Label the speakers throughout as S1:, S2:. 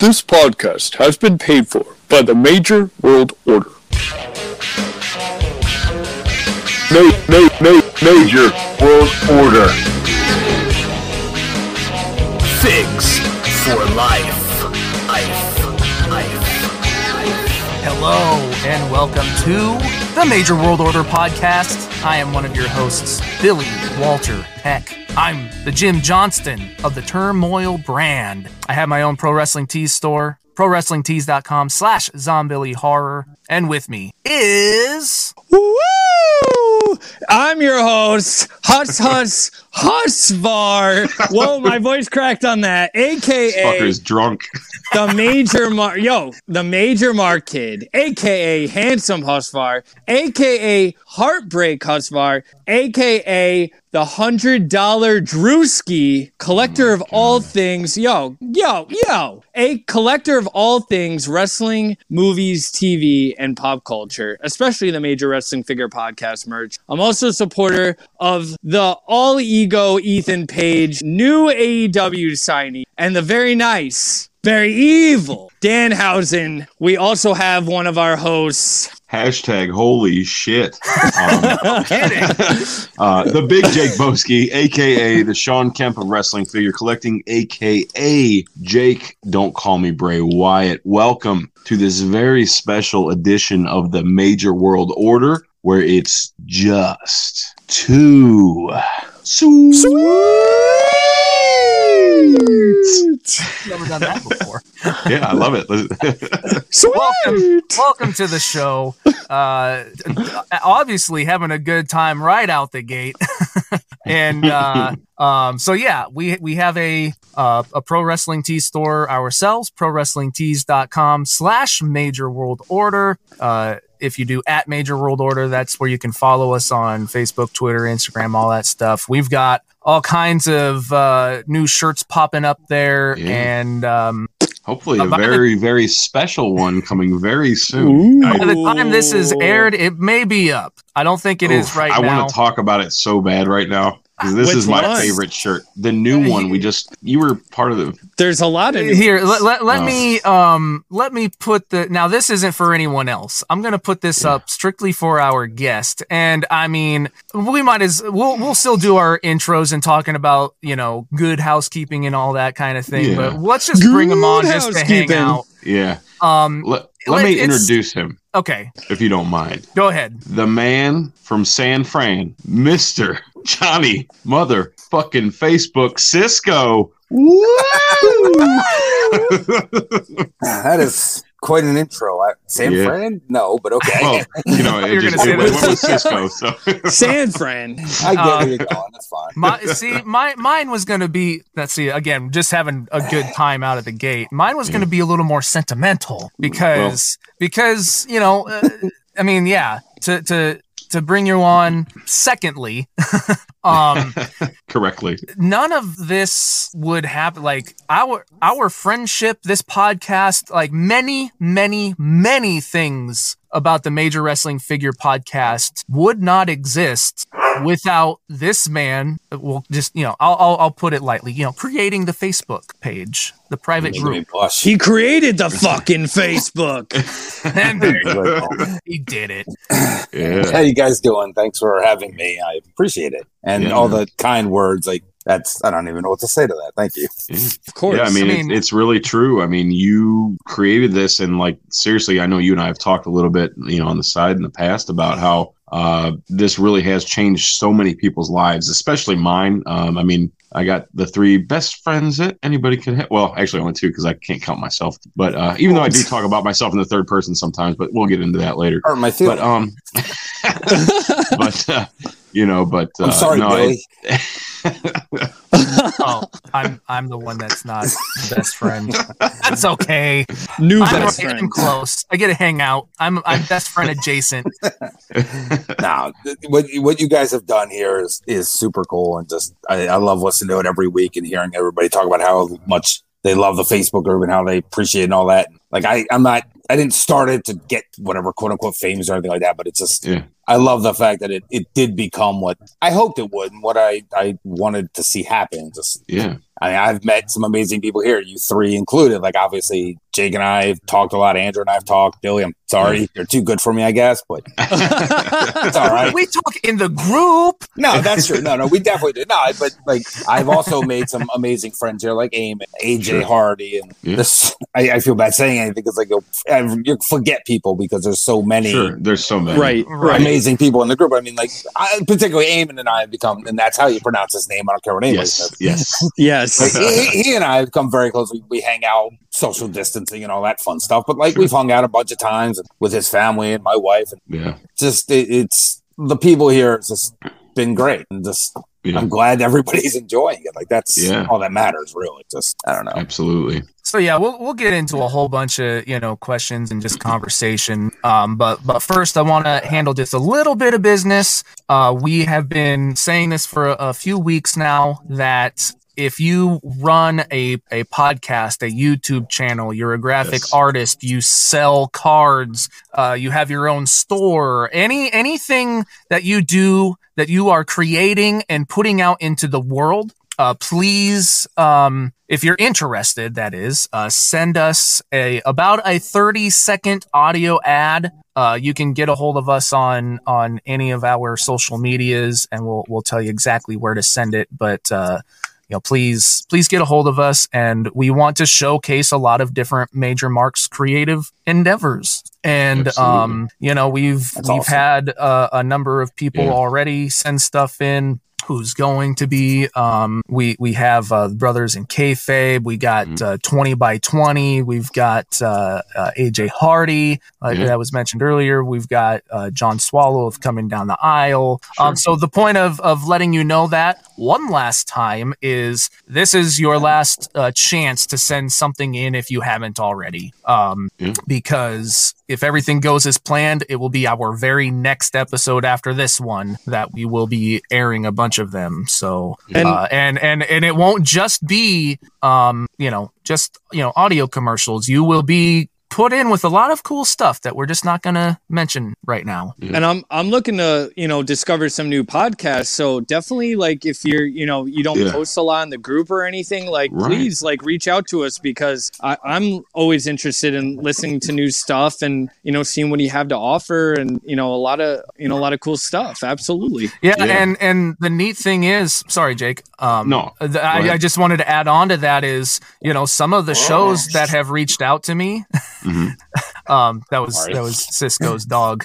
S1: This podcast has been paid for by the Major World Order. Ma- ma- ma- major World Order.
S2: Figs for life. Life. Life. Hello and welcome to the Major World Order podcast. I am one of your hosts, Billy Walter Peck. I'm the Jim Johnston of the Turmoil brand. I have my own pro wrestling tees store, prowrestlingtees.com slash zombilly horror. And with me is
S3: Woo! I'm your host, Huts Huts Hutsvar. Whoa, my voice cracked on that. AKA
S4: fucker's drunk.
S3: the major mar yo, the major mark kid, aka handsome Husvar, aka heartbreak Husvar, aka the hundred dollar Drewski, collector of all things, yo, yo, yo, a collector of all things wrestling, movies, TV, and pop culture, especially the major wrestling figure podcast merch. I'm also a supporter of the all ego Ethan Page new AEW signee and the very nice very evil. Danhausen. We also have one of our hosts.
S4: Hashtag holy shit. Um,
S2: Oh,
S4: uh, the big Jake Boski, aka the Sean Kemp of wrestling figure collecting, aka Jake. Don't call me Bray Wyatt. Welcome to this very special edition of the Major World Order, where it's just two. Sweet.
S2: never done that before.
S4: Yeah, I love it.
S2: welcome, welcome to the show. Uh, obviously, having a good time right out the gate, and uh, um, so yeah, we we have a uh, a pro wrestling tee store ourselves, prowrestlingtees.com slash major world order. Uh, if you do at Major World Order, that's where you can follow us on Facebook, Twitter, Instagram, all that stuff. We've got all kinds of uh, new shirts popping up there,
S4: Yeah.
S2: and um,
S4: Hopefully,
S2: Uh,
S4: a
S2: by the-
S4: very, very special one coming very soon.
S3: Ooh.
S4: I-
S2: By the time this is
S3: Ooh.
S2: aired, it may be up. I don't think it is
S4: Oof,
S2: right
S4: I
S2: now.
S4: want to talk about it so bad right now. 'cause This
S3: Which
S4: is my
S3: one?
S4: favorite shirt. The new one we just you were part of the
S3: There's a lot of new
S2: Here,
S3: ones.
S2: let, let, let
S4: Oh.
S2: me um let me put the now this isn't for anyone else. I'm gonna put this up strictly for our guest, and I mean we might as we'll we'll still do our intros and talking about you know good housekeeping and all that kind of thing.
S4: Yeah.
S2: But let's just bring him on
S3: Good
S2: just to hang
S3: housekeeping.
S2: out.
S4: yeah.
S2: Um,
S4: Let,
S2: Let-
S4: let me
S2: it's-
S4: introduce him
S2: okay,
S4: if you don't mind.
S2: go ahead.
S4: The man from San Fran, Mister Johnny Motherfucking Facebook Cisco.
S5: Ah, That is quite an intro. I, San
S4: Yeah. Oh.
S5: Fran? No, but okay.
S4: Well, you know,
S2: You're gonna
S4: it just
S2: say
S4: it went
S2: that.
S4: with Cisco. So
S3: San Fran.
S5: I get
S2: uh,
S5: where you're going. That's fine.
S2: My see, my mine was gonna be let's see again, just having a good time out of the gate. Mine was gonna be a little more sentimental because because you know, uh, I mean, yeah, to to to bring you on. Secondly, um,
S4: correctly,
S2: none of this would happen. Like our our friendship, this podcast, like many, many, many things about the Major Wrestling Figure podcast would not exist without this man. Well, just you know, I'll I'll, I'll put it lightly. You know, creating the Facebook page, the private
S5: Making me
S2: group,
S5: blush.
S3: He created the fucking Facebook.
S2: and there you go.
S5: How
S2: he did it.
S4: yeah.
S5: oh, you guys doing? Thanks for having me. I appreciate it. And
S4: Yeah.
S5: all the kind words. Like, that's, I don't even know what to say to that. Thank you.
S4: yeah.
S3: Of course.
S4: Yeah, I mean,
S2: I
S4: it's-
S2: mean-
S4: it's really true. I mean, you created this, and like seriously, I know you and I have talked a little bit, you know, on the side in the past about how uh, this really has changed so many people's lives, especially mine. Um, I mean, I got the three best friends that anybody could have. Well, actually, only two because I can't count myself. But uh, even though I do talk about myself in the third person sometimes, but we'll get into that later.
S5: Hurt my feelings.
S4: But um, but uh, you know, but uh,
S5: I'm sorry,
S4: no,
S5: Billy.
S4: it-
S2: Oh, I'm I'm the one that's not the best friend. That's okay.
S3: New
S2: I'm,
S3: best
S2: right, I'm
S3: friend.
S2: close. I get to hang out. I'm I'm best friend adjacent.
S5: no, th- what you- what you guys have done here is is super cool, and just I, I love listening to it every week and hearing everybody talk about how much they love the Facebook group and how they appreciate it and all that. Like I, I'm not, I didn't start it to get whatever quote unquote famous or anything like that, but it's just
S4: Yeah.
S5: I love the fact that it, it did become what I hoped it would and what I, I wanted to see happen. Just
S4: Yeah.
S5: I mean, I've met some amazing people here, you three included. Like obviously Jake and I have talked a lot, Andrew and I've talked. Billy, I'm sorry, you're too good for me, I guess, but it's all right.
S2: We talk in the group.
S5: No, that's true. No, no, we definitely did not. But like, I've also made some amazing friends here, like Aim, AJ
S4: Sure.
S5: Hardy, and
S4: Yeah.
S5: this. I, I feel bad saying anything because like you'll, you forget people because there's so many
S4: sure. There's so many.
S3: right,
S2: Right.
S3: right.
S5: amazing people in the group. I mean, like I, particularly Eamon and I have become, and that's how you pronounce his name. I don't care what anybody
S4: Yes.
S5: says.
S4: Yes.
S5: Like,
S3: Yes.
S5: he, he- he and I have become very close. We, we hang out, social distancing, and all that fun stuff. But like,
S4: Sure.
S5: we've hung out a bunch of times with his family and my wife, and
S4: Yeah.
S5: just it, it's the people here. It's just been great, and just
S4: Yeah.
S5: I'm glad everybody's enjoying it. Like that's
S4: Yeah.
S5: all that matters, really. Just I don't know.
S4: Absolutely.
S2: So yeah, we'll we'll get into a whole bunch of you know questions and just conversation. Um, but but first, I want to handle just a little bit of business. Uh, we have been saying this for a, a few weeks now that if you run a a podcast, a YouTube channel, you're a graphic
S4: Yes.
S2: artist, you sell cards, uh, you have your own store, any anything that you do that you are creating and putting out into the world uh, please, um, if you're interested, that is, uh, send us a about a 30 second audio ad. Uh, you can get a hold of us on on any of our social medias, and we'll we'll tell you exactly where to send it. But uh, you know, please please get a hold of us, and we want to showcase a lot of different major marks creative endeavors. And
S4: Absolutely.
S2: um, you know, we've
S5: Mm-hmm. That's
S2: we've
S5: awesome.
S2: had uh, a number of people
S4: Yeah.
S2: already send stuff in who's going to be. Um, we we have uh, brothers in kayfabe. We got
S5: Mm-hmm.
S4: Mhm.
S2: uh, twenty by twenty. We've got uh, uh, AJ Hardy like
S4: Yeah.
S2: that was mentioned earlier. We've got uh, John Swallow of coming down the aisle. Um, so the point of of letting you know that one last time is this is your last uh, chance to send something in if you haven't already. Um,
S4: Yeah.
S2: because if everything goes as planned, it will be our very next episode after this one that we will be airing a bunch of them. So
S3: And-
S2: uh, and and and it won't just be um you know just you know audio commercials. You will be put in with a lot of cool stuff that we're just not gonna mention right now.
S4: Mm.
S3: and I'm I'm looking to you know discover some new podcasts. So definitely, like if you're you know you don't
S4: Yeah.
S3: post a lot in the group or anything, like
S4: Right.
S3: please like reach out to us because I, I'm always interested in listening to new stuff and you know seeing what you have to offer and you know a lot of you know a lot of cool stuff. Absolutely.
S2: Yeah,
S4: Yeah.
S2: and and the neat thing is, sorry, Jake. Um,
S4: No,
S2: th-
S4: ahead. Oh,
S2: I, I just wanted to add on to that is you know some of the shows that have reached out to me.
S4: Mhm.
S2: um, that was
S5: Sorry.
S2: that was Cisco's dog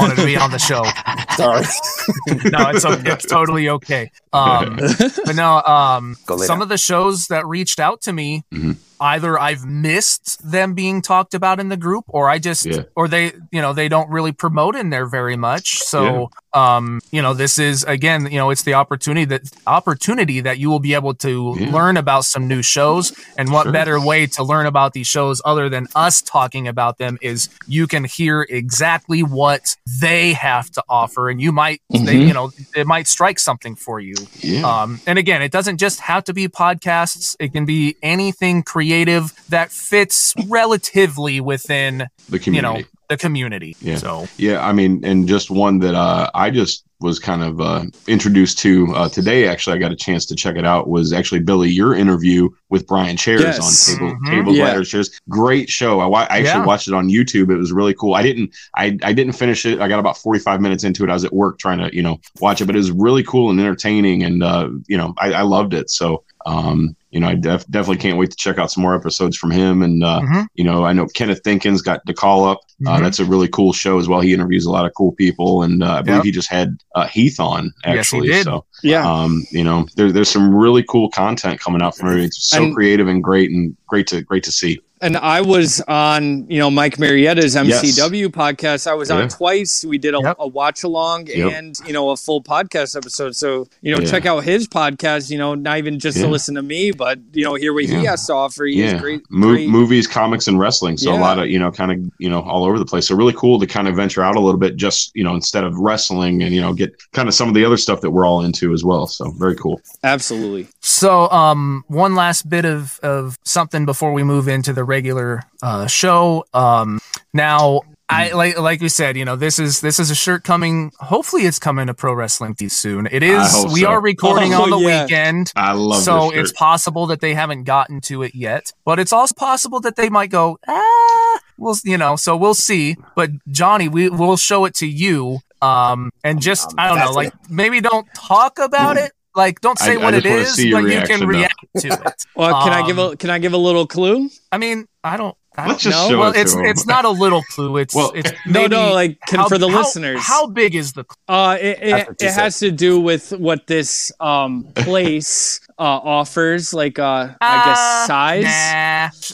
S2: wanted to be on the show.
S5: Sorry.
S2: No, it's o- it's totally okay. Um, but no, um,
S5: Go lay
S2: some
S5: down. Mm-hmm.
S2: of the shows that reached out to me.
S4: Mhm.
S2: Either I've missed them being talked about in the group, or I just,
S4: Yeah.
S2: or they, you know, they don't really promote in there very much. So, um, you know, this is again, you know, it's the opportunity that opportunity that you will be able to
S4: Yeah.
S2: learn about some new shows. And what
S4: Sure.
S2: better way to learn about these shows other than us talking about them is you can hear exactly what they have to offer, and you might, they,
S3: Mhm.
S2: you know, it might strike something for you.
S4: Mm-hmm. Yeah.
S2: Um, and again, it doesn't just have to be podcasts. It can be anything creative that fits relatively within,
S4: the community.
S2: you know, the community.
S4: Yeah.
S2: So
S4: Yeah, I mean, and just one that uh, I just was kind of uh, introduced to uh, today. Actually, I got a chance to check it out. Was actually Billy your interview with Brian Chairs
S3: Yes.
S4: on Table
S2: Mhm.
S4: Table
S3: Yeah.
S4: Letters Chairs. Great show. I, wa- I actually
S2: Yeah.
S4: watched it on YouTube. It was really cool. I didn't I, I didn't finish it. I got about forty five minutes into it. I was at work trying to you know watch it, but it was really cool and entertaining, and uh, you know I, I loved it. So um, you know I def- definitely can't wait to check out some more episodes from him and. Uh,
S3: Mm-hmm.
S2: mhm.
S4: you know, I know Kenneth Dinkins got the call up. Uh,
S2: Mhm.
S4: that's a really cool show as well. He interviews a lot of cool people, and uh, I believe
S2: Yep.
S4: he just had uh, Heath on
S2: Yes, he
S4: actually.
S2: did.
S4: So,
S3: Yeah.
S4: um, you know, there, there's some really cool content coming out from him. It's so
S3: And-
S4: creative and great, and great to great to see.
S3: and I was on, you know, Mike Marietta's MCW podcast. I was
S4: Yeah.
S3: on twice. We did a,
S2: Yep.
S3: a watch along
S4: Yep.
S3: and, you know, a full podcast episode. So, you know,
S4: Yeah.
S3: check out his podcast, you know, not even just
S4: Yeah.
S3: to listen to me, but, you know, hear what he
S4: Yeah.
S3: has to offer. He
S4: Yeah.
S3: has great,
S4: Mo-
S3: great
S4: movies, comics, and wrestling. So a
S3: Yeah.
S4: lot of you know, kind of you know, all over the place. So really cool to kind of venture out a little bit, just you know, instead of wrestling, and you know, get kind of some of the other stuff that we're all into as well. So very cool.
S3: absolutely.
S2: So, um, one last bit of, of something before we move into the regular uh, show. Um, now,
S4: Mm.
S2: I like like we said, you know, this is this is a shirt coming. Hopefully, it's coming to Pro Wrestling Tees soon. It
S4: I
S2: is.
S4: hope
S2: We
S4: so.
S2: are recording
S3: Oh,
S2: on the
S3: yeah.
S2: weekend,
S4: I love
S2: so
S4: this shirt.
S2: it's possible that they haven't gotten to it yet. But it's also possible that they might go. Ah, we'll you know. So we'll see. But Johnny, we will show it to you. Um, and just I don't know,
S5: that's
S2: like maybe don't talk about it. Like don't say
S4: Hmm. I- I
S2: what it
S4: just wanna
S2: is,
S4: see your
S2: but you
S4: reaction,
S2: can
S4: though.
S2: react to it.
S3: Well, can I give
S2: Um,
S3: a can I give a little clue?
S2: I mean, I don't. I
S4: Let's
S2: don't
S4: just
S2: know.
S4: show
S2: well,
S4: it to
S2: it's
S4: him.
S2: it's not a little clue. It's
S4: Well,
S2: it's
S3: No,
S2: maybe
S3: no, like can,
S2: how-
S3: for the
S2: how-
S3: listeners.
S2: How big is the clue?
S3: Uh, it
S5: That's
S3: it,
S5: what she
S3: it has to do with what this um place uh, offers, like uh, I
S2: Uh,
S3: guess size.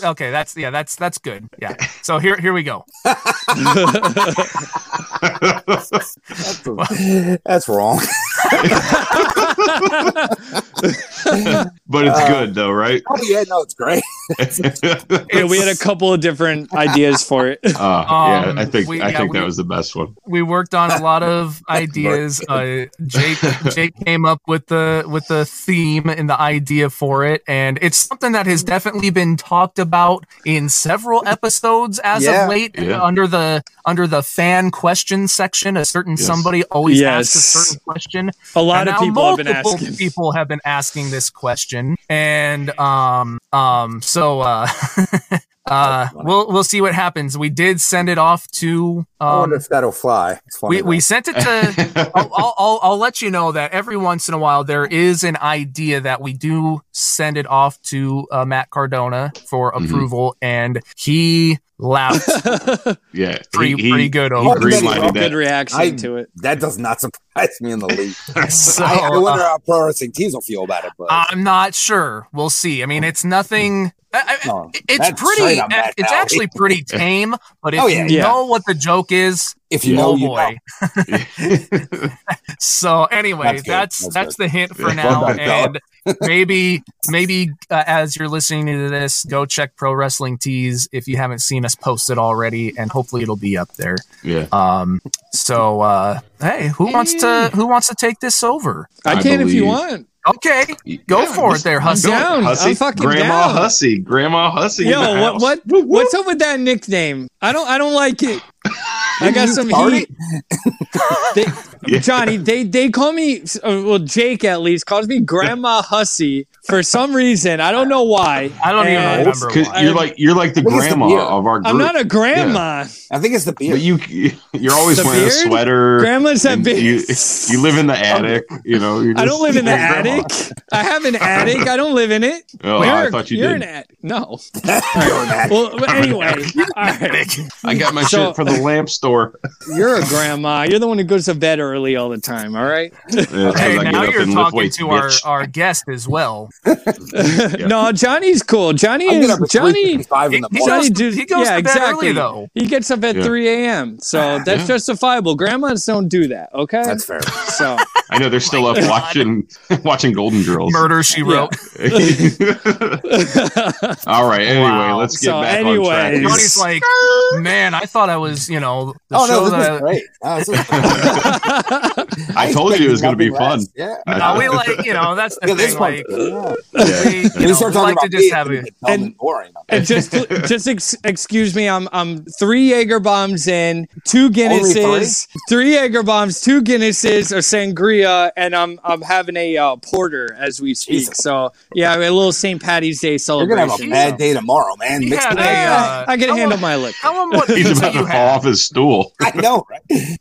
S2: Nah. Okay, that's yeah, that's that's good. Yeah. So here here we go. Uh,
S5: That's wrong.
S4: but it's
S5: Uh,
S4: good though, right?
S5: Oh yeah, no, it's great.
S3: yeah, we had a couple of different ideas for it.
S4: Uh, yeah,
S2: Um,
S4: I think
S2: we-
S4: I
S2: yeah,
S4: think that
S2: we-
S4: was the best one.
S2: We worked on a lot of ideas. Uh, Jake Jake came up with the with the theme and the idea for it, and it's something that has definitely been talked about in several episodes as
S5: Yeah.
S2: of late.
S4: Yeah.
S2: Under the under the fan question section, a certain
S4: Yes.
S2: somebody always asks a
S3: Yes.
S2: certain question.
S3: A lot
S2: And
S3: of
S2: now
S3: people have been
S2: multiple
S3: asking.
S2: people have been asking this question, and um, um, so uh, uh, we'll we'll see what happens. We did send it off to
S5: I wonder
S2: um,
S5: if that'll fly. It's funny,
S2: we we sent it to. I'll, I'll, I'll, I'll let you know that every once in a while there is an idea that we do send it off to uh, Matt Cardona for
S4: Mhm.
S2: approval, and he laughed
S4: Yeah,
S2: pretty, pretty good
S4: He
S2: over. it.
S5: agree.
S4: green
S5: Oh,
S4: lighted
S3: Good
S4: that.
S3: reaction
S5: I-
S3: to it.
S5: though. that does not surprise me in the least.
S2: So,
S5: I, I
S2: uh,
S5: wonder how pro wrestling teams will feel about it, but
S2: I'm not sure. We'll see. I mean, it's nothing. I, I-
S5: no.
S2: it's
S5: That's
S2: pretty. eh,
S5: straight up Matt
S2: It's
S5: Alley.
S2: actually pretty tame. But if
S5: Oh, yeah,
S2: you
S3: yeah.
S2: know what the joke is,
S5: if you
S4: Yeah.
S5: know,
S2: oh
S5: you
S2: boy. so anyway,
S5: That's
S2: that's
S5: good.
S2: that's,
S5: That's
S2: the hint for
S4: Yeah.
S2: now.
S5: Well done,
S2: and maybe maybe uh, as you're listening to this, go check Pro Wrestling Tees if you haven't seen us post it already, and hopefully it'll be up there.
S4: yeah,
S2: Um. So uh, hey, who wants to who wants to take this over?
S3: I,
S4: I
S3: can if you
S4: believe-
S3: want.
S2: Okay, go
S4: Yeah,
S2: for it,
S4: just
S2: there, Hussy.
S4: go.
S3: down. I'm
S4: Hussy,
S3: fucking
S4: Grandma
S3: down.
S4: Hussy, Grandma Hussy. in
S3: Yo,
S4: the
S3: what
S4: house.
S3: what what's up with that nickname? I don't I don't like it. I got some heat. They-
S4: Yeah.
S3: Johnny, they they call me uh, well Jake at least calls me Grandma Hussy for some reason. I don't know why.
S2: I don't even
S3: And
S2: remember. why.
S4: 'Cause you're like you're like the
S5: What is the
S4: grandma
S5: beer?
S4: of our group.
S3: I'm not a grandma.
S5: I think it's the beer.
S4: but you you're always
S3: The
S4: wearing a
S3: beard?
S4: sweater.
S3: Grandmas have
S4: and
S3: been.
S4: You, you live in the attic, you know. You're
S3: I
S4: just-
S3: don't live in the
S4: you're grandma.
S3: attic. I have an attic. I don't live in it.
S4: Oh, I
S3: You're-
S4: thought you
S3: you're
S4: did.
S3: an attic. No. Well, but anyway, all right.
S4: I got my
S3: So-
S4: shit from the lamp store.
S3: You're a grandma. You're the one who goes to bed early all the time. All right.
S4: Yeah, 'cause
S2: Hey,
S4: I get
S2: now
S4: up
S2: you're
S4: and lift
S2: talking
S4: weights,
S2: to our,
S4: bitch.
S2: our guest as well.
S3: No, Johnny's cool. Johnny
S5: I
S3: is
S5: get up at
S3: Johnny.
S5: 3:55
S2: He,
S5: in the
S2: he
S5: morning.
S2: goes,
S3: Johnny dude-
S2: he goes
S3: yeah,
S2: to bed
S3: exactly.
S2: early though.
S3: He gets up at
S4: Yeah.
S3: 3 a.m. So that's
S4: Yeah.
S3: justifiable. Grandmas don't do that. Okay.
S5: That's fair.
S3: so
S2: uh,
S4: I know they're still up
S2: God.
S4: watching watching Golden Girls.
S2: Murder she
S3: Yeah.
S2: wrote.
S4: All right. Anyway,
S2: Wow.
S4: let's get
S3: So
S4: back
S3: anyways-
S4: on
S2: Johnny's like, man, I thought I was, you know, the
S5: Oh
S2: show
S5: no, this
S2: that
S5: is great. Oh, this is-
S4: track. I told you it was going to be fun.
S5: Nothing less. Yeah.
S2: I, no, we like, you know, that's the
S5: Yeah,
S2: thing.
S5: this one.
S2: Like,
S5: yeah.
S4: Yeah.
S2: we, you
S5: If
S2: know,
S5: we start
S2: we like
S5: talking
S2: to
S5: about
S2: just
S5: just
S2: have it.
S3: And-
S5: and boring.
S3: and just just ex- excuse me, I'm I'm three Jaeger bombs in, two Guinnesses, three Jaeger bombs, two Guinnesses, a sangria, and I'm I'm having a uh, porter as we speak.
S5: Jesus.
S3: So yeah, a little St. Patty's Day
S5: You're
S3: celebration.
S5: gonna have a bad day tomorrow, man.
S2: He
S5: Mixed
S2: had
S5: with-
S2: a,
S3: Ah,
S2: uh,
S3: I can
S2: how
S3: handle
S2: long-
S3: my liquor.
S2: Tell them what
S4: He's
S2: pizza
S4: about to
S2: you
S4: fall
S2: had.
S4: off his stool.
S5: I know, right?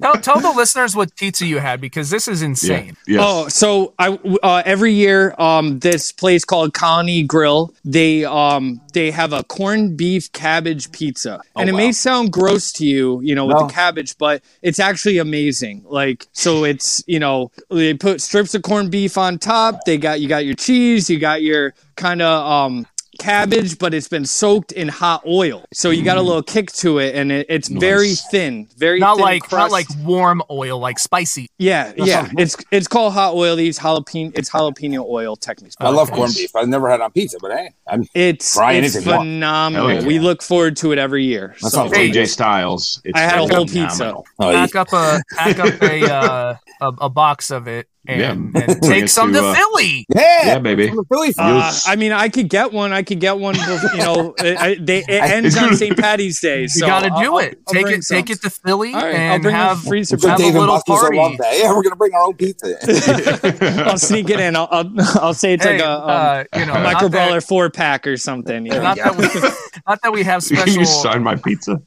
S2: Tell, tell the listeners what pizza you had because this is
S4: Yeah.
S2: insane.
S4: Yes.
S3: Oh, so I uh, every year, um, this place called Colony Grill, they um they have a corned beef cabbage pizza,
S4: Oh,
S3: and it
S5: wow.
S3: may sound gross to you, you know,
S5: No.
S3: with the cabbage, but it's actually amazing. Like, so it's you know they put strips of corned beef on top. They got you got your cheese, you got your kind of um cabbage but it's been soaked in hot oil so you got a little kick to it and it, it's very
S4: Mm. Nice.
S3: thin very
S2: Not
S3: thin
S2: like not
S3: crust.
S2: like warm oil, like spicy.
S3: Yeah, yeah. It's it's called hot oil. These jalapeno. It's jalapeno oil technically.
S5: I love
S4: Nice.
S5: corned beef. I've never had it on pizza, but hey, I'm
S3: It's
S5: Brian,
S3: it's
S5: anything you want.
S3: phenomenal.
S4: Hell yeah.
S3: We look forward to it every year.
S5: That
S3: So.
S5: sounds great.
S4: AJ Styles. It's
S3: I had a whole
S5: uh,
S4: Uh, phenomenal.
S5: oh,
S2: Pack up a pack up a uh, a, a box of it and,
S4: Yeah.
S2: and
S4: Bring
S2: take
S4: it
S2: some to,
S4: to, uh,
S2: Philly.
S4: Yeah,
S5: Yeah,
S4: baby.
S5: I'm a Philly fan.
S4: You'll
S3: Uh,
S4: s-
S3: I mean, I could get one. I could get one. bef- You know, it, I, they, it ends
S4: It's
S3: on
S4: gonna-
S3: St. Patty's Day.
S2: You
S3: So
S2: got to
S3: I'll-
S2: do
S3: I'll-
S2: it.
S3: I'll
S2: take
S3: bring
S2: it.
S3: some.
S2: Take it to Philly
S3: All right, I'll
S2: and
S3: bring
S2: have
S3: a free
S5: Which
S2: have a
S3: surprise.
S5: Dave and
S2: little
S5: Buster's will
S2: party.
S5: love that. Yeah, we're gonna bring our own pizza.
S3: I'll sneak it in. I'll, I'll, I'll say it's
S2: hey,
S3: like a um,
S2: uh, you know not
S3: micro
S2: that-
S3: brawler four pack or something. You know?
S2: Not that, we, not that we have
S4: Can
S2: special,
S4: you sign my pizza?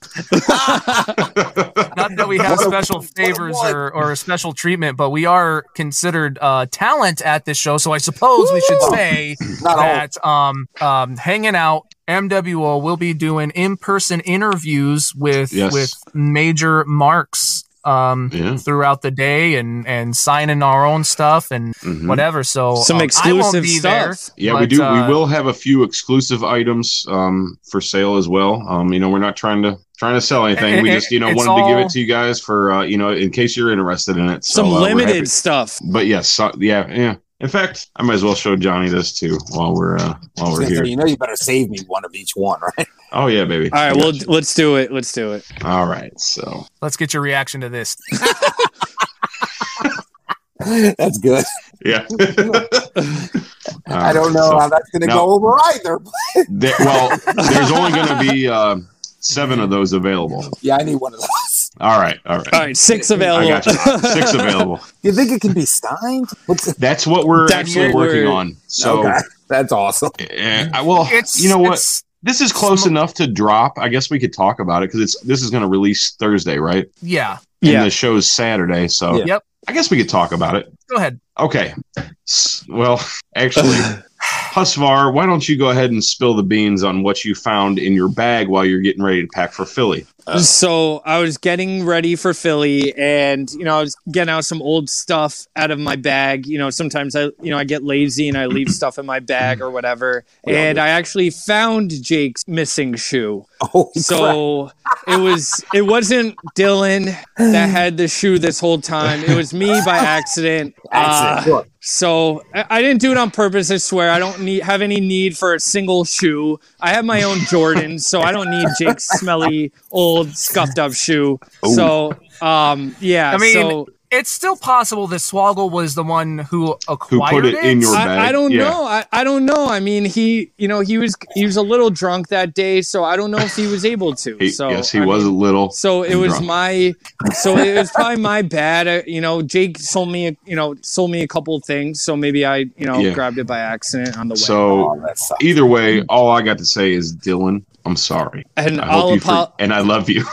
S2: not that we have
S5: What a-
S2: special
S5: what a
S2: favors
S5: what?
S2: or, or special treatment, but we are considered uh, talent at this show. So I suppose we should
S5: Woo!
S2: say
S5: Not all.
S2: that um, um, hanging out MWO will be doing in-person interviews with
S4: Yes.
S2: with major marks um,
S4: Yeah.
S2: throughout the day and and signing our own stuff and
S4: Mhm.
S2: whatever. So
S3: Some
S2: um, I won't
S3: exclusive
S2: be there,
S3: stuff.
S4: Yeah, we
S2: but,
S4: do.
S2: uh,
S4: we will have a few exclusive items um, for sale as well. Um, you know, we're not trying to trying to sell anything. We
S2: It-
S4: just you know
S2: it's
S4: wanted to give
S2: all-
S4: it to you guys for uh, you know in case you're interested in it. So,
S3: Some
S4: uh, we're happy-
S3: limited stuff.
S4: But yes, so, yeah, yeah. In fact, I might as well show Johnny this too while we're uh, while we're here.
S5: You know, you better save me one of each one, right?
S4: Oh yeah, baby.
S3: All right,
S4: Yeah.
S3: well, let's do it. Let's do it.
S4: all right. So
S2: Let's get your reaction to this.
S5: That's good.
S4: yeah.
S5: I don't know how that's going to
S4: now-
S5: go over either.
S4: There, well, there's only going to be uh, seven of those available.
S5: Yeah, I need one of those.
S4: All right, all right.
S3: All right, six
S5: I
S3: available.
S4: I got you. Six available.
S5: Do you think it can be Stein? What's
S4: That's what we're
S3: That's
S4: actually
S3: what
S4: working
S3: we're-
S4: on. So,
S5: okay. that's awesome.
S4: eh, I- well,
S2: It's
S4: you know what?
S2: it's-
S4: This is close
S2: sm-
S4: enough to drop. I guess we could talk about it because it's this is going to release Thursday, right?
S2: yeah,
S3: Yeah.
S4: And the show's Saturday, so
S5: Yeah.
S2: Yep.
S4: I guess we could talk about it.
S2: go ahead.
S4: Okay. S- Well, actually, Husvar, why don't you go ahead and spill the beans on what you found in your bag while you're getting ready to pack for Philly?
S3: so I was getting ready for Philly, and you know I was getting out some old stuff out of my bag. You know, sometimes I you know I get lazy and I leave stuff in my bag or whatever. And I actually found Jake's missing shoe.
S5: Oh, so
S3: So it was it wasn't Dylan that had the shoe this whole time. It was me by accident. Uh,
S5: that's it. Look,
S3: so I, I didn't do it on purpose. I swear. I don't need have any need for a single shoe. I have my own Jordans, so I don't need Jake's smelly old scuffed up shoe. So um, yeah.
S2: I mean,
S3: so
S2: It's still possible that Swoggle was the one who acquired
S4: it in your- bag,
S3: I, I don't
S4: yeah.
S3: know. I, I don't know. I mean, he you know he was he was a little drunk that day, so I don't know if he was able to.
S4: He,
S3: so
S4: yes, he
S3: I
S4: was
S3: mean,
S4: a little.
S3: So it
S4: and
S3: was
S4: drunk.
S3: my, so it was probably my bad. Uh, you know, Jake sold me, a, you know, sold me a couple of things, so maybe I, you know,
S4: Yeah.
S3: grabbed it by accident on the way.
S4: So
S5: oh, that sucks.
S4: either way, all I got to say is Dylan, I'm sorry.
S3: and
S4: I
S3: I'll
S4: you for-
S3: apo-
S4: and I love you.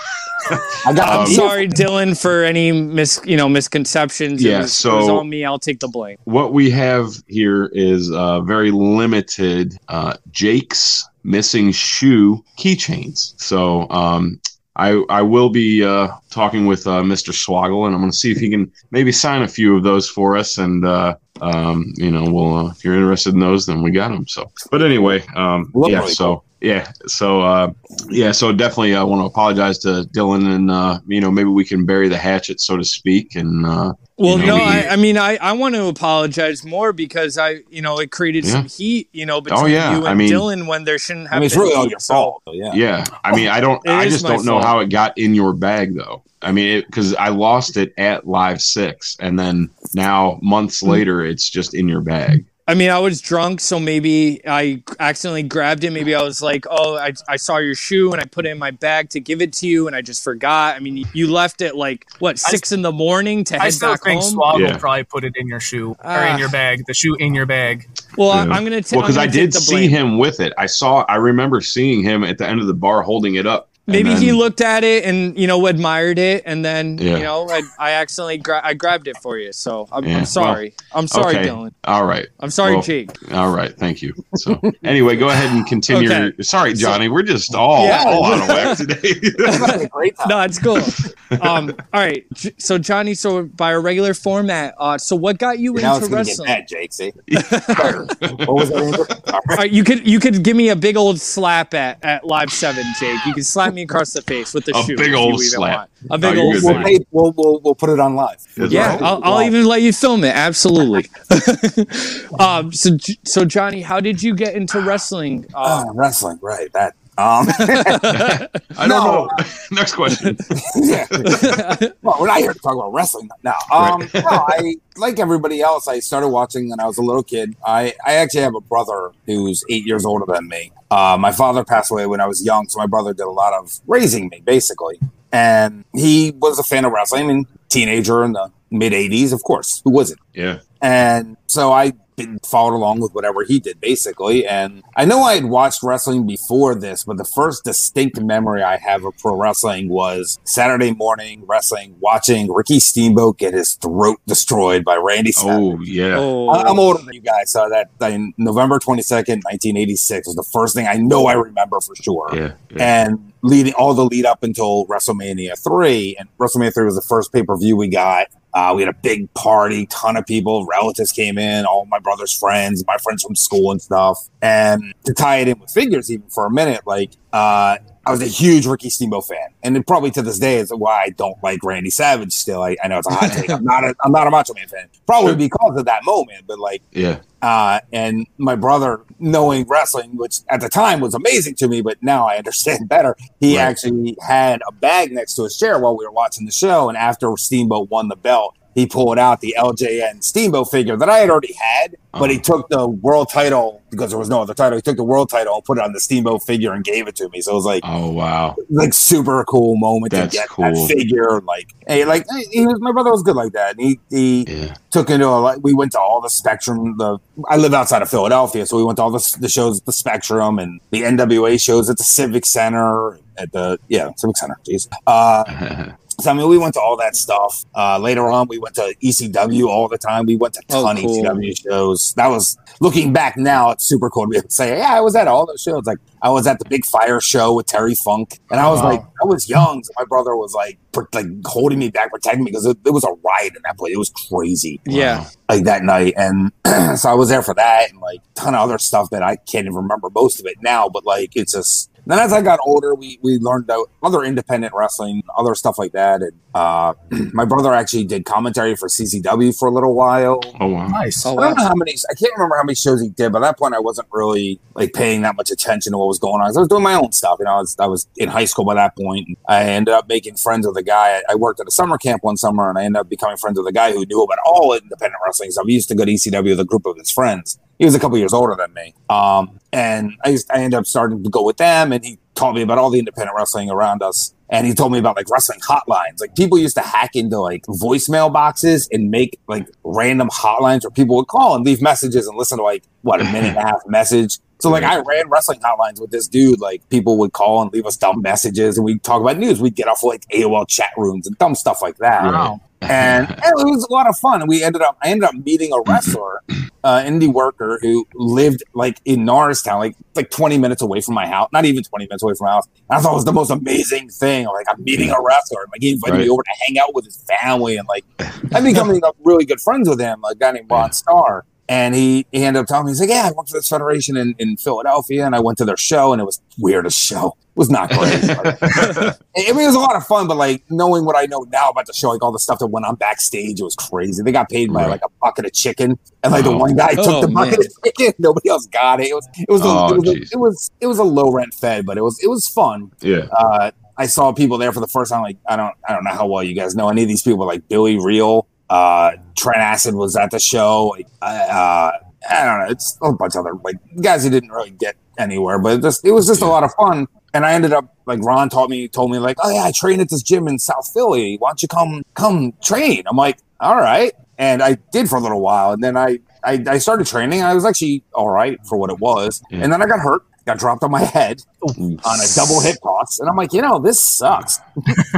S5: I
S4: um,
S5: got
S3: I'm
S5: a gift.
S3: sorry, Dylan, for any mis, you know, misconceptions.
S4: Yeah,
S3: it was,
S4: so-
S3: it was on me. I'll take the blame.
S4: what we have here is uh, very limited uh, Jake's missing shoe keychains. So um, I I will be uh, talking with uh, Mr. Swoggle, and I'm going to see if he can maybe sign a few of those for us. And uh, um, you know, well, uh, if you're interested in those, then we got them. So, but anyway, um,
S5: Lovely.
S4: yeah. So yeah, so uh, yeah, so definitely I want to apologize to Dylan, and uh, you know, maybe we can bury the hatchet, so to speak, and. Uh,
S3: Well,
S4: You
S3: no,
S4: know, we-
S3: I, I mean, I, I want to apologize more because I, you know, it created some heat, you know, between
S4: Oh, yeah,
S3: you and
S4: I mean-
S3: Dylan when there shouldn't have
S5: I mean, it's
S3: been
S5: really all
S3: heat,
S5: your
S3: so-
S5: fault. So, yeah.
S4: Yeah, I mean, I don't.
S3: It
S4: I
S3: is
S4: just
S3: my
S4: don't know
S3: fault.
S4: how it got in your bag, though. I mean, because I lost it at live six, and then now months
S3: Hmm.
S4: later, it's just in your bag.
S3: I mean, I was drunk, so maybe I accidentally grabbed it. Maybe I was like, "Oh, I, I saw your shoe and I put it in my bag to give it to you, and I just forgot." I mean, you left it like what
S2: I-
S3: six in the morning to
S2: I
S3: head
S2: still
S3: back
S2: think
S3: home.
S2: Swoggle
S4: Yeah.
S2: probably put it in your shoe or
S3: Ah.
S2: in your bag. The shoe in your bag.
S3: well, I,
S4: Yeah.
S3: I'm gonna take.
S4: Well, because
S3: I'm
S4: I
S3: gonna take
S4: did
S3: the
S4: see
S3: blame.
S4: him with it. I saw. I remember seeing him at the end of the bar holding it up. and
S3: Maybe he
S4: then-
S3: looked at it and you know admired it, and then
S4: Yeah.
S3: you know I, I accidentally gra- I grabbed it for you. So I'm,
S4: Yeah,
S3: I'm sorry. I'm sorry,
S4: okay.
S3: Dylan.
S4: All right,
S3: I'm sorry,
S4: Well,
S3: Jake.
S4: all right. Thank you. So anyway, go ahead and continue.
S3: Okay.
S4: your- Sorry, Johnny. We're just all
S3: Yeah.
S4: all out of whack today.
S5: It's been a great time.
S3: No, it's cool. um, all right. J- So Johnny, so by our regular format, uh, so what got you
S5: now it's
S3: into
S5: going to get
S3: wrestling?
S5: bad, Jake. See? what was that? Andrew? All right.
S3: All right, you could you could give me a big old slap at, at live seven, Jake. You can slap me across the face with the
S4: A
S3: shoe.
S4: big
S3: if you
S4: old
S3: even
S4: slap.
S3: want. A
S4: No,
S3: big
S4: you're
S3: old
S4: good,
S5: We'll,
S3: slap.
S4: baby.
S5: pay, we'll, we'll, we'll put it on live.
S3: Yeah,
S5: Right.
S3: I'll, I'll
S5: Wow.
S3: even let you film it. Absolutely. um, so J- so Johnny, how did you get into wrestling? Uh,
S5: Oh, wrestling, right? That Um,
S4: I don't
S5: No.
S4: know. Next question.
S5: yeah. well, we're not here to talk about wrestling now. Um, no, I like everybody else. I started watching when I was a little kid. I I actually have a brother who's eight years older than me. Uh, my father passed away when I was young, so my brother did a lot of raising me, basically. And he was a fan of wrestling. I mean, teenager in the mid '80s, of course. Who wasn't?
S4: Yeah.
S5: And so I been followed along with whatever he did basically. And I know I had watched wrestling before this, but the first distinct memory I have of pro wrestling was Saturday morning wrestling, watching Ricky Steamboat get his throat destroyed by Randy Savage.
S4: Oh yeah.
S3: Oh,
S5: I- I'm older than you guys, so that in November 22nd, 1986 was the first thing I know I remember for sure
S3: Oh.
S4: Yeah. yeah.
S5: and leading all the lead up until WrestleMania three. And WrestleMania three was the first pay per view we got. Uh, we had a big party, ton of people, relatives came in, all my brother's friends, my friends from school and stuff. And to tie it in with figures, even for a minute, like uh, I was a huge Ricky Steamboat fan, and it probably to this day is why I don't like Randy Savage. Still, I, I know it's a hot take. I'm not a, I'm not a Macho Man fan, probably
S4: Sure.
S5: because of that moment. But like
S4: yeah.
S5: uh, and my brother knowing wrestling, which at the time was amazing to me, but now I understand better. He
S4: Right.
S5: actually had a bag next to his chair while we were watching the show, and after Steamboat won the belt, he pulled out the LJN Steamboat figure that I had already had, but he
S4: Uh-huh.
S5: took the world title because there was no other title. He took the world title and put it on the Steamboat figure and gave it to me. So it was like
S4: Oh wow.
S5: like super cool moment
S4: That's
S5: to get
S4: cool.
S5: that figure. Like hey, like hey, he was my brother was good like that. And he he
S4: Yeah.
S5: took into a lot. We went to all the Spectrum. The I live outside of Philadelphia, so we went to all the, the shows at the Spectrum and the NWA shows at the Civic Center. At the yeah Civic Center, jeez. Uh, so I mean, we went to all that stuff. Uh, later on, we went to ECW all the time. We went to
S3: Oh,
S5: ton
S3: cool.
S5: of ECW shows. That was looking back now. It's super cool to be able to say, yeah, I was at all those shows. Like I was at the Big Fire show with Terry Funk, and I was
S4: Wow.
S5: like, I was young. So my brother was like, pr- like holding me back, protecting me because it, it was a riot in that place. It was crazy
S3: yeah.
S5: like that night and so i was there for that and like ton of other stuff that i can't even remember most of it now but like it's just then as i got older we we learned about other independent wrestling other stuff like that and uh my brother actually did commentary for ccw for a little while
S4: Oh wow.
S2: Nice.
S3: Oh
S5: I don't know
S3: wow.
S5: how many. I can't remember how many shows he did, but at that point, I wasn't really like paying that much attention to what was going on. 'Cause I was doing my own stuff, you know. I was, I was in high school by that point. And I ended up making friends with a guy. I, I worked at a summer camp one summer, and I ended up becoming friends with a guy who knew about all independent wrestling stuff. He used to go to ECW with a group of his friends. He was a couple years older than me, um, and I used, I ended up starting to go with them, and he taught me about all the independent wrestling around us. And he told me about like wrestling hotlines. Like people used to hack into like voicemail boxes and make like random hotlines where people would call and leave messages and listen to like what a minute and a half message. So like I ran wrestling hotlines with this dude. Like people would call and leave us dumb messages and we'd talk about news. We'd get off like AOL chat rooms and dumb stuff like that
S2: Wow.
S5: and it was a lot of fun. And we ended up, I ended up meeting a wrestler, uh, indie worker who lived like in Norristown, like like 20 minutes away from my house, not even 20 minutes away from my house. And I thought it was the most amazing thing. Like I'm meeting a wrestler, and like he invited
S4: Right.
S5: me over to hang out with his family, and like I'm becoming like, really good friends with him, a guy named Ron Starr. And he, he ended up telling me, he's like, yeah, I worked for this federation in, in Philadelphia, and I went to their show, and it was weird as show. It was not great. I mean, it was a lot of fun, but like knowing what I know now about the show, like all the stuff that went on backstage, it was crazy. They got paid by
S4: Right.
S5: like a bucket of chicken, and like
S4: Oh.
S5: the one guy
S3: Oh,
S5: took the bucket
S3: man.
S5: of chicken. Nobody else got it. It was it was a,
S4: Oh,
S5: it, was a,
S4: geez.
S5: it was it was a low rent fed, but it was it was fun.
S4: yeah.
S5: Uh, I saw people there for the first time. Like I don't I don't know how well you guys know any of these people. Like Billy Real, uh, Trent Acid was at the show. Like, I- uh, I don't know. It's a bunch of other like guys who didn't really get anywhere, but it just it was just a
S4: Yeah.
S5: lot of fun. And I ended up like Ron taught me told me like, oh yeah, I train at this gym in South Philly. Why don't you come come train? I'm like, all right. And I did for a little while, and then I I, I started training. I was actually all right for what it was,
S4: Yeah.
S5: and then I got hurt, got dropped on my head
S4: Ooh.
S5: on a double hip toss, and I'm like, you know, this sucks.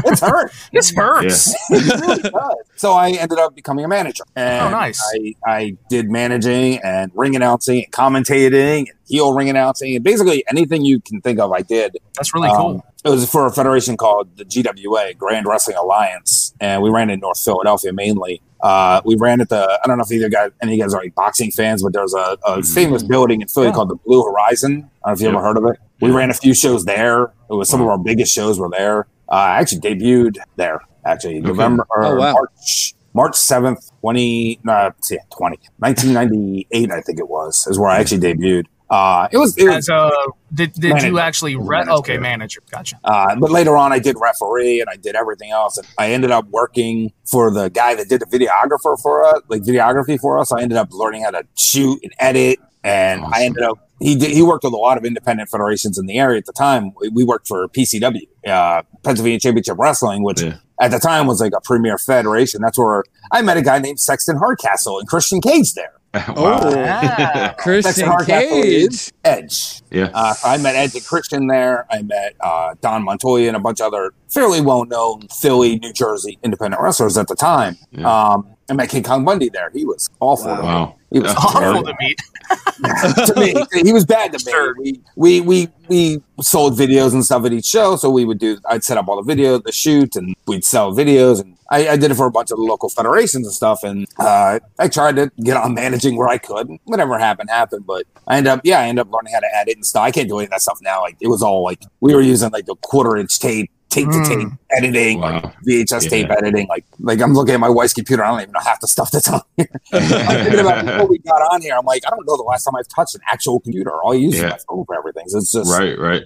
S5: it's hurt.
S2: This hurts.
S5: It really does. So I ended up becoming a manager. And
S2: Oh, nice.
S5: I, I did managing and ring announcing and commentating and heel ring announcing and basically anything you can think of, I did.
S2: That's really
S5: Um,
S2: cool.
S5: It was for a federation called the GWA, Grand Wrestling Alliance, and we ran in North Philadelphia mainly. Uh, we ran at the I don't know if either guys any of you guys are like boxing fans, but there's a, a
S4: Mhm.
S5: famous building in Philly
S2: Yeah.
S5: called the Blue Horizon. I don't know if you
S4: Yep.
S5: ever heard of it. We
S4: Yeah. Mm.
S5: ran a few shows there. It was some of our biggest shows were there. Uh, I actually debuted there actually
S4: Okay.
S5: November or
S3: Oh, wow.
S5: March March
S4: Mm.
S5: 7th, 20, no, let's see, 20, 1998, I think it was, is where I actually debuted. Uh, it
S4: Um,
S5: was, it was
S2: As a, did did you
S5: Manager.
S2: actually re-
S5: Manager.
S2: okay manager? Gotcha.
S5: Uh, but later on, I did referee and I did everything else. And I ended up working for the guy that did the videographer for us, like videography for us. I ended up learning how to shoot and edit, and I ended up. He did, he worked with a lot of independent federations in the area at the time. We, we worked for PCW, uh, Pennsylvania Championship Wrestling, which
S4: Yeah.
S5: at the time was like a premier federation. That's where I met a guy named Sexton Hardcastle and Christian Cage there.
S4: wow.
S2: Ah.
S3: Oh, Christian
S5: hard hat for you.
S3: Cage.
S5: Edge.
S4: Yeah.
S5: Uh, so I met Edge and Christian there. I met uh, Don Montoya and a bunch of other fairly well known Philly, New Jersey independent wrestlers at the time.
S4: Yeah.
S5: Um, I met King Kong Bundy there. He was awful. to me.
S4: Wow.
S5: He was
S4: Yeah.
S2: Awful
S5: terrible
S2: to meet.
S5: to me. He was bad to me. We, we we we sold videos and stuff at each show, so we would do. I'd set up all the video, the shoot, and we'd sell videos. And I, I did it for a bunch of the local federations and stuff. And uh, I tried to get on managing where I could. and Whatever happened happened, but I end up yeah, I end up learning how to edit and stuff. I can't do any of that stuff now. Like it was all like we were using like the quarter inch tape. Tape to tape editing, like
S4: Wow.
S5: VHS tape editing, like like I'm looking at my wife's computer. I don't even know half the stuff that's on here. I'm thinking about before we got on here. I'm like, I don't know the last time I've touched an actual computer. All I use is
S4: Yeah.
S5: my phone for everything. So it's just,
S4: right, right.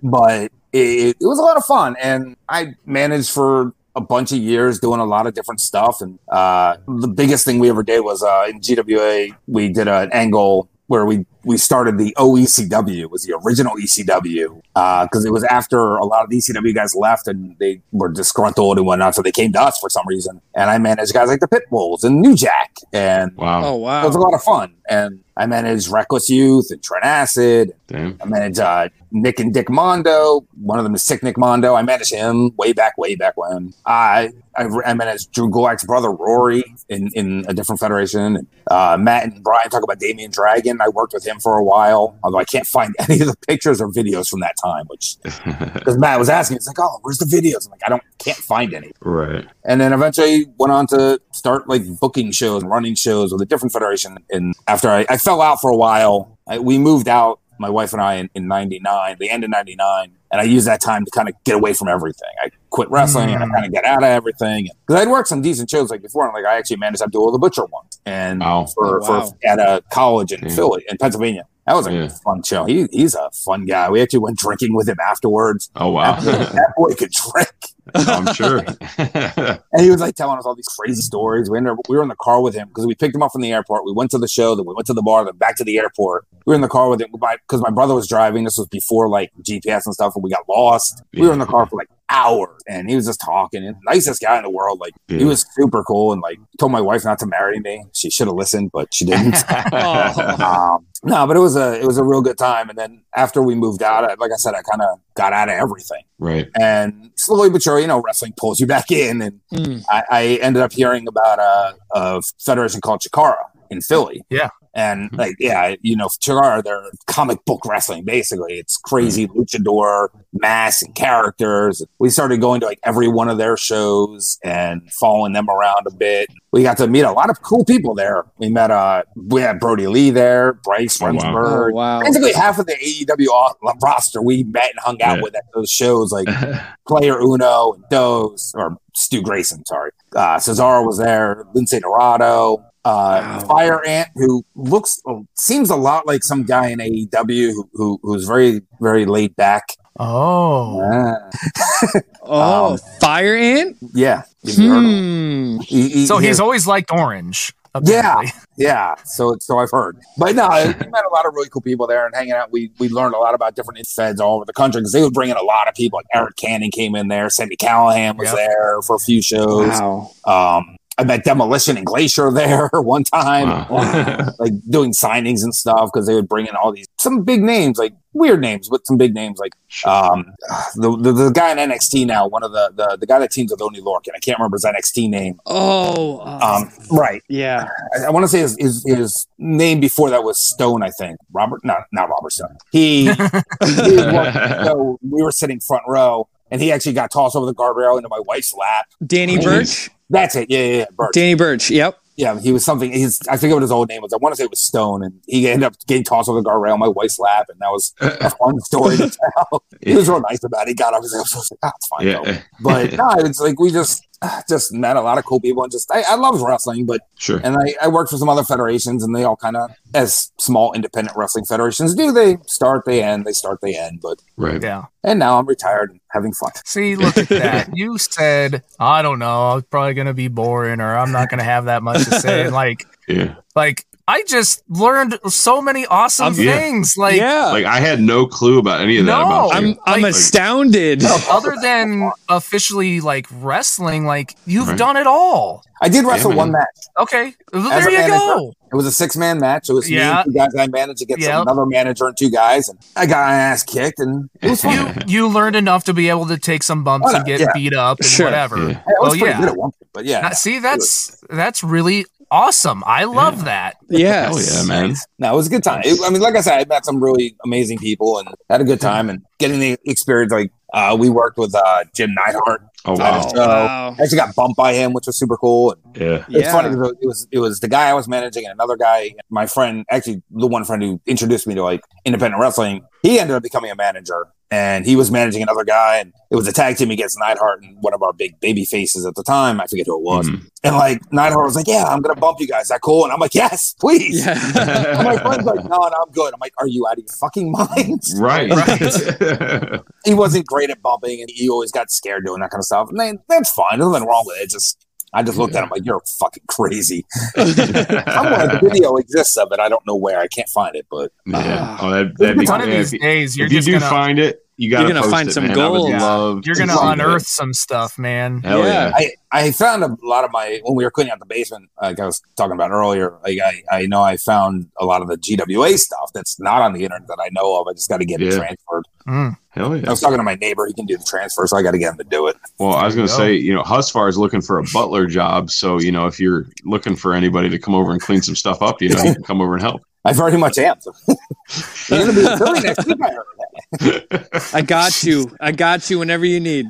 S5: but it, it was a lot of fun, and I managed for a bunch of years doing a lot of different stuff. And uh, the biggest thing we ever did was uh, in GWA, we did an angle where we we started the OECW it was the original E ECW because uh, it was after a lot of the ECW guys left and they were disgruntled and whatnot, so they came to us for some reason. And I managed guys like the Pitbulls and New Jack and
S4: wow.
S3: Oh
S5: it was a
S3: wow.
S5: lot of fun. And I managed Reckless Youth and Trent Acid.
S4: Damn.
S5: I managed uh, Nick and Dick Mondo. One of them is Sick Nick Mondo. I managed him way back, way back when. I I, I managed Drew Gulak's brother Rory in, in a different federation. Uh, Matt and Brian talk about Damien Dragon. I worked with him for a while, although I can't find any of the pictures or videos from that time. Which because Matt was asking, it's like, oh, where's the videos? I'm like, I don't can't find any
S4: right.
S5: and then eventually went on to start like booking shows and running shows with a different federation and after i, I fell out for a while I, we moved out my wife and i in, in 99 the end of 99 and i used that time to kind of get away from everything i quit wrestling and i
S4: Mm.
S5: kind of got out of everything because i'd worked some decent shows like before and like i actually managed Abdul the butcher one and
S4: Wow.
S5: for,
S3: Oh, wow.
S5: for at a college in
S4: Yeah.
S5: philly in pennsylvania that was a
S4: Yeah.
S5: fun show. He, he's a fun guy. We actually went drinking with him afterwards.
S4: Oh wow.
S5: That boy- that boy could drink.
S4: I'm sure.
S5: And he was like telling us all these crazy stories. We ended up, we were in the car with him because we picked him up from the airport. We went to the show, then we went to the bar, then back to the airport. We were in the car with him because my brother was driving. This was before like GPS and stuff, and we got lost. We were in the car for like hours, and he was just talking. And nicest guy in the world, like he
S4: Yeah.
S5: was super cool. And like told my wife not to marry me. She should have listened, but she didn't.
S3: Oh.
S5: um, no, but it was a it was a real good time. And then after we moved out, I, like I said, I kind of got out of everything,
S4: right.
S5: and slowly but surely, you know, wrestling pulls you back in, and
S3: Mm.
S5: I, I ended up hearing about a, a federation called Chikara in Philly.
S2: Yeah.
S4: Hmm.
S5: And like, yeah, you know, Chikara, they're comic book wrestling, basically. It's crazy
S4: Hmm.
S5: luchador, mass, and characters. We started going to like every one of their shows and following them around a bit. We got to meet a lot of cool people there. We met, uh, we had Brody Lee there, Bryce
S4: Oh, wow.
S3: Oh
S5: Rensburg.
S3: wow.
S5: Basically, half of the AEW o- roster we met and hung out
S4: Yeah.
S5: with at those shows. Like,
S4: yeah.
S5: player Uno and Doze or Stu Grayson, sorry. Uh, Cesaro was there, Lindsay Dorado, uh,
S3: Wow.
S5: Fire Ant, who looks seems a lot like some guy in AEW who, who who's very very laid back.
S2: Oh,
S5: Ah,
S3: Oh,
S5: Um,
S3: Fire Ant.
S5: yeah, He's Urban.
S3: Hmm.
S5: He- he-
S2: so
S5: he-
S2: he's always liked orange.
S5: Yeah.
S2: apparently.
S5: Yeah, so so I've heard, but no, we met a lot of really cool people there, and hanging out, we we learned a lot about different feds all over the country because they would bring in a lot of people. Like Eric Cannon came in there, Sandy Callahan was
S2: Yep.
S5: there for a few shows.
S3: Wow.
S5: Um, I met Demolition and Glacier there one time,
S4: Wow.
S5: like doing signings and stuff because they would bring in all these some big names, like weird names, but some big names, like um, the, the the guy in NXT now, one of the the, the guy that teams with Oni Lorcan. I can't remember his NXT name.
S3: Oh. uh,
S5: Um, right,
S3: yeah.
S5: I, I want to say his, his his name before that was Stone, I think. Robert, not not Robert Stone. He, he was one- so we were sitting front row, and he actually got tossed over the guardrail into my wife's lap.
S3: Danny
S4: Jeez.
S3: Birch.
S5: That's it. Yeah, yeah, yeah. Bird.
S3: Danny Birch. Yep.
S5: yeah, he was something. He's I forget what his old name was. I want to say it was Stone, and he ended up getting tossed over the guardrail on my wife's lap, and that was a fun story to tell. he was real nice about it. He got up and was like, "Ah, it's fine." though."
S4: yeah.
S5: But no, it's like we just just met a lot of cool people and just I, I love wrestling, but
S4: Sure.
S5: and I, I worked for some other federations and they all kind of as small independent wrestling federations do they start they end they start they end but
S4: right.
S2: Yeah.
S5: and now I'm retired and having fun.
S2: See, look at that. You said, I don't know, I'm probably gonna be boring or I'm not gonna have that much to say. And like
S4: Yeah.
S2: like I just learned so many awesome
S4: I'm- Yeah.
S2: things. Like
S3: yeah,
S4: Like I had no clue about any of that.
S2: No.
S4: about
S2: I'm-
S4: you.
S3: I'm I'm
S2: like-
S3: astounded.
S5: oh,
S2: other than officially like wrestling, like you've
S4: Right.
S2: done it all.
S5: I did wrestle
S4: man.
S5: one match.
S2: Okay. Well,
S5: As
S2: there
S5: a
S2: you
S5: manager.
S2: go.
S5: It was a six man match. It was me
S2: Yeah.
S5: and two guys I managed against
S2: Yep.
S5: another manager and two guys and I got my ass kicked and it was fun.
S2: You you learned enough to be able to take some bumps
S5: Well,
S2: and get
S5: yeah.
S2: beat up and
S3: Sure.
S2: whatever.
S4: Yeah.
S5: I was
S2: Well,
S5: pretty
S2: Oh, yeah.
S5: good at one point, but yeah.
S2: Now, see, that's that's really awesome. I love
S4: Yeah.
S2: that.
S3: Yeah,
S4: Hell yeah, man.
S5: No, it was a good time. It- I mean, like I said, I met some really amazing people and had a good time and getting the experience. Like uh, we worked with uh, Jim Neidhart.
S4: Oh
S5: on
S4: wow.
S5: his show.
S3: Wow.
S5: I actually got bumped by him, which was super cool. And
S4: Yeah.
S5: it's
S3: Yeah.
S5: funny because it was it was the guy I was managing and another guy, my friend, actually the one friend who introduced me to like independent wrestling. He ended up becoming a manager, and he was managing another guy, and it was a tag team against Neidhart and one of our big baby faces at the time. I forget who it was.
S4: Mhm.
S3: Mm-hmm.
S5: And like Neidhart was like, "Yeah, I'm gonna bump you guys. Is that cool?" And I'm like, "Yes, please."
S3: Yeah.
S5: And my friend's like, no, no, I'm good. I'm like, are you out of your fucking mind?
S4: Right.
S5: He wasn't great at bumping, and he always got scared doing that kind of stuff. And then- that's fine. There's nothing wrong with it. It's just, I just looked at him like, you're fucking crazy. Somewhere the video exists of it. I don't know where. I can't find it, but
S4: yeah. Oh, that, that'd be
S2: One of
S4: yeah,
S2: these
S4: if-
S2: days, you're
S4: if you
S2: just
S4: do
S2: gonna
S4: find it, you gotta
S3: You're gonna
S4: post
S3: find
S4: it,
S3: some
S4: man. I would
S3: gold.
S4: love
S2: you're
S4: to
S2: gonna
S4: see that.
S2: unearth some stuff, man.
S4: Hell yeah.
S5: I, I found a lot of my when we were cleaning out the basement, like I was talking about earlier. Like I, I know I found a lot of the GWA stuff that's not on the internet that I know of. I just got to get it
S4: Yeah.
S5: transferred.
S2: Mm.
S4: Hell yeah.
S5: I was talking to my neighbor; he can do the transfer, so I got to get him to do it.
S4: Well, I was
S2: There
S4: going
S2: you
S4: to
S2: go.
S4: say, you know, Husfar is looking for a butler job. So, you know, if you're looking for anybody to come over and clean some stuff up, you know, you can come over and help.
S5: I very much am. You're gonna be in Philly next week. I heard.
S3: I got you. I got you whenever you need.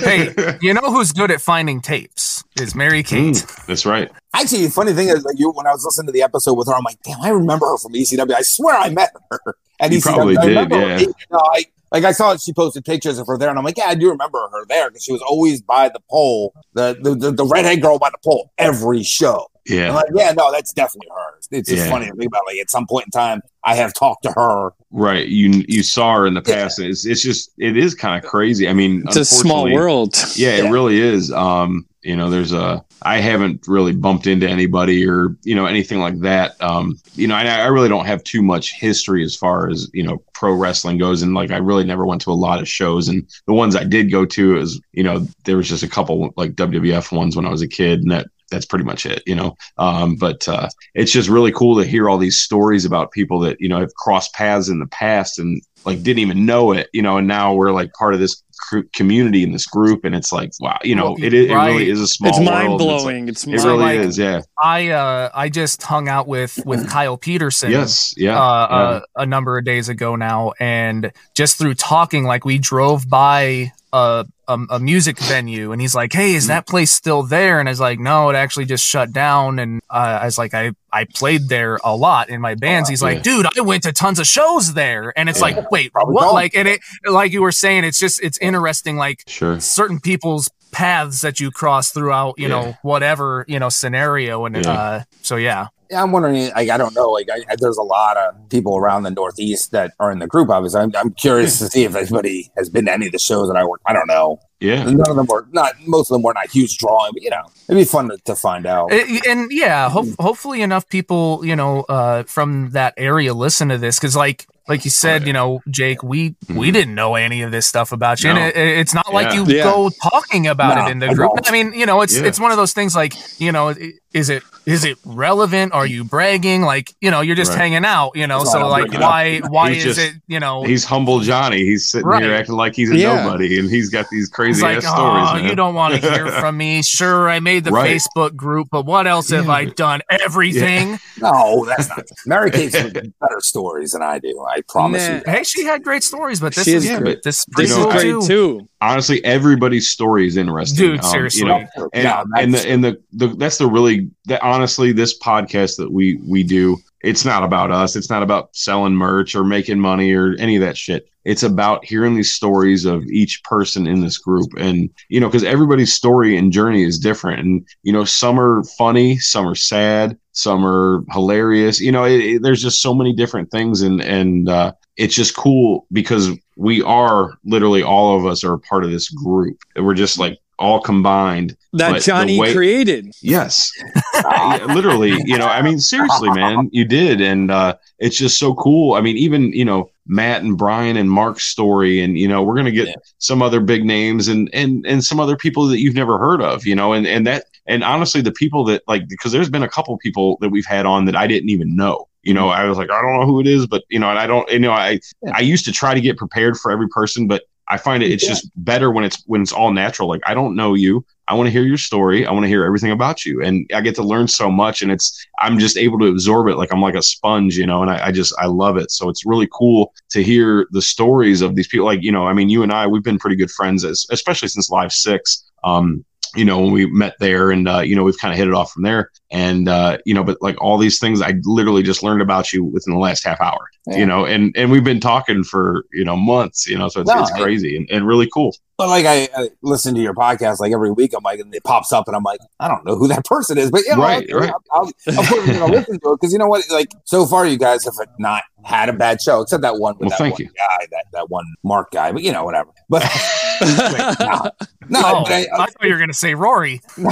S2: hey, you know who's good at finding tapes? Is Mary Kate.
S4: Mm, that's right.
S5: Actually, the funny thing is, like you, when I was listening to the episode with her, I'm like, damn, I remember her from ECW. I swear I met her at
S4: You
S5: ECW.
S4: probably
S5: I
S4: did,
S5: remember her.
S4: yeah.
S5: You know, I, like I saw that she posted pictures of her there, and I'm like, yeah, I do remember her there because she was always by the pole, the the, the the redhead girl by the pole every show. And
S4: Yeah.
S5: I'm like, yeah, no, that's definitely her. It's just
S4: Yeah.
S5: funny to think about. Like at some point in time, I have talked to her.
S4: Right. You you saw her in the
S5: Yeah.
S4: past. and It's, it's just, it is kind of crazy. I mean,
S3: It's a small
S4: unfortunately-
S3: world.
S4: Yeah,
S5: Yeah.
S4: it really is. Um, you know, there's a I haven't really bumped into anybody or you know anything like that. Um, you know, and I, I really don't have too much history as far as you know pro wrestling goes, and like I really never went to a lot of shows. And the ones I did go to is you know there was just a couple like WWF ones when I was a kid, and that that's pretty much it. You know, um, but uh, it's just really cool to hear all these stories about people that you know have crossed paths in the past and like didn't even know it you know and now we're like part of this cr- community and this group and it's like wow you know
S2: Well,
S4: it, is,
S2: right.
S4: it really is a small
S3: It's
S4: world,
S3: mind
S4: and it's like-
S3: blowing. It's,
S4: it
S2: So,
S4: really
S2: like-
S4: is yeah
S2: I uh I just hung out with with Kyle Peterson.
S4: yes yeah,
S2: Uh, uh, a number of days ago now, and just through talking, like we drove by a, a a music venue, and he's like, "Hey,
S4: Mm.
S2: is that place still there?" And I was like, "No, it actually just shut down." And uh, I was like, "I I played there a lot in my bands." he's like,
S4: Oh, Yeah.
S2: "Dude, I went to tons of shows there," and it's
S4: Yeah.
S2: like, "Wait,
S5: Probably
S2: what?"
S5: don't.
S2: Like, and it like you were saying, it's just it's interesting, like
S4: sure
S2: certain people's paths that you cross throughout you
S4: Yeah.
S2: know whatever you know scenario and
S4: Yeah.
S2: uh so yeah
S5: Yeah, I'm wondering. Like, I don't know. Like, I, I- there's a lot of people around the Northeast that are in the group. Obviously, I'm, I'm curious to see if anybody has been to any of the shows that I work. I don't know.
S4: yeah
S5: None of them were not. Most of them were not huge drawing, but you know, it'd be fun to, to find out.
S2: I- Eh, and yeah ho-
S4: Mm.
S2: hopefully enough people you know uh from that area listen to this because like like you said you know jake we we didn't know any of this stuff about you
S4: Mm-hmm. No.
S2: and it, it's not like
S4: Yeah.
S2: you
S3: Yeah.
S2: go talking about
S5: No,
S2: it in the
S5: I
S2: group
S5: don't.
S2: i mean you know it's
S4: Yeah.
S2: it's one of those things like you know i- is it is it relevant are you bragging like you know you're just
S4: Right.
S2: hanging out you know
S5: That's why I
S2: so
S5: don't
S2: like
S5: bring it
S2: why why
S4: He's
S2: is
S4: just-
S2: it you know
S4: he's humble johnny he's sitting
S2: Right.
S4: here acting like he's a
S3: Yeah.
S4: nobody and he's got these crazy ass
S2: It's like,
S4: stories
S2: "Aw,
S4: man.
S2: you don't want to hear from me. Sure, I made the
S4: Right.
S2: Facebook group, but what else have
S4: Yeah.
S2: I done? Everything.
S5: no, that's not. Mary Kate's has better stories than I do. I promise
S3: Nah.
S5: you.
S2: Hey, she had great stories, but this
S3: She
S2: is
S3: is
S4: yeah but
S2: this,
S3: this
S4: You
S3: is
S4: know, I-
S3: great
S2: too.
S3: too.
S4: honestly everybody's story is interesting
S2: Dude,
S4: Um, you
S2: seriously.
S4: know,
S5: No,
S4: and,
S5: no,
S4: and
S5: that's-
S4: the and the, the that's the really that honestly this podcast that we we do it's not about us it's not about selling merch or making money or any of that shit It's about hearing these stories of each person in this group, and you know, because everybody's story and journey is different, and you know, some are funny, some are sad, some are hilarious. You know, it, it- there's just so many different things, and and uh, it's just cool because we are literally all of us are a part of this group. We're just like all combined.
S3: that
S4: But the
S3: Johnny
S4: way-
S3: created.
S4: Yes, Yeah, literally. You know, I mean, seriously, man, you did, and uh, it's just so cool. I mean, even you know Matt and Brian and Mark's story, and you know we're gonna get
S5: Yeah.
S4: some other big names and and and some other people that you've never heard of. You know, and and that and honestly, the people that like because there's been a couple people that we've had on that I didn't even know. You know, I was like, I don't know who it is, but you know, and I don't, you know, I I used to try to get prepared for every person, but I find it it's
S5: Yeah.
S4: just better when it's when it's all natural. Like I don't know you, I want to hear your story. I want to hear everything about you. And I get to learn so much and it's, I'm just able to absorb it. Like I'm like a sponge, you know, and I, I just, I love it. So it's really cool to hear the stories of these people. Like, you know, I mean, you and I, we've been pretty good friends, as, especially since live six. Um, you know, when we met there and, uh, you know, we've kind of hit it off from there. And, uh, you know, but like all these things, I literally just learned about you within the last half hour,
S5: Yeah.
S4: you know, and, and we've been talking for, you know, months, you know, so it's,
S5: No,
S4: it's
S5: I-
S4: crazy and, and really cool.
S5: But like I, I listen to your podcast like every week. I'm like, and it pops up, and I'm like, I don't know who that person is, but you know,
S4: Right,
S5: I'll,
S4: right.
S5: I'll, I'll, I'll put it in a listen to it because you know what? Like so far, you guys have not had a bad show except that one with
S4: Well,
S5: that
S4: thank
S5: one
S4: you.
S5: guy, that that one Mark guy. But you know, whatever. But no, no.
S2: Oh,
S5: but
S2: I,
S5: I,
S2: thought you were gonna say Rory.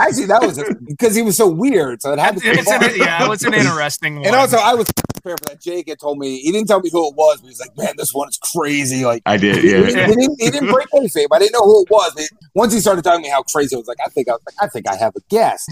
S5: actually, that was because he was so weird, so it had to be.
S2: It's
S5: Mark.
S2: an, yeah, it's an interesting one.
S5: And also, I was prepared for that. Jake had told me he didn't tell me who it was, but he's like, "Man, this one's crazy." Like.
S4: I did.
S5: He,
S4: Yeah.
S5: he didn't, he didn't break any fame. I didn't know who it was. But once he started telling me how crazy it was, like I think I was like, I think I have a guess.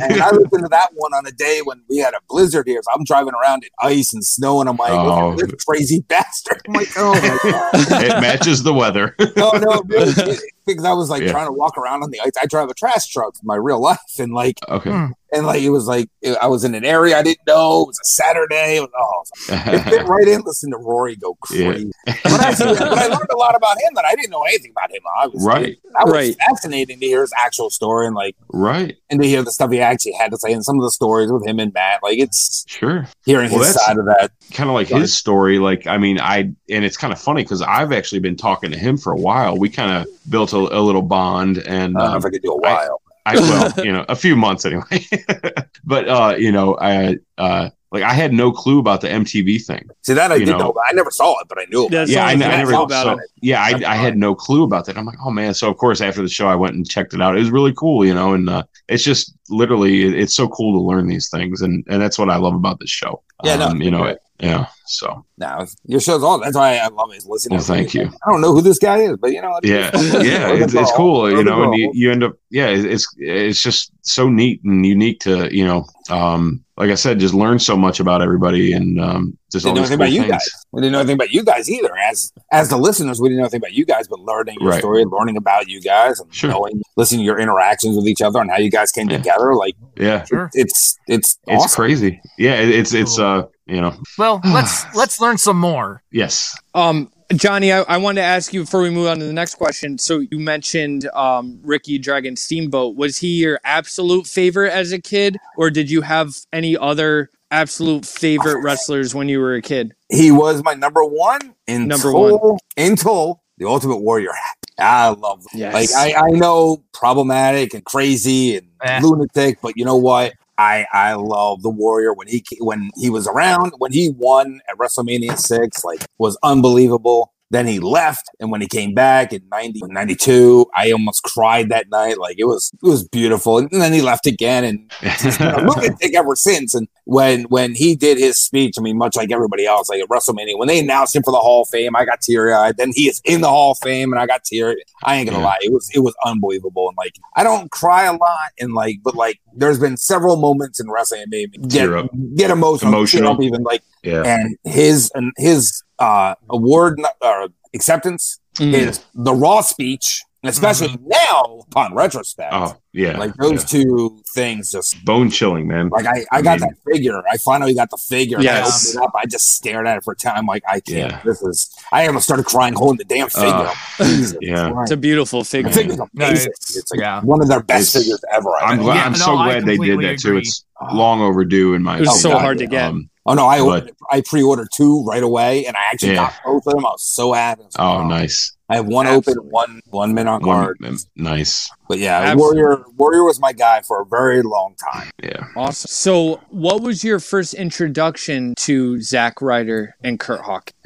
S5: And I listened to that one on a day when we had a blizzard here. So I'm driving around in ice and snow, and I'm like,
S4: Oh.
S5: "Look at this crazy bastard. I'm like, oh my god.
S4: it matches the weather.
S5: No, no, it really did. because I was like
S4: Yeah.
S5: trying to walk around on the ice. I drive a trash truck in my real life, and like,
S4: Okay.
S2: Hmm.
S5: and like it was like I was in an area I didn't know. It was a Saturday. It, was, oh, it fit right in. Listen to Rory go
S4: Yeah.
S5: crazy. But, I, but I learned a lot about him that I didn't know anything about him. Obviously.
S4: right.
S5: That was
S3: Right.
S5: fascinating to hear his actual story and like
S4: Right.
S5: and to hear the stuff he actually had to say and some of the stories with him and Matt. Like it's
S4: Sure.
S5: hearing
S4: Well,
S5: his
S4: that's-
S5: side of that.
S4: Kind of like
S5: Sorry.
S4: his story. Like, I mean, I, and it's kind of funny because I've actually been talking to him for a while. We kind of built a, a little bond and,
S5: I don't know
S4: um,
S5: if I could do a
S4: I-
S5: while.
S4: I well, you know, a few months anyway. but, uh, you know, I, uh, like I had no clue about the MTV thing.
S5: See that I
S4: you
S5: did know,
S4: know.
S5: but I never saw it, but I knew. About
S3: That's
S4: yeah,
S3: all
S4: I,
S3: I
S4: kn- I
S5: forgot
S4: never
S5: all
S4: so,
S3: about
S4: Yeah, I, I had no clue about that. I'm like, oh man. So of course, after the show, I went and checked it out. It was really cool, you know. And uh, it's just literally, it, it's so cool to learn these things, and and that's what I love about this show.
S5: Yeah, no,
S4: um, you know,
S5: great.
S4: it, yeah. So
S5: Now your show's all. That's why I love it. Listening.
S4: well, thank you.
S5: I don't know who this guy is, but you know. it
S4: Yeah,
S5: is.
S4: yeah,
S5: Look at
S4: it's, it's
S5: all-
S4: cool,
S5: look
S4: you
S5: at
S4: know, and you,
S5: all.
S4: you end up, yeah, it- it's it's just so neat and unique to you know, um, like I said, just learn so much about everybody and um, just all
S5: Didn't know
S4: these
S5: anything
S4: cool
S5: about you
S4: things.
S5: guys. We didn't know anything about you guys either. As as the listeners, we didn't know anything about you guys, but learning your
S4: Right.
S5: story, learning about you guys, and
S4: Sure.
S5: knowing, listening to your interactions with each other and how you guys came
S4: Yeah.
S5: together, like
S4: Yeah,
S2: sure.
S5: it's it's
S4: it's
S5: awesome.
S4: crazy. Yeah, it, it's it's
S2: Cool.
S4: uh, you know,
S2: Well, let's let's learn some more.
S4: yes,
S3: Um, Johnny, I, I wanted to ask you before we move on to the next question. So you mentioned um, Ricky Dragon Steamboat. Was he your absolute favorite as a kid, or did you have any other absolute favorite wrestlers when you were a kid?
S5: He was my number one in
S3: Number
S5: Toll- in Toll, the Ultimate Warrior. I love them.
S3: Yes.
S5: like I, I know problematic and crazy and
S2: Eh.
S5: lunatic, but you know what? I I love the Warrior when he ca- when he was around when he won at WrestleMania six like was unbelievable. Then he left, and when he came back in 90, 92, I almost cried that night. Like it was it was beautiful, and then he left again, and a moving thing ever since. And when when he did his speech, I mean, much like everybody else, like at WrestleMania, when they announced him for the Hall of Fame, I got teary eyed. Then he is in the Hall of Fame, and I got teary. I ain't gonna
S4: Yeah.
S5: lie, it was it was unbelievable. And like, I don't cry a lot, and like, but like, there's been several moments in wrestling that made me get
S4: Tear up.
S5: get emotional,
S4: Emotional.
S5: tear up even like,
S4: yeah.
S5: and his and his uh award uh, acceptance,
S4: Hmm.
S3: Mm.
S5: his the Raw speech, and especially now upon retrospect.
S4: Mm-hmm. Oh yeah,
S5: Like those two things just
S4: bone chilling, man.
S5: like I, I
S4: I
S5: got
S4: mean-
S5: that figure. I finally got the figure. and I
S3: Yes.
S5: opened it up. I just stared at it for a time. Like I can't.
S4: Yeah.
S5: This is. I almost started crying holding the damn figure.
S4: Uh,
S5: Jesus
S4: yeah.
S3: It's
S5: Christ.
S3: a beautiful figure.
S5: The figure's amazing.
S2: No,
S5: it's,
S2: it's-
S5: like
S2: yeah.
S5: one of their best
S4: It's-
S5: figures ever. I
S4: I'm
S5: think.
S4: glad.
S2: Yeah,
S4: I'm
S2: no,
S4: so
S2: I
S4: glad they did
S2: completely
S4: that too.
S2: agree.
S4: It's long overdue in my.
S3: It was so
S4: opinion.
S3: hard to get.
S4: Um,
S5: Oh no, I
S4: But-
S5: ordered, I pre-ordered two right away, and I actually
S4: Yeah.
S5: got both of them. I was so happy. I was like,
S4: Oh, nice.
S5: I have one
S2: Absolutely.
S5: open, one one minute on
S4: One,
S5: card.
S4: um, nice.
S5: But yeah,
S3: Absolutely.
S5: Warrior Warrior was my guy for a very long time.
S4: Yeah.
S3: Awesome. So, what was your first introduction to Zack Ryder and Kurt Hawkins?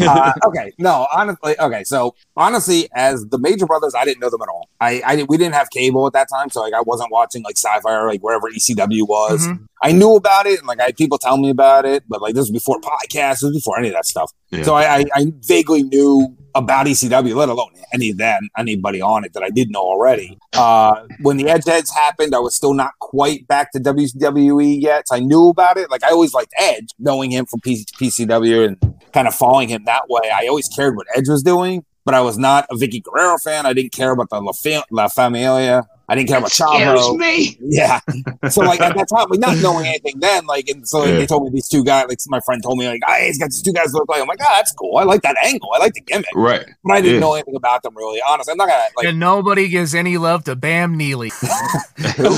S5: Uh, okay, no, honestly, okay. So honestly, as the Major Brothers, I didn't know them at all. I, I didn't- we didn't have cable at that time, so like I wasn't watching like Sci-Fi or like wherever ECW was.
S2: Mhm.
S5: I knew about it, and like I had people tell me about it, but like this was before podcasts, this was before any of that stuff.
S4: Yeah.
S5: So I, I, I vaguely knew about ECW, let alone any of that, anybody on it that I did know already. Uh, when the Edge Heads happened, I was still not quite back to WWE E yet. So I knew about it. Like I always liked Edge, knowing him from PC- PCW and kind of following him that way. I always cared what Edge was doing, but I was not a Vicky Guerrero fan. I didn't care about the La, Fam- La Familia. I didn't care about Chavo.
S4: me.
S5: Yeah. So like at that time, like not knowing anything then, like and so like,
S4: Yeah.
S5: they told me these two guys, like my friend told me, like, hey, he's got these two guys that look like. I'm like, ah, that's cool. I like that angle. I like the gimmick.
S4: Right.
S5: But I didn't
S4: Yeah.
S5: know anything about them really. Honestly, I'm not gonna like
S2: and nobody gives any love to Bam Neely.
S5: nah,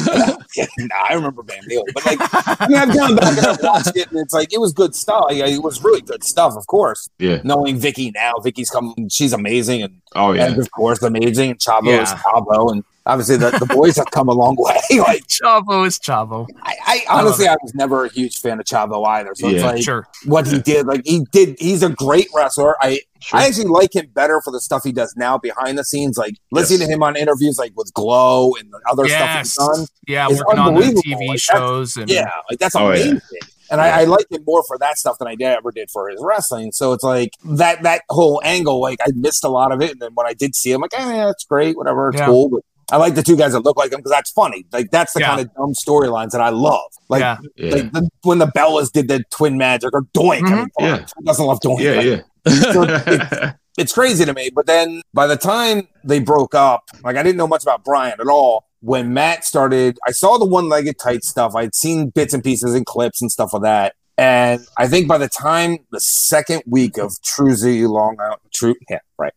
S5: I remember Bam Neal. But like I mean, I've gone back and I've watched it and it's like it was good stuff. Like, it was really good stuff, of course.
S4: Yeah.
S5: Knowing Vicky now, Vicky's come she's amazing and
S4: Oh yeah.
S5: Edge, of course amazing and Chavo is
S2: Yeah.
S5: Chavo and obviously the, the boys have come a long way. like
S2: Chavo is Chavo.
S5: I, I honestly I was never a huge fan of Chavo either. So it's
S4: Yeah.
S5: like
S2: Sure.
S5: what he did. Like he did, he's a great wrestler. I
S4: Sure.
S5: I actually like him better for the stuff he does now behind the scenes. Like listening
S4: Yes.
S5: to him on interviews, like with Glow and the other
S2: Yes.
S5: stuff he's done.
S2: Yeah,
S5: It's
S2: working on the
S5: unbelievable.
S2: TV
S5: Like, that's-
S2: shows and
S5: Yeah, like that's
S4: Oh, yeah.
S5: amazing. And
S4: Yeah.
S5: I, I like him more for that stuff than I did, ever did for his wrestling. So it's like that that whole angle. Like I missed a lot of it, and then when I did see him, like, eh, yeah, it's great, whatever, it's
S2: Yeah.
S5: cool. But I like the two guys that look like him because that's funny. Like that's the
S2: Yeah.
S5: kind of dumb storylines that I love. Like
S2: yeah,
S4: Yeah.
S5: like the, when the Bellas did the twin magic or Doink.
S2: Mm-hmm.
S5: I mean,
S4: Mhm. Yeah.
S5: who doesn't love Doink?
S4: yeah.
S5: Like,
S4: Yeah.
S5: It's crazy to me. But then by the time they broke up, like I didn't know much about Brian at all. When Matt started, I saw the one legged tight stuff. I'd seen bits and pieces and clips and stuff of that. And I think by the time the second week of True Z Long Island, True, yeah, right.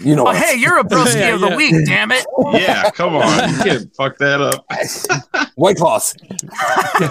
S5: You know,
S2: Well,
S5: what I'm
S2: Oh, hey, you're a broski
S3: Yeah,
S2: of the
S3: yeah.
S2: week, damn it.
S4: yeah. Come on. You can't fuck that up.
S5: White Claws.
S3: yeah.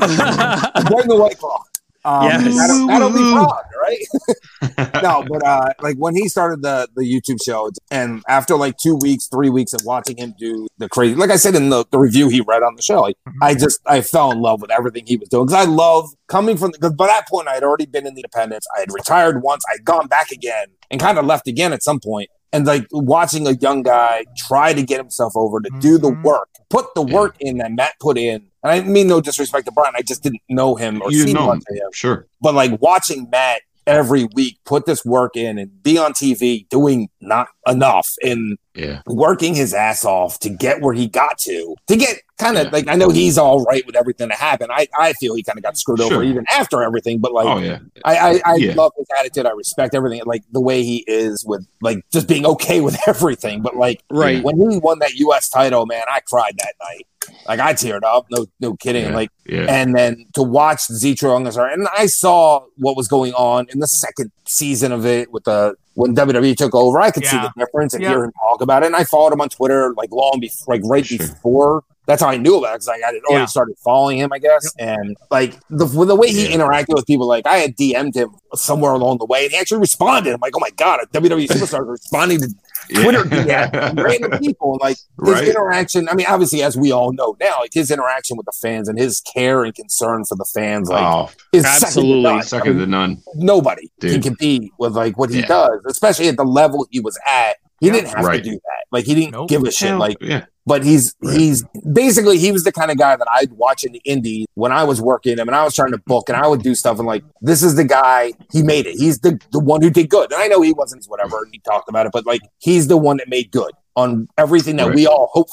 S5: Bring the White Claw. Um,
S3: Yes.
S5: that'll, that'll be proud, right? no, but uh, like when he started the the YouTube show, and after like two weeks, three weeks of watching him do the crazy, like I said in the, the review he read on the show, like, I just I fell in love with everything he was doing because I love coming from because by that point I had already been in the independence, I had retired once, I'd gone back again, and kind of left again at some point. And like watching a young guy try to get himself over to do the
S2: Mhm.
S5: work, put the
S4: Yeah.
S5: work in that Matt put in. And I mean no disrespect to Brian, I just didn't know him or
S4: You
S5: see
S4: didn't know
S5: much
S4: him.
S5: of him
S4: Sure.
S5: but like watching Matt every week put this work in and be on TV doing not enough and
S4: Yeah.
S5: working his ass off to get where he got to to get kind of
S4: Yeah.
S5: like I know he's all right with everything that happened. I, I feel he kind of got screwed
S4: Sure.
S5: over even after everything, but like
S4: Oh yeah.
S5: I I, I
S4: Yeah.
S5: love his attitude. I respect everything, like the way he is with like just being okay with everything. But like
S3: Right.
S5: when he won that U.S. title, man, I cried that night. Like I teared up. No no kidding.
S4: Yeah.
S5: Like
S4: Yeah.
S5: and then to watch Zetro on the start. And I saw what was going on in the second season of it with the when WWE took over. I could see
S2: Yeah.
S5: the difference and
S2: Yeah.
S5: hear him talk about it. And I followed him on Twitter like long before, like right
S4: Sure.
S5: before. That's how I knew about it because like, I had already
S2: Yeah.
S5: started following him, I guess. And like the the way he
S4: Yeah.
S5: interacted with people, like I had DM'd him somewhere along the way, and he actually responded. I'm like, oh my god, a WWE superstar responding to
S4: Yeah.
S5: Twitter DM random people. Like his
S4: Right.
S5: interaction. I mean, obviously, as we all know now, like his interaction with the fans and his care and concern for the fans, like
S4: oh,
S5: is
S3: absolutely.
S5: absolutely
S4: second to none.
S5: nobody can
S4: Dude.
S5: compete with like what he
S4: Yeah.
S5: does, especially at the level he was at. He
S2: Yeah.
S5: didn't have
S4: Right.
S5: to do that. Like he didn't
S2: Nope.
S5: give a shit.
S4: Hell,
S5: Like,
S4: yeah.
S5: but he's
S4: Right.
S5: he's basically he was the kind of guy that I'd watch in the indie when I was working him and I was trying to book and I would do stuff and like this is the guy he made it. He's the the one who did good. And I know he wasn't whatever and he talked about it, but like he's the one that made good on everything that
S4: Right.
S5: we all hope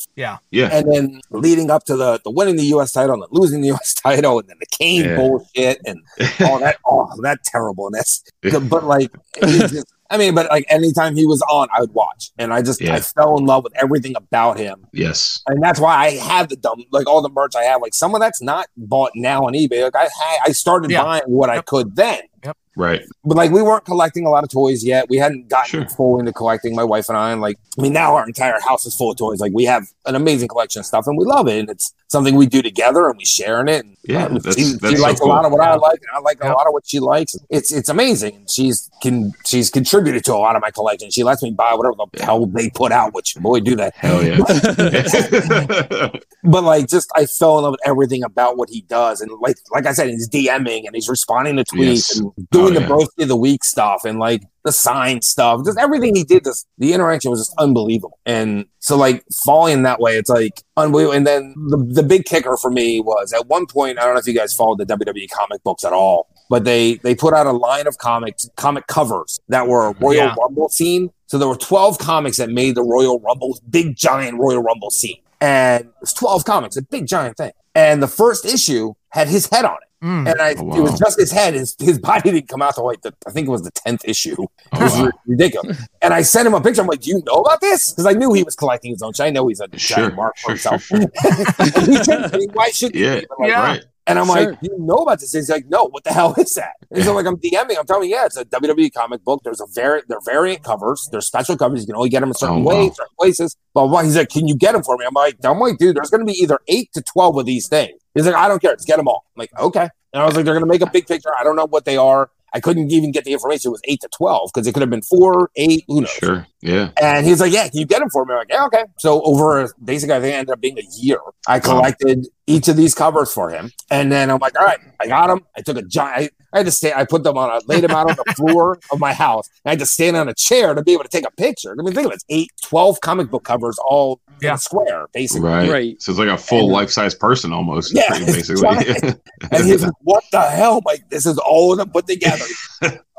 S4: Yeah.
S5: and then leading up to the the winning the U.S. title and then losing the U.S. title and then the Kane
S4: Yeah.
S5: bullshit and all that all that terribleness.
S4: Yeah.
S5: But like, it's just- I mean, but like anytime he was on, I would watch, and I just
S4: Yeah.
S5: I fell in love with everything about him,
S4: yes.
S5: and that's why I have the dumb like all the merch I have. Like some of that's not bought now on eBay. Like I had, I started
S2: Yeah.
S5: buying what I
S2: Yep.
S5: could then.
S4: Right.
S5: But like we weren't collecting a lot of toys yet. We hadn't gotten
S4: Sure.
S5: full into collecting. My wife and I, and like I mean, now our entire house is full of toys. Like we have an amazing collection of stuff, and we love it. And it's something we do together and we sharing it. And,
S4: Yeah,
S5: uh,
S4: that's-
S5: she,
S4: that's
S5: she
S4: so
S5: likes
S4: cool.
S5: a lot of what I like, and I like
S2: Yeah.
S5: a lot of what she likes. It's it's amazing. And She's can she's contributed to a lot of my collection. She lets me buy whatever the hell they put out, which boy do that.
S4: Hell Oh, yeah.
S5: But like, just I fell in love with everything about what he does, and like like I said, he's DMing and he's responding to tweets
S4: Yes.
S5: and doing
S4: Oh,
S5: the
S4: yeah.
S5: birthday of the week stuff and like the sign stuff. Just everything he did, just the interaction was just unbelievable. And so like falling that way, it's like unbelievable. And then the the big kicker for me was at one point, I don't know if you guys followed the WWE comic books at all, but they they put out a line of comics comic covers that were Royal
S2: Yeah.
S5: Rumble scene. So there were 12 comics that made the Royal Rumble, big giant Royal Rumble scene. And it's 12 comics, a big giant thing. And the first issue had his head on it.
S2: Mm.
S5: And I,
S4: Oh,
S5: it
S4: wow.
S5: was just his head. His, his body didn't come out till like the, I think it was the 10th issue. It was
S4: Oh, wow.
S5: ridiculous. And I sent him a picture. I'm like, do you know about this? Because I knew he was collecting his own shit. I know he's a
S4: Sure,
S5: giant mark for
S4: sure, sure,
S5: himself.
S4: sure.
S5: And he shouldn't be. Why shouldn't
S4: Yeah.
S5: he? be? But, like,
S2: Yeah.
S4: Right.
S5: and I'm
S3: Sure.
S5: like, you know about this? He's like, no, what the hell is that? And so like, I'm DMing. I'm telling you, yeah, it's a WWE comic book. There's a variant, they're variant covers. They're special covers. You can only get them in certain
S4: Oh, wow.
S5: ways, certain places. Blah, blah, blah. He's like, can you get them for me? I'm like, I'm like, dude, there's going to be either eight to 12 of these things. He's like, I don't care. Just get them all. I'm like, okay. And I was like, they're going to make a big picture. I don't know what they are. I couldn't even get the information. It was eight to 12 because it could have been four, eight, who knows?
S4: Sure. Yeah.
S5: And he's like, "Yeah, can you get them for me?" I'm like, "Yeah, okay." So over basically, I think it ended up being a year. I collected each of these covers for him, and then I'm like, "All right, I got them." I took a giant. I had to stay. I put them on. I laid them out on the floor of my house. And I had to stand on a chair to be able to take a picture. I mean, think of it: it's eight, 12 comic book covers, all in
S2: Yeah.
S5: a square, basically.
S4: Right.
S3: Right.
S4: So it's like a full
S5: And-
S4: life size person almost.
S5: Yeah,
S4: pretty
S5: it's
S4: Basically.
S5: giant. And he's like, "What the hell?" I'm like, "This is all of them put together."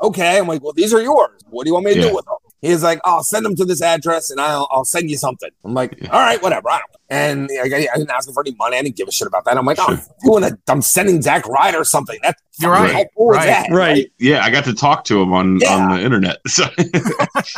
S5: okay, I'm like, "Well, these are yours. What do you want me to
S4: Yeah.
S5: do with them?" He's like, "I'll send them to this address, and I'll I'll send you something." I'm like,
S4: Yeah.
S5: "All right, whatever." I don't. And I, I didn't ask him for any money. I didn't give a shit about that. I'm like,
S4: Sure.
S5: "I'm doing a, I'm sending Zach Ryder something." That's
S2: You're right.
S5: how cool is
S2: Right.
S5: that?
S3: Right.
S4: yeah. I got to talk to him on,
S5: Yeah.
S4: on the internet. So,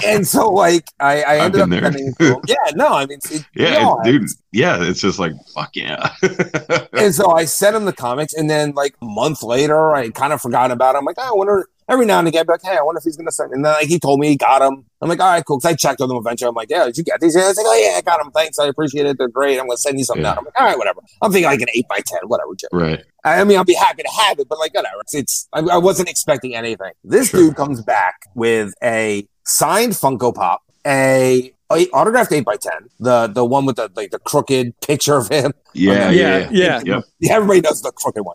S5: And so, like, I, I
S4: I've
S5: ended up
S4: been there.
S5: sending. to him. Yeah, no, I mean, it,
S4: yeah.
S5: no,
S4: it- dude. Yeah. It's just like, fuck yeah.
S5: and so I sent him the comics, and then like a month later, I kind of forgot about him. Like, "Ah, I wonder every now and again, I'd be like, hey, I wonder if he's gonna send. And then like he told me he got him. I'm like, all right, cool. Because I checked with him eventually. I'm like, yeah, did you get these? And he's like, oh yeah, I got them. Thanks, I appreciate it. They're great. I'm gonna send you something
S4: Yeah.
S5: out. I'm like, all right, whatever. I'm thinking like an eight by ten, whatever. Jim.
S4: right.
S5: I mean, I'll be happy to have it, but like, whatever. It's, it's I, I wasn't expecting anything. This
S4: Sure.
S5: dude comes back with a signed Funko Pop, a, a autographed eight by ten, the the one with the like the crooked picture of him.
S4: Yeah. Yeah.
S3: Yeah. Yeah.
S4: Yep.
S5: Everybody knows the crooked one.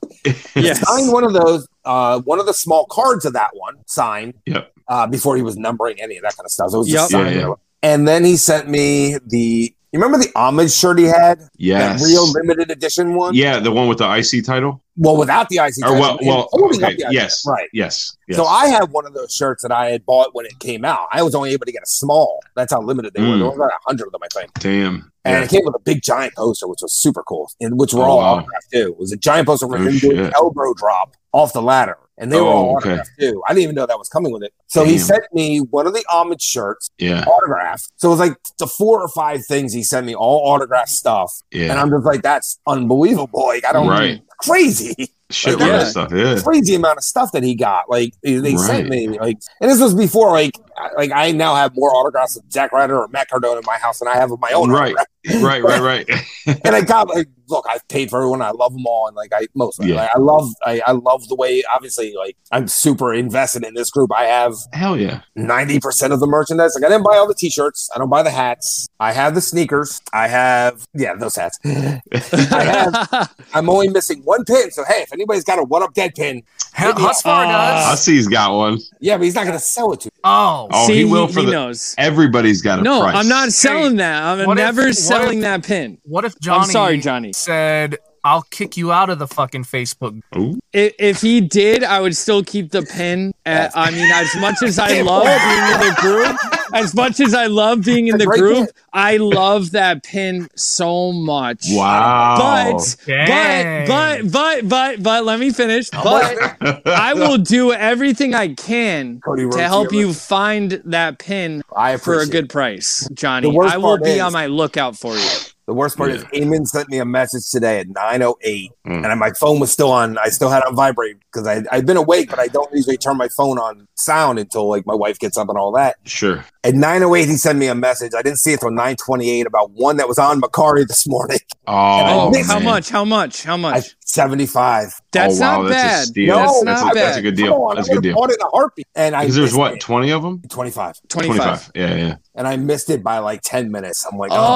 S3: Yes.
S5: Signed one of those, uh, one of the small cards of that one signed.
S4: Yep.
S5: Uh, before he was numbering any of that kind of stuff, so it was just
S3: Yep.
S5: signed.
S4: Yeah, yeah.
S5: And then he sent me the. You remember the homage shirt he had?
S4: Yes.
S5: That real limited edition one.
S4: yeah. The one with the IC title.
S5: Well, without the IC.
S4: Or well,
S5: and
S4: well
S5: holding up
S4: okay,
S5: the IC.
S4: yes,
S5: Right.
S4: yes, yes.
S5: So I have one of those shirts that I had bought when it came out. I was only able to get a small. That's how limited they were. There
S4: Mm.
S5: were about a hundred of them, I think.
S4: damn,
S5: And
S4: yeah,
S5: it came with a big giant poster, which was super cool, and which were
S4: Oh,
S5: all
S4: wow.
S5: autographed too. It was a giant poster for
S4: Oh,
S5: him doing
S4: shit.
S5: an elbow drop off the ladder, and they were
S4: Oh,
S5: all
S4: okay.
S5: autographed too. I didn't even know that was coming with it. So he
S4: Damn.
S5: sent me one of the homage shirts,
S4: yeah,
S5: autographed. So it was like the four or five things he sent me, all autographed stuff, and
S4: yeah.
S5: I'm just like, that's unbelievable. Like I don't,
S4: Right,
S5: crazy.
S4: shitload
S3: that-
S4: of stuff. Yeah,
S5: crazy amount of stuff that he got. Like they they sent
S4: Right.
S5: me like, and this was before like I- like I now have more autographs of Jack Ryder or Matt Cardona in my house than I have of my own.
S4: Right.
S5: autograph.
S4: right, right, right.
S5: And I got like, look, I've paid for everyone. I love them all, and like I most,
S4: Yeah.
S5: like, I love, I, I love the way. Obviously, like I'm super invested in this group. I have
S4: Hell yeah,
S5: ninety percent of the merchandise. Like I didn't buy all the T-shirts. I don't buy the hats. I have the sneakers. I have yeah, those hats.
S4: Oh,
S5: I'm only missing one pin. So hey, if anybody's got a one up dead pin,
S2: Hell, Husfar
S5: Uh,
S3: Ah.
S4: I
S2: does.
S4: see he's got one.
S5: yeah, but he's not gonna sell it to. you.
S2: Oh,
S4: Oh,
S3: See,
S4: he will for the.
S3: knows.
S4: Everybody's got a
S3: No,
S4: price.
S3: I'm not selling that. I'm
S2: what if-
S3: never
S2: what if-
S3: selling that pin.
S2: what if Johnny?
S3: I'm sorry, Johnny.
S2: Said I'll kick you out of the fucking Facebook.
S4: Ooh.
S3: If, if he did, I would still keep the pin. Uh, I mean, as much as I love being in the group, as much as I love being in the
S5: Right
S3: group, I love that pin so much.
S4: Wow.
S3: But,
S2: Dang.
S3: but, but, but, but, but, let me finish. But I will do everything I can
S5: Cody
S3: to
S5: Rhodes
S3: help
S5: here.
S3: you find that pin
S5: I
S3: for a
S5: appreciate
S3: good price, Johnny.
S5: The worst
S3: I will
S5: part
S3: be
S5: is-
S3: on my lookout for you.
S5: The worst part is Eamon sent me a message today at 908
S4: Mm.
S5: and my phone was still on. I still had it on vibrate because I I've been awake, but I don't usually turn my phone on sound until like my wife gets up and all that.
S4: Sure.
S5: At 908, he sent me a message. I didn't see it till 928 about one that was on Macari this morning.
S4: Oh,
S5: missed-
S3: how
S4: man. Oh,
S3: much? How much? How
S5: I,
S3: much?
S5: 75.
S3: that's
S4: wow,
S3: not
S4: that's a
S3: bad.
S4: steal.
S3: That's
S5: No,
S4: That's
S3: not
S4: a,
S3: bad.
S4: that's a good
S5: Come
S4: deal.
S5: on,
S4: That's
S5: I
S4: a good
S5: would've
S4: deal.
S5: Bought it in a heartbeat. And I
S4: Because there's
S5: missed
S4: what
S5: it.
S4: 20 of them.
S5: 25.
S3: 25.
S4: 25. Yeah, yeah.
S5: And I missed it by like 10 minutes. I'm like, oh,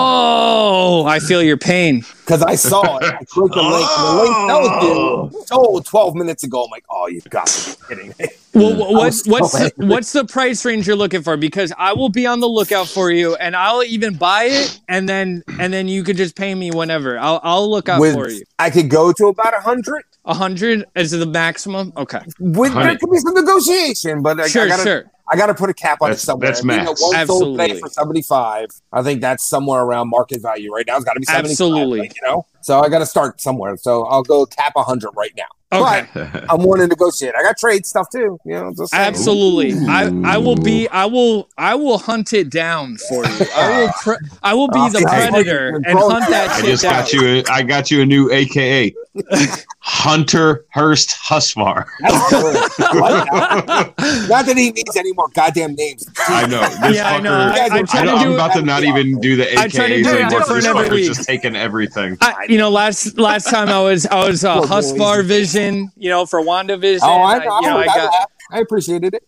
S3: Oh, I feel your pain.
S5: because I saw it. I clicked the link. and The link
S4: Oh.
S5: tells you sold 12 minutes ago. I'm like, oh, you've got to be kidding me.
S3: Well, wh- what's
S5: was so
S3: what's the,
S5: angry.
S3: what's the price range you're looking for? Because I will be on the lookout for you, and I'll even buy it, and then and then you could just pay me whenever. I'll I'll look out
S5: With-
S3: for you.
S5: I could go to about 100.
S3: A hundred is the maximum. Okay,
S5: With, there
S4: Honey.
S5: could be some negotiation, but I,
S3: sure,
S5: I gotta,
S3: sure.
S5: I gotta put a cap on
S4: That's-
S5: it somewhere.
S4: that's
S5: I think
S4: max.
S5: it won't sold today
S3: Absolutely.
S5: for seventy five. I think that's somewhere around market value right now. It's got to be 75,
S3: Absolutely.
S5: like, you know. So I gotta start somewhere. So I'll go cap hundred right now.
S3: Okay,
S5: But I'm willing to negotiate. I got trade stuff too. You know, just saying.
S3: absolutely. I I will be. I will I will hunt it down for you. I will. Pre- I will be
S5: Oh,
S3: the
S5: hey.
S3: predator and hunt that
S4: I
S3: shit
S4: just
S3: down.
S4: got you. A, I got you a new AKA, Hunter Hurst Husvar.
S5: That's cool. I like that. Not that he needs any more goddamn names.
S4: I know. This
S3: Yeah, I know.
S4: fucker-
S3: I- I try
S4: I
S3: to
S4: am
S3: do-
S4: about to not even do the AKA
S3: I try to do it
S4: anymore.
S3: different
S4: This
S3: every
S4: fucker's
S3: week.
S4: just taking everything.
S3: I, you know, last last time I was I was uh,
S5: Poor boy.
S3: Husbar Vision, you know, for Wandavision.
S5: Oh, I, know.
S3: I, you know, I
S5: I,
S3: got
S5: laughed. I appreciated it.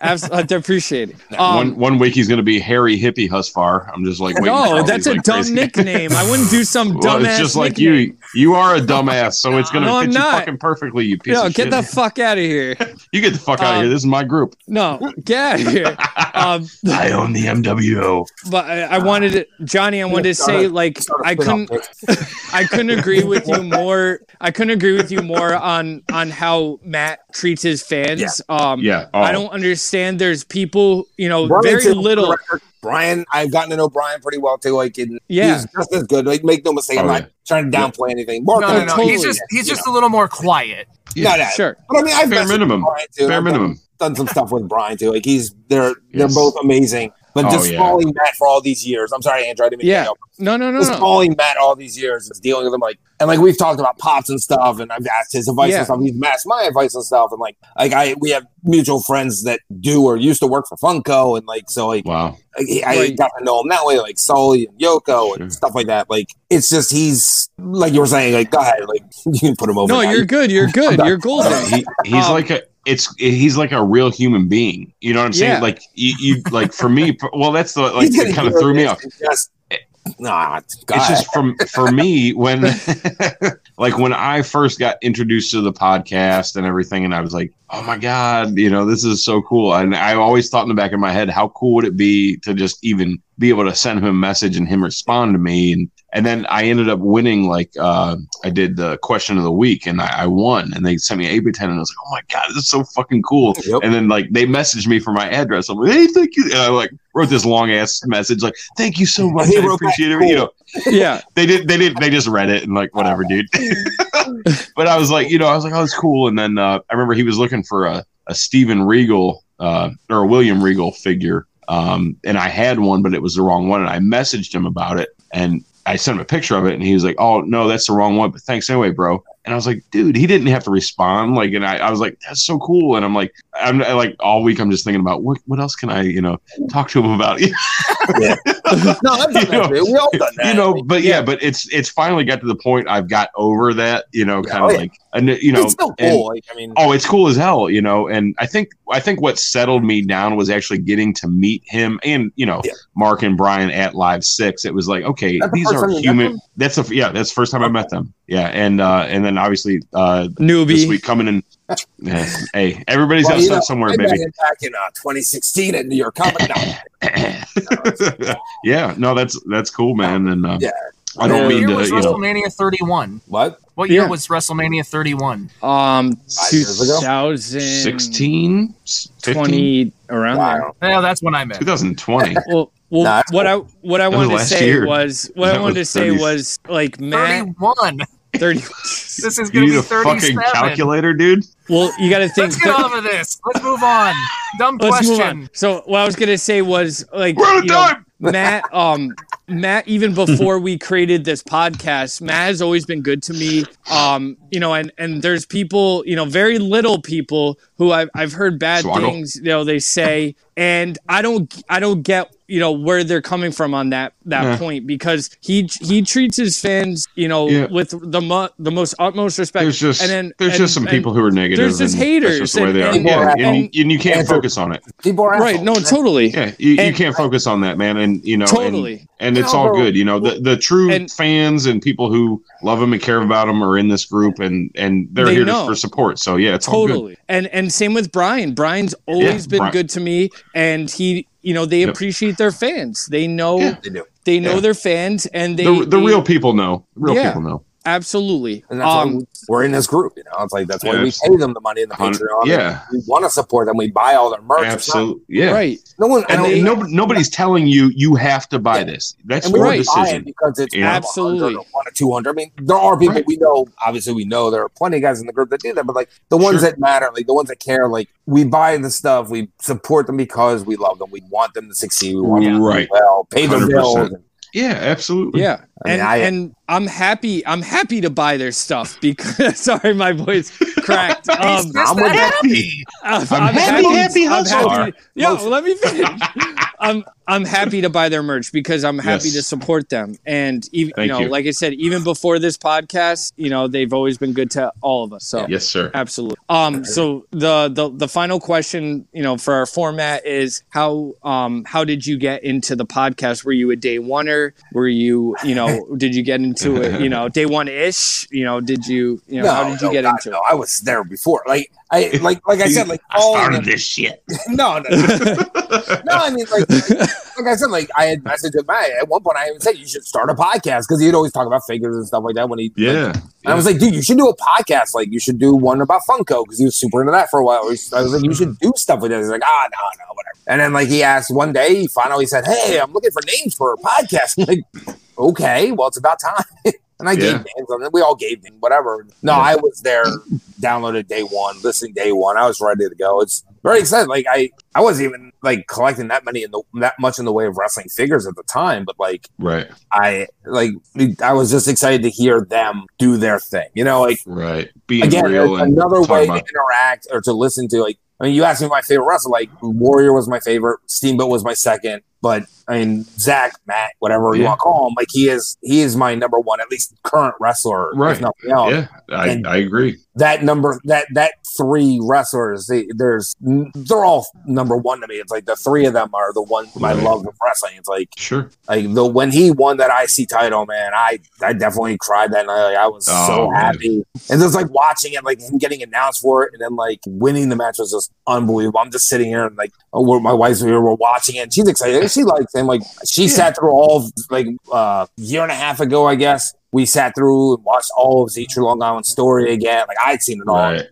S3: abs- I appreciate it.
S4: one
S3: Um,
S4: one week he's going to be Harry Hippie Husfar. I'm just like, waiting for all
S3: no, that's
S4: these,
S3: a
S4: like,
S3: dumb
S4: crazy-
S3: nickname. I wouldn't do some
S4: Well,
S3: dumb
S4: it's
S3: ass.
S4: just like
S3: nickname.
S4: you. You are a dumbass, so it's going to
S3: No, I'm
S4: fit you
S3: not.
S4: fucking perfectly. You piece
S3: No,
S4: of
S3: get
S4: shit.
S3: the fuck out of here.
S4: you get the fuck out
S3: Uh,
S4: of here. This is my group.
S3: No, get out of here. Um,
S4: I own the MWO.
S3: but I, I wanted to, Johnny. I wanted to say like I couldn't. I couldn't agree with you more. I couldn't agree with you more on on how Matt treats his fans. Um,
S4: Yeah. Oh.
S3: I don't understand. There's people, you know, very
S5: Burlington-
S3: little.
S5: Brian, I've gotten to know Brian pretty well too. Like, and
S3: Yeah.
S5: he's just as good. Like, make no mistake, I'm
S4: Oh,
S5: not
S4: yeah.
S5: trying to downplay anything. Mark,
S2: No,
S5: I'm
S2: no, no.
S5: totally-
S2: he's just he's
S5: you
S2: just a little more quiet.
S5: know, not that.
S3: Sure.
S5: But I mean, I've
S4: Bare
S5: messaged
S4: minimum.
S5: with Brian, too.
S4: Bare
S5: I've
S4: minimum.
S5: Done, done some stuff with Brian too. Like he's they're they're
S4: Yes.
S5: both amazing. But
S4: Oh,
S5: just
S4: yeah.
S5: calling Matt for all these years. I'm sorry, Andrew. I didn't mean
S3: Yeah.
S5: to cut
S3: No, no,
S5: you
S3: no,
S5: off. Just
S3: no.
S5: calling Matt all these years is dealing with him like and like we've talked about pops and stuff, and I've asked his advice
S3: Yeah.
S5: and stuff. He's asked my advice and stuff, and like like I we have mutual friends that do or used to work for Funko, and like so like
S4: Wow.
S5: like, he- I
S3: Right.
S5: got to know him that way, like Sully and Yoko
S4: Sure.
S5: and stuff like that. Like it's just he's like you were saying, like go ahead, like you can put him over.
S3: No,
S5: now.
S3: you're good. You're good. You're golden.
S4: he, he's
S3: Um,
S4: like a it's he's like a real human being. You know what I'm saying?
S3: Yeah.
S4: Like you, you like for me. Well, that's the like
S5: He's gonna
S4: it kind of
S5: hear
S4: threw me
S5: this
S4: off.
S5: and Just, nah, go
S4: It's
S5: ahead.
S4: just from for me when like when I first got introduced to the podcast and everything, and I was like, oh my god, you know, this is so cool. And I always thought in the back of my head, how cool would it be to just even be able to send him a message and him respond to me and and then I ended up winning. Like uh, I did the question of the week, and I, I won. And they sent me a pretend, and I was like, "Oh my god, this is so fucking cool!"
S5: Yep.
S4: And then like they messaged me for my address. I'm like, "Hey, thank you." And I like wrote this long ass message, like, "Thank you so much,
S5: He
S4: I
S5: wrote back,
S4: appreciate it."
S5: "Cool."
S4: You know,
S3: Yeah.
S4: they did they did they just read it and like whatever dude but i was like you know i was like oh it's cool and then uh, i remember he was looking for a, a steven regal uh, or a william regal figure um, and i had one but it was the wrong one and i messaged him about it and i sent him a picture of it and he was like oh no that's the wrong one but thanks anyway bro and i was like dude he didn't have to respond like and i, I was like that's so cool and i'm like i'm I, like all week i'm just thinking about what, what else can i you know talk to him about
S5: no, I've done
S4: you know,
S5: that. dude. we all done that.
S4: you know but yeah, but it's it's finally got to the point i've got over that you know kind
S5: Oh,
S4: of
S5: yeah.
S4: like and you know
S5: it's still
S4: and-
S5: cool. like, I mean,
S4: oh it's cool as hell you know and i think i think what settled me down was actually getting to meet him and you know
S5: Yeah.
S4: mark and brian at live six it was like okay
S5: That's the
S4: these
S5: first
S4: are
S5: time you met
S4: human
S5: them?
S4: that's the yeah that's the first time i met them yeah and uh and then obviously uh this
S3: Newbie.
S4: week coming in yeah, hey everybody's
S5: Well,
S4: got
S5: you
S4: stuff
S5: know,
S4: somewhere
S5: I met
S4: baby
S5: him back in uh, 2016 at New York Comic Con.
S4: yeah no that's that's cool man and uh,
S5: Yeah.
S4: i don't
S5: Yeah.
S2: What
S4: mean
S2: year
S4: to
S2: was
S4: you know
S2: WrestleMania 31?
S5: What?
S2: What year
S3: Yeah.
S2: was WrestleMania 31?
S3: Um,
S5: Five years ago?
S3: 2016,
S4: 16 15?
S3: 20 around there.
S5: Wow.
S2: Well, that's when I met.
S4: 2020
S3: Well, well,
S5: Nah, that's
S3: what I what I
S4: That
S3: wanted
S4: was
S3: to
S4: last
S3: say
S4: year.
S3: was what I
S4: That
S3: wanted to
S4: was
S3: say
S4: 30.
S3: was like Matt
S2: 31.
S3: 30.
S2: This is
S4: you
S2: going to
S4: need
S2: be
S4: a fucking
S2: 37.
S4: calculator dude
S3: Well, you got to think.
S2: Let's get off of this. Let's move on. Dumb
S3: Let's move
S2: question.
S3: on. So what I was gonna say was like
S4: We're out of
S3: you know,
S4: time!
S3: Matt um Matt, even before we created this podcast, Matt has always been good to me. Um, you know, and and there's people, you know, very little people who I've I've heard bad
S4: Swaggle.
S3: things. You know, they say, and I don't I don't get you know where they're coming from on that that
S4: Yeah.
S3: point because he he treats his fans you know
S4: Yeah.
S3: with the mo- the most utmost respect.
S4: There's just
S3: and then
S4: there's
S3: and-
S4: just some
S3: and-
S4: people who are negative.
S3: there's just
S4: and
S3: haters
S4: That's just the way they are.
S3: and-
S4: yeah,
S5: and-
S4: and, you- and you can't
S5: and-
S4: focus on it.
S5: People are
S3: right.
S5: assholes.
S3: No, totally.
S4: Yeah, you, you
S3: And-
S4: can't focus on that, man. And you know, and-
S3: Totally.
S4: And, it's
S5: No,
S4: all
S5: bro.
S4: good. You know, the the true
S3: And-
S4: fans and people who love him and care about him are in this group, and and they're
S3: They
S4: here
S3: know.
S4: to, for support. So yeah, it's all good.
S3: totally and and same with brian brian's always been
S4: Brian.
S3: good to me and he you know they
S4: Yep.
S3: appreciate their fans they know
S4: Yeah.
S5: They do.
S3: they know
S4: Yeah.
S3: their fans and they
S4: the, the
S3: they-
S4: real people know. Real
S3: Yeah.
S4: people know.
S3: absolutely
S5: And that's why
S3: um
S5: we- we're in this group, you know. It's like that's why
S4: Yeah,
S5: we pay them the money in the
S4: Hundred-
S5: Patreon.
S4: yeah.
S5: we want to support them. We buy all their merch. It's not-
S4: Absolutely. Yeah.
S3: right
S5: No one. I
S4: And,
S5: don't,
S4: and nobody, nobody's telling you you have to buy
S5: Yeah.
S4: this. That's
S5: and we
S4: your
S5: right. buy
S4: decision.
S5: it because it's
S4: Yeah.
S3: Absolutely.
S5: one or two hundred. I mean, there are people
S4: Right.
S5: we know. Obviously, we know there are plenty of guys in the group that do that, but like the ones
S4: Sure.
S5: that matter, like the ones that care, like we buy the stuff, we support them because we love them. We want them to succeed. We want them to
S4: Right.
S5: do well, pay their
S4: 100%.
S5: bills.
S4: Yeah, absolutely.
S3: yeah
S5: I mean,
S3: and
S5: I-
S3: and i'm happy i'm happy to buy their stuff because sorry my voice cracked um
S2: He's just
S5: I'm with
S2: that
S5: that.
S2: happy.
S3: I'm,
S4: happy, happy
S3: I'm
S4: hustler.
S3: happy- Yo, let me finish. I'm I'm happy to buy their merch because I'm happy
S4: Yes.
S3: to support them. And even you
S4: Thank
S3: know,
S4: you.
S3: like I said, even before this podcast, you know, they've always been good to all of us. So
S4: Yes, sir.
S3: absolutely. Um so the, the the final question, you know, for our format is how um how did you get into the podcast? Were you a day oneer? Were you, you know, did you get into it, you know, day one ish? You know, did you you know how did you
S5: no,
S3: get
S5: God,
S3: into
S5: no, I was there before. Like I like like I said, like all the-
S4: this shit.
S5: no, no, no, No, I mean like, like like I said, like I had messaged him back. at one point. I even said you should start a podcast because he'd always talk about figures and stuff like that when he like,
S4: Yeah.
S5: And I was like, dude, you should do a podcast. Like, you should do one about Funko because he was super into that for a while. I was I was like, you should do stuff with that. He's like, ah, no, no, whatever. And then, like, he asked one day, he finally said, hey, I'm looking for names for a podcast. I'm like, okay, well, it's about time. and I
S4: Yeah.
S5: gave names. And then we all gave them whatever. No,
S4: Yeah.
S5: I was there, downloaded day one, listening day one. I was ready to go. It's very exciting. Like, I, I wasn't even like collecting that many in the that much in the way of wrestling figures at the time, but like
S4: Right.
S5: I like I was just excited to hear them do their thing. You know, like
S4: Right. Being
S5: again,
S4: real
S5: it's
S4: and
S5: another
S4: talking
S5: way
S4: about-
S5: to interact or to listen to. Like, I mean, you asked me my favorite wrestler. Like, Warrior was my favorite. Steamboat was my second. But I mean, Zach, Matt, whatever you
S4: Yeah.
S5: want to call him, like he is he is my number one, at least current wrestler. if
S4: Right.
S5: nothing else.
S4: yeah, I,
S5: and-
S4: I agree.
S5: That number that that three wrestlers, they, there's they're all number one to me. It's like the three of them are the one my
S4: Right.
S5: love of wrestling. It's like
S4: Sure.
S5: like the when he won that IC title, man, I I definitely cried that night. Like, I was
S4: Oh,
S5: so
S4: man.
S5: happy, and just like watching it, like him getting announced for it, and then like winning the match was just unbelievable. I'm just sitting here and like oh, we're- my wife's we were watching it. And she's excited. She likes him. Like she sat through all of, like a year and a half ago, I guess. We sat through and watched all of Zetra Long Island story again. Like I'd seen it all,
S4: Right.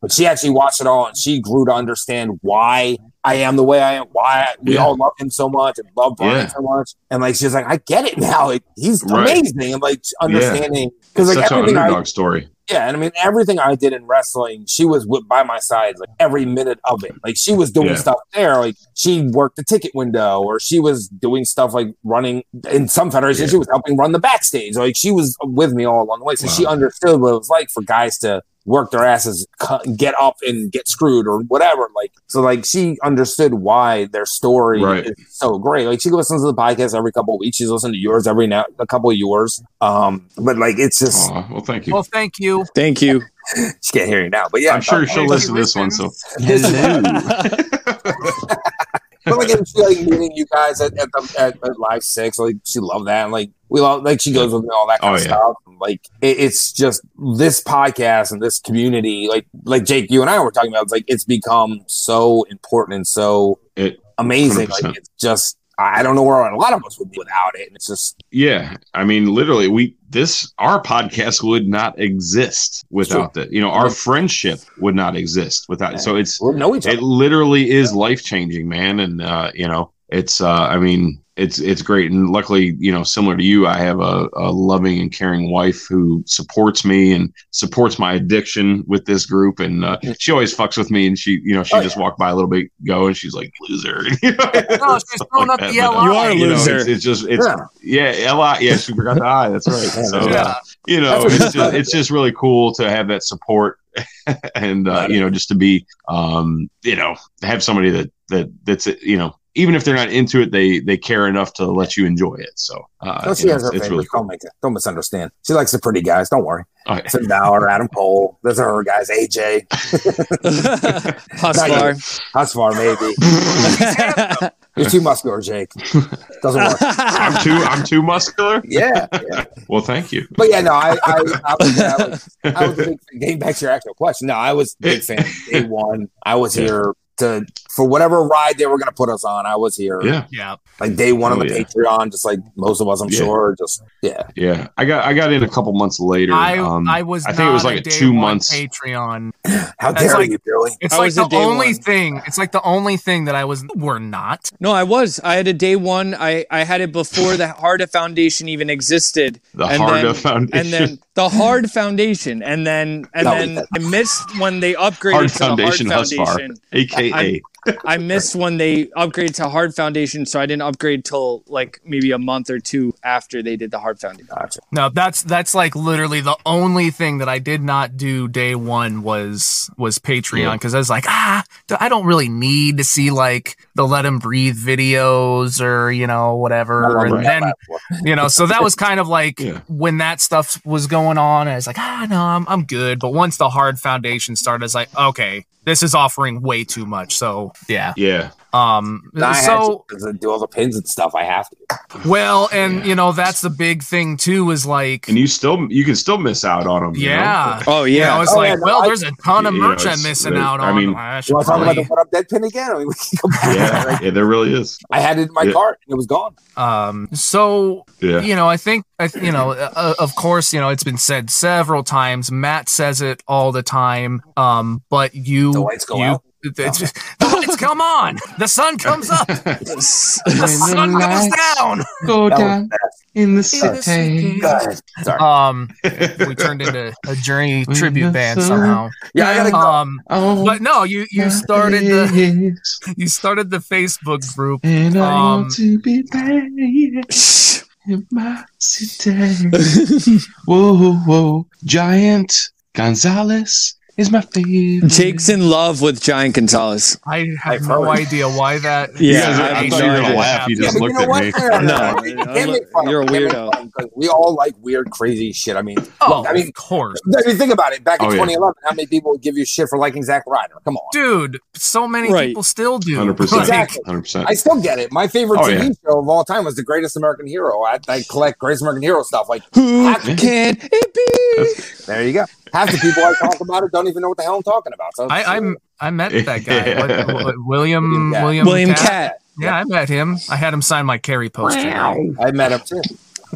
S5: but she actually watched it all and she grew to understand why I am the way I am, why we
S4: Yeah.
S5: all love him so much and love Brian
S4: Yeah.
S5: so much. And like she's like, I get it now. Like he's
S4: Right.
S5: amazing and like understanding because like
S4: Such an
S5: everything I
S4: underdog story.
S5: yeah, and I mean everything I did in wrestling, she was wi- by my side like every minute of it. Like she was doing
S4: Yeah.
S5: stuff there, like she worked the ticket window, or she was doing stuff like running in some federations.
S4: Yeah.
S5: She was helping run the backstage. Like she was with me all along the way, so she
S4: Wow.
S5: understood what it was like for guys to work their asses, cu- get up and get screwed or whatever. Like so, like she understood why their story
S4: Right.
S5: is so great. Like she listens to the podcast every couple of weeks. She's listened to yours every now a couple of yours. Um, but like it's just
S4: Aw, well, thank you.
S2: Well, thank you.
S3: Thank you.
S5: she can't hear you now, but Oh, yeah, uh,
S4: I'm sure she'll
S2: Thank
S4: listen to
S2: you,
S4: this one. So
S2: listens.
S5: but like, and she like meeting you guys at, at the at, at live six, like she loved that. And, like we love, like she goes with me, all that kind
S4: Oh,
S5: of
S4: yeah.
S5: stuff. And, Like it, it's just this podcast and this community, like like Jake, you and I were talking about. It's like it's become so important and so
S4: It-
S5: amazing.
S4: 100%.
S5: Like it's just. I I don't know where a lot of us would be without it. And it's just
S4: yeah, I mean, literally, we this our podcast would not exist without that. You know, our friendship would not exist without. So it's
S5: we know each other.
S4: it literally is life changing, man. And uh, you know, it's uh, I mean, it's it's great. And luckily, you know, similar to you, I have a, a loving and caring wife who supports me and supports my addiction with this group. And uh, she always fucks with me. And she, you know, she
S5: Oh,
S4: just walked by a little bit ago and she's like, "Loser." You know,
S2: No, Oh, she's
S4: stuff
S2: throwing
S4: like
S2: up the
S4: that, but, uh,
S2: LI.
S3: You are a
S4: you know,
S3: loser.
S4: it's, it's just it's yeah, li yeah she forgot the i that's right so uh,
S2: Yeah.
S4: you know
S5: That's what
S4: it's
S5: it's
S4: just,
S5: about.
S4: it's just really cool to have that support and uh, you know just to be um you know have somebody that that that's you know even if they're not into it they they care enough to let you enjoy it so uh
S5: No,
S4: you
S5: she
S4: know,
S5: has her
S4: it's, it's
S5: favorites.
S4: really cool
S5: Don't make it. Don't misunderstand. She likes the pretty guys. Don't worry.
S4: All right.
S5: Finn Balor, Adam Cole. Those are her guys. AJ,
S3: Husfar.
S5: Husfar, maybe. You're too muscular, Jake. Doesn't work.
S4: i'm too i'm too muscular
S5: Yeah, yeah.
S4: well thank you
S5: but yeah, no, I, I, I was, yeah, I was, I was a big fan. Getting back to your actual question, no, I was a big fan. Day one, I was
S4: Yeah.
S5: here to for whatever ride they were going to put us on. I was here,
S4: yeah
S2: Yeah.
S5: like day one
S4: Oh,
S5: on the
S4: yeah.
S5: Patreon, just like most of us, I'm
S4: Yeah.
S5: sure. Just yeah,
S4: yeah i got i got in a couple months later
S2: I
S4: um,
S2: I was.
S4: I think it was
S2: not
S4: like a
S2: day
S4: two
S2: one
S4: months-
S2: Patreon.
S5: how
S2: That's
S5: dare
S2: like-
S5: you, Billy?
S2: It's
S3: I
S2: like
S3: was a
S2: the
S3: day
S2: only
S3: one.
S2: thing. It's like the only thing that I was. We're not.
S3: no, I was. I had a day one. I, I had it before the Harda Foundation even existed.
S4: the
S3: and
S4: Harda
S3: then-
S4: foundation
S3: And then the Hard Foundation. And then and
S5: No,
S3: then I missed when they upgraded
S4: Hard
S3: to
S4: Foundation
S3: the Hard
S4: Husfar.
S3: Foundation.
S4: aka
S3: I- I missed when they upgraded to Hard Foundation, so I didn't upgrade till like maybe a month or two after they did the Hard Foundation.
S5: Gotcha.
S2: No, that's that's like literally the only thing that I did not do day one was was Patreon
S4: Yeah.
S2: because I was like, ah, d- I don't really need to see like the Let Him Breathe videos or you know
S5: Not
S2: whatever.
S5: on
S2: And
S5: that
S2: then
S5: platform.
S2: you know, so that was kind of like
S4: Yeah.
S2: when that stuff was going on. I was like, ah, no, I'm I'm good. But once the Hard Foundation started, I was like, okay, this is offering way too much. So yeah,
S4: yeah
S2: um,
S5: And I had
S2: so.
S5: to- to do all the pins and stuff. I have to.
S2: Well, and you know that's the big thing too is like,
S4: and you still you can still miss out on them.
S2: yeah,
S3: Oh
S2: yeah. I
S3: yeah,
S2: was
S5: Oh,
S2: like,
S5: yeah, no,
S2: well,
S5: I-
S2: there's a ton of
S4: You
S2: merch
S4: know,
S2: I'm
S4: it's-
S2: missing
S4: there-
S2: out
S4: I
S2: on.
S4: mean,
S2: I should
S5: You want to talk about
S2: probably,
S5: the put up dead pin again? I mean, we can go back.
S4: yeah, yeah, there really is.
S5: I had it in my
S4: Yeah.
S5: cart and it was gone.
S2: um, so
S4: Yeah,
S2: you know, I think, I, th- you know, uh, of course, you know, it's been said several times. Matt says it all the time. Um, but you,
S5: The lights go
S2: you,
S5: out.
S2: It's, the lights come on. The sun comes up. The sun goes down.
S6: Go
S5: That was
S6: down in the city.
S5: bad. Sorry.
S2: Um, we turned into a Journey tribute band somehow.
S5: yeah, I gotta go.
S2: Um,
S6: Oh,
S2: but no, you you
S6: my
S2: started the
S6: days,
S2: you started the Facebook group.
S6: And I
S2: um,
S6: want to be back in my city. whoa, whoa, whoa. Giant Gonzalez is my favorite.
S3: Jake's in love with Giant Gonzalez.
S2: I have
S5: I've
S2: no
S5: heard.
S2: idea why that.
S3: Yeah,
S4: guys are- I,
S3: I'm
S4: thought you were gonna
S3: sorry.
S4: laugh. You just
S5: but
S4: looked
S5: know what?
S4: at me.
S5: No,
S3: No,
S5: no, no,
S3: no,
S5: can't make fun of
S3: you're a
S5: him. Can't make
S3: weirdo.
S5: fun of him, 'cause We all like weird, crazy shit. I mean,
S2: Oh,
S5: I mean-
S2: of course,
S5: I mean, think about it. Back in
S4: Oh, yeah.
S5: 2011, how many people would give you shit for liking Zack Ryder? Come on.
S2: dude. So many
S3: Right.
S2: people still do.
S4: Hundred
S2: Like,
S4: percent.
S5: Exactly.
S4: Hundred percent.
S5: I still get it. My favorite
S4: Oh,
S5: TV
S4: yeah.
S5: show of all time was The Greatest American Hero. I, I collect Greatest American Hero stuff. Like,
S3: Who
S5: Yeah.
S3: can it be?
S5: there you go. Half the people I talk about it don't even know what the hell I'm talking about. So
S2: I I'm. I met that guy,
S4: Yeah.
S2: What- what- what- William
S5: William Cat.
S2: William
S3: William
S2: Cat.
S3: Cat.
S2: Yeah, I met him. I had him sign my Carrie poster.
S5: I met him too.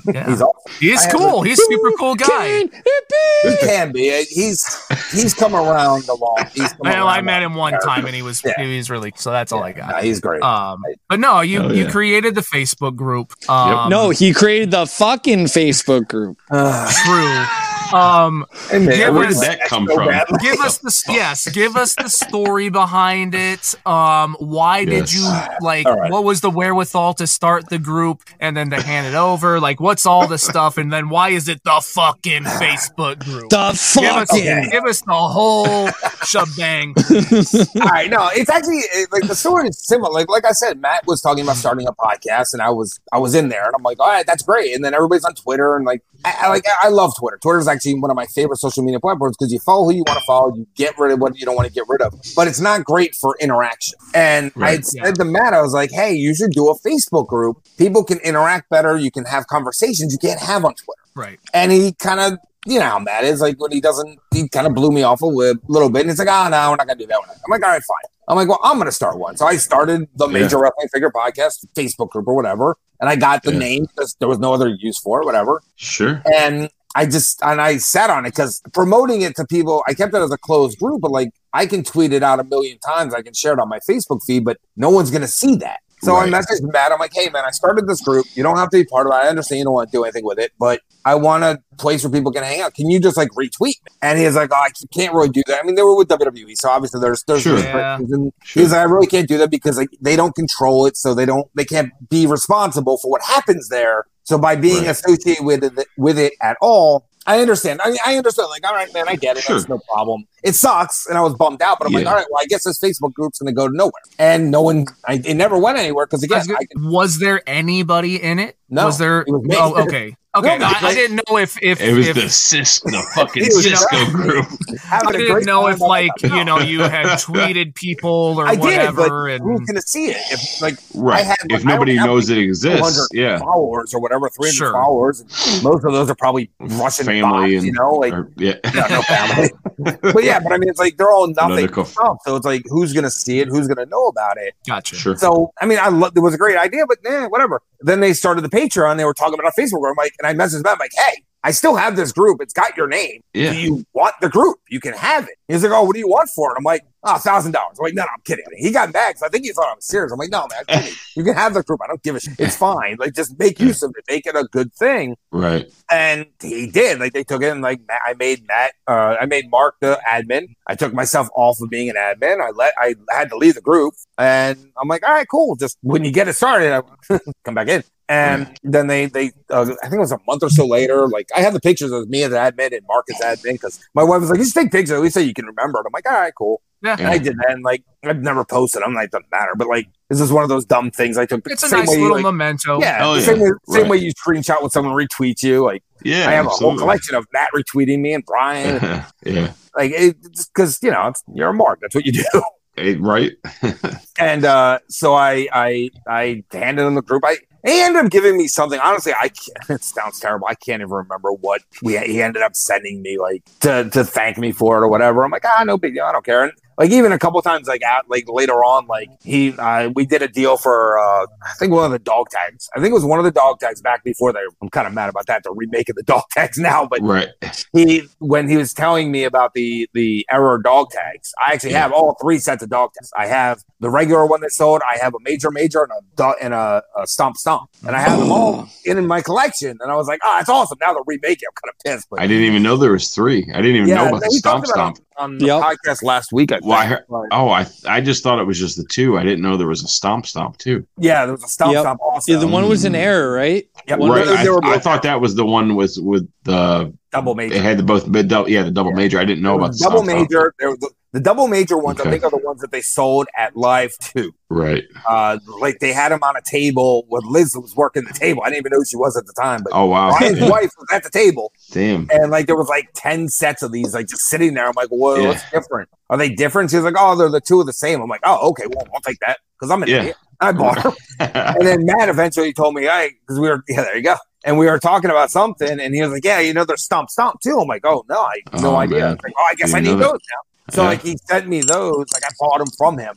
S2: Yeah.
S5: He's awesome.
S2: He's
S5: I have
S2: cool. He's a super cool guy.
S3: Can it
S5: He can be. He's he's come around the long. He's come
S2: Well,
S5: around
S2: I met him one time, and he was
S5: Yeah.
S2: he was really. So that's all I
S5: Nah,
S2: got.
S5: he's great.
S2: Um, but no, you
S4: Oh,
S2: you
S4: yeah.
S2: created the Facebook group. Um,
S3: be? No, he created the fucking Facebook group.
S5: Uh,
S2: true. Um,
S5: and
S2: Yeah,
S5: it
S2: where
S5: was
S2: did
S4: that come
S5: so
S4: from?
S5: bad.
S2: give us the yes give us the story behind it um why did
S4: Yes.
S2: you like
S5: All right.
S2: what was the wherewithal to start the group and then to hand it over like what's all the stuff and then why is it the fucking facebook group
S3: The
S2: give, us,
S3: fucking.
S2: give us the whole shebang
S5: All right, no, it's actually it, like the story is similar. Like, like I said, Matt was talking about starting a podcast, and I was I was in there, and I'm like, all right, that's great. And then everybody's on Twitter, and like, I, I like I love Twitter. Twitter is actually one of my favorite social media platforms because you follow who you want to follow, you get rid of what you don't want to get rid of. But it's not great for interaction. And I
S4: Right.
S5: had said to Matt, I was like, hey, you should do a Facebook group. People can interact better. You can have conversations you can't have on Twitter
S2: right
S5: and he kind of you know how Matt is like when he doesn't he kind of blew me off a li- little bit and it's like oh no we're not gonna do that one I'm like all right fine I'm like well I'm gonna start one so I started the
S4: Yeah.
S5: major wrestling figure podcast Facebook group or whatever and I got the
S4: Yeah.
S5: name because there was no other use for it whatever
S4: Sure.
S5: and I just and I sat on it because promoting it to people, I kept it as a closed group, but like I can tweet it out a million times, I can share it on my Facebook feed, but no one's gonna see that. So
S4: Right.
S5: I messaged Matt. I'm like, hey, man, I started this group. You don't have to be part of it. I understand you don't want to do anything with it, but I want a place where people can hang out. Can you just like retweet? me?" And he's like, oh, I can't really do that. I mean, they were with WWE, so obviously there's there's
S4: Sure.
S5: restrictions. And he's like, I really can't do that because like they don't control it, so they don't they can't be responsible for what happens there. So by being
S4: Right.
S5: associated with it, with it at all, I understand. I, I understand. Like, all right, man, I get it.
S4: Sure.
S5: That's no problem. It sucks, and I was bummed out, but I'm like,
S4: Yeah.
S5: all right, well, I guess this Facebook group's going to go to nowhere, and no one. I, it never went anywhere because again,
S2: was,
S5: I,
S2: was there anybody in it?
S5: No,
S2: Was there?
S5: it was me.
S2: oh, okay. Okay.
S5: No,
S2: I, I didn't know if if,
S4: It was
S2: if
S4: the sis, the fucking
S5: It was
S4: Cisco
S5: not-
S4: group.
S5: having
S2: I
S5: a
S2: didn't
S5: great
S2: know
S5: time
S2: if
S5: on my
S2: like you know you had tweeted people or
S5: I did,
S2: whatever,
S5: but who's
S2: and
S5: going to see it? If like
S4: Right.
S5: I had-
S4: if
S5: I
S4: nobody
S5: don't have
S4: knows it
S5: 400
S4: exists, yeah.
S5: followers or whatever, 300
S2: Sure.
S5: followers, most of those are probably Russian
S4: Family
S5: bots,
S4: and-
S5: you know, like
S4: Or- yeah.
S5: no, no family. but yeah, but I mean, it's like they're all nothing.
S4: Political.
S5: stuff. So it's like, who's going to see it? Who's going to know about it?
S2: gotcha.
S4: Sure.
S5: So I mean, I lo- it was a great idea, but nah, whatever. Then they started the Patreon. They were talking about a Facebook group, like, and I messaged them like, "Hey, I still have this group. It's got your name. Do
S4: Yeah.
S5: you want the group? You can have it." He's like, "Oh, what do you want for it?" I'm like, "Ah, thousand dollars." I'm like, "No, no, I'm kidding." He got mad 'cause I think he thought I was serious. I'm like, "No, man, I'm kidding. you can have the group. I don't give a shit. It's fine. Like, just make use of it. Make it a good thing."
S4: Right.
S5: and he did. Like they took it, and like Matt, I made Matt, uh, I made Mark the admin. I took myself off of being an admin. I let I had to leave the group, and I'm like, all right, cool. Just when you get it started, I come back in. And then they they uh, I think it was a month or so later. Like I had the pictures of me as admin and Mark as admin because my wife was like, just take pictures. At least so you can remember it. I'm like, all right, cool.
S2: Yeah.
S5: And I
S4: Mm.
S5: did that, and like I've never posted. I'm like, doesn't matter. But like this is one of those dumb things I took.
S2: It's a
S5: same
S2: nice
S5: way you,
S2: little
S5: like-
S2: memento.
S5: yeah,
S4: Oh,
S5: the
S4: yeah.
S5: same, way, same
S4: Right.
S5: way you screenshot when someone retweets you. Like
S4: Yeah.
S5: I have a whole
S4: absolutely.
S5: collection of Matt retweeting me and Brian.
S4: yeah.
S5: like, because you know, it's, you're a mark. That's what you do.
S4: Eh, right.
S5: And uh, so I, I, I handed him the group. I he ended up giving me something. Honestly, I can't, it sounds terrible. I can't even remember what we. He ended up sending me like to to thank me for it or whatever. I'm like, ah, no big deal. I don't care. And like even a couple times, like at like later on, like he, uh, we did a deal for uh, I think one of the dog tags. I think it was one of the dog tags back before they. I'm kind of mad about that. They're remaking the dog tags now, but
S4: Right.
S5: he when he was telling me about the the error dog tags i actually have all three sets of dog tags i have the regular one that sold i have a major major and a do- and a, a stomp stomp and i have them all
S4: Mm-hmm.
S5: in, in my collection and i was like oh that's awesome now they're remaking i'm kind of pissed but
S4: I didn't even know there was three. I didn't even know about the
S5: we
S4: stomp
S5: talked about
S4: stomp.
S5: it on the
S3: Yep.
S5: podcast last week I think.
S4: Well, I heard-
S5: But,
S4: Oh, I I just thought it was just the two. I didn't know there was a stomp stomp too.
S5: yeah there was a stomp
S3: Yep.
S5: stomp also
S3: Yeah, the one was an
S4: Mm.
S3: error, right?
S5: Yep.
S3: One-
S4: right.
S5: there- there were
S4: I, I
S5: both-
S4: thought that was the one with with the
S5: double major
S4: it had the both mid double yeah the double
S5: Yeah.
S4: major. I didn't know about the
S5: double
S4: stomp stomp.
S5: major there were the, the double major ones
S4: Okay.
S5: i think are the ones that they sold at live too
S4: Right.
S5: uh, like they had him on a table when Liz was working the table. I didn't even know who she was at the time, but
S4: Oh wow.
S5: Ryan's wife was at the table,
S4: Damn.
S5: and like there was like ten sets of these, like just sitting there. I'm like, well,
S4: Yeah.
S5: what's different? Are they different? She's like, oh, they're the two of the same. I'm like, oh, okay, well, I'll take that because I'm an
S4: Yeah.
S5: idiot. I bought them, and then Matt eventually told me, I because we were yeah, there you go, and we were talking about something, and he was like, yeah, you know, they're stomp stomp too. I'm like, oh no, I no
S4: Oh,
S5: idea.
S4: man.
S5: Like, oh, I guess
S4: You
S5: I
S4: know
S5: need
S4: that-
S5: those now. So
S4: Yeah.
S5: like he sent me those, like I bought them from him,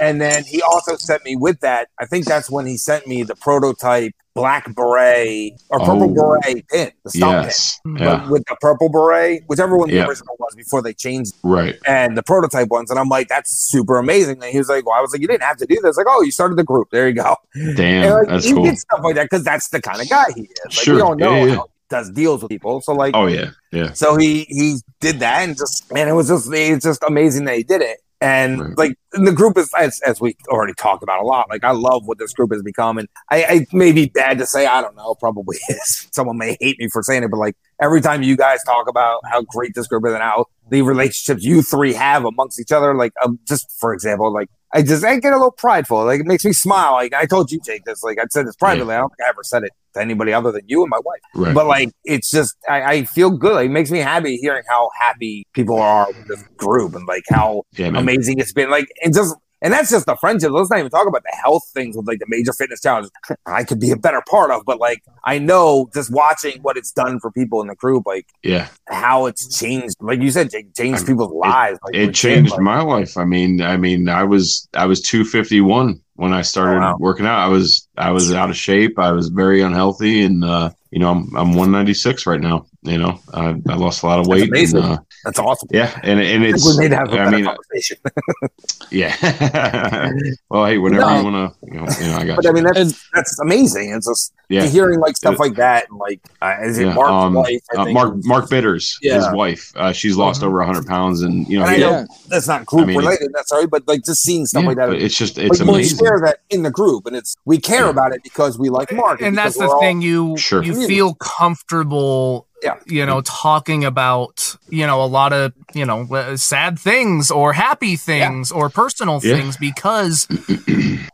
S5: and then he also sent me with that. I think that's when he sent me the prototype black beret or purple
S4: Oh.
S5: beret pin, the stomp
S4: yes.
S2: pin.
S5: pin,
S4: Yeah.
S5: with the purple beret, whichever one
S4: Yeah.
S5: the original was before they changed,
S4: Right.
S5: and the prototype ones. And I'm like, that's super amazing. And he was like, well, I was like, you didn't have to do this. Like, oh, you started the group. There you go. and
S4: Damn.
S5: like,
S4: That's
S5: he
S4: cool.
S5: did stuff like that because that's the kind of guy he is. Like,
S4: Sure.
S5: we all know
S4: Yeah, yeah, yeah.
S5: how he does deals with people. So like,
S4: Oh yeah. Yeah.
S5: so he he did that and just man, it was just it's just amazing that he did it. And
S4: Right.
S5: like and the group is as, as we already talked about a lot. Like I love what this group has become, and I, I may be bad to say I don't know, probably is. Someone may hate me for saying it, but like every time you guys talk about how great this group is and how the relationships you three have amongst each other, like um, just for example, like I just I get a little prideful. Like it makes me smile. Like I told you, Jake, this like I said this privately. I don't think I ever said it to anybody other than you and my wife
S4: Right.
S5: but like it's just I, I feel good like, it makes me happy hearing how happy people are with this group and like how
S4: yeah, man.
S5: amazing it's been like and just and that's just the friendship let's not even talk about the health things with like the major fitness challenge i could be a better part of but like i know just watching what it's done for people in the group like
S4: Yeah.
S5: how it's changed like you said Jake, changed
S4: I'm-
S5: people's lives like,
S4: It
S5: legit,
S4: changed
S5: like,
S4: my life. I mean, I mean, I was I was 251 when I started
S5: Oh, wow.
S4: working out. I was I was out of shape. I was very unhealthy and uh you know, I'm I'm 196 right now, you know. I, I lost a lot of weight and,
S5: amazing.
S4: uh,
S5: That's awesome.
S4: Yeah, and and
S5: I think
S4: it's
S5: we need to have a
S4: I
S5: better
S4: mean
S5: conversation.
S4: yeah. well, hey, whenever
S5: No.
S4: you want to, you know, you know, I got
S5: But
S4: you.
S5: I mean,
S3: And-
S5: that's, that's amazing. It's just
S4: yeah.
S5: hearing like stuff
S4: It-
S5: like that, and like uh, is it
S4: Yeah,
S5: Mark's
S4: um,
S5: wife? I
S4: Uh,
S5: think.
S4: Mark Mark Bitters, his
S5: Yeah. Mm-hmm.
S4: wife, uh, she's lost over 100 pounds, and you know,
S5: And I
S4: he-
S5: know
S3: Yeah.
S5: that's not group
S4: I mean,
S5: related necessarily, but like just seeing stuff
S4: yeah,
S5: like that.
S4: but it's just it's
S5: like,
S4: amazing.
S5: We share that in the group, and it's we care
S4: Yeah.
S5: about it because we like Mark,
S2: and that's
S5: because
S2: the
S5: we're all-
S2: thing you
S4: Sure.
S2: you feel comfortable
S5: Yeah.
S2: you know talking about you know a lot of you know uh, sad things or happy things or personal
S4: Yeah.
S2: things because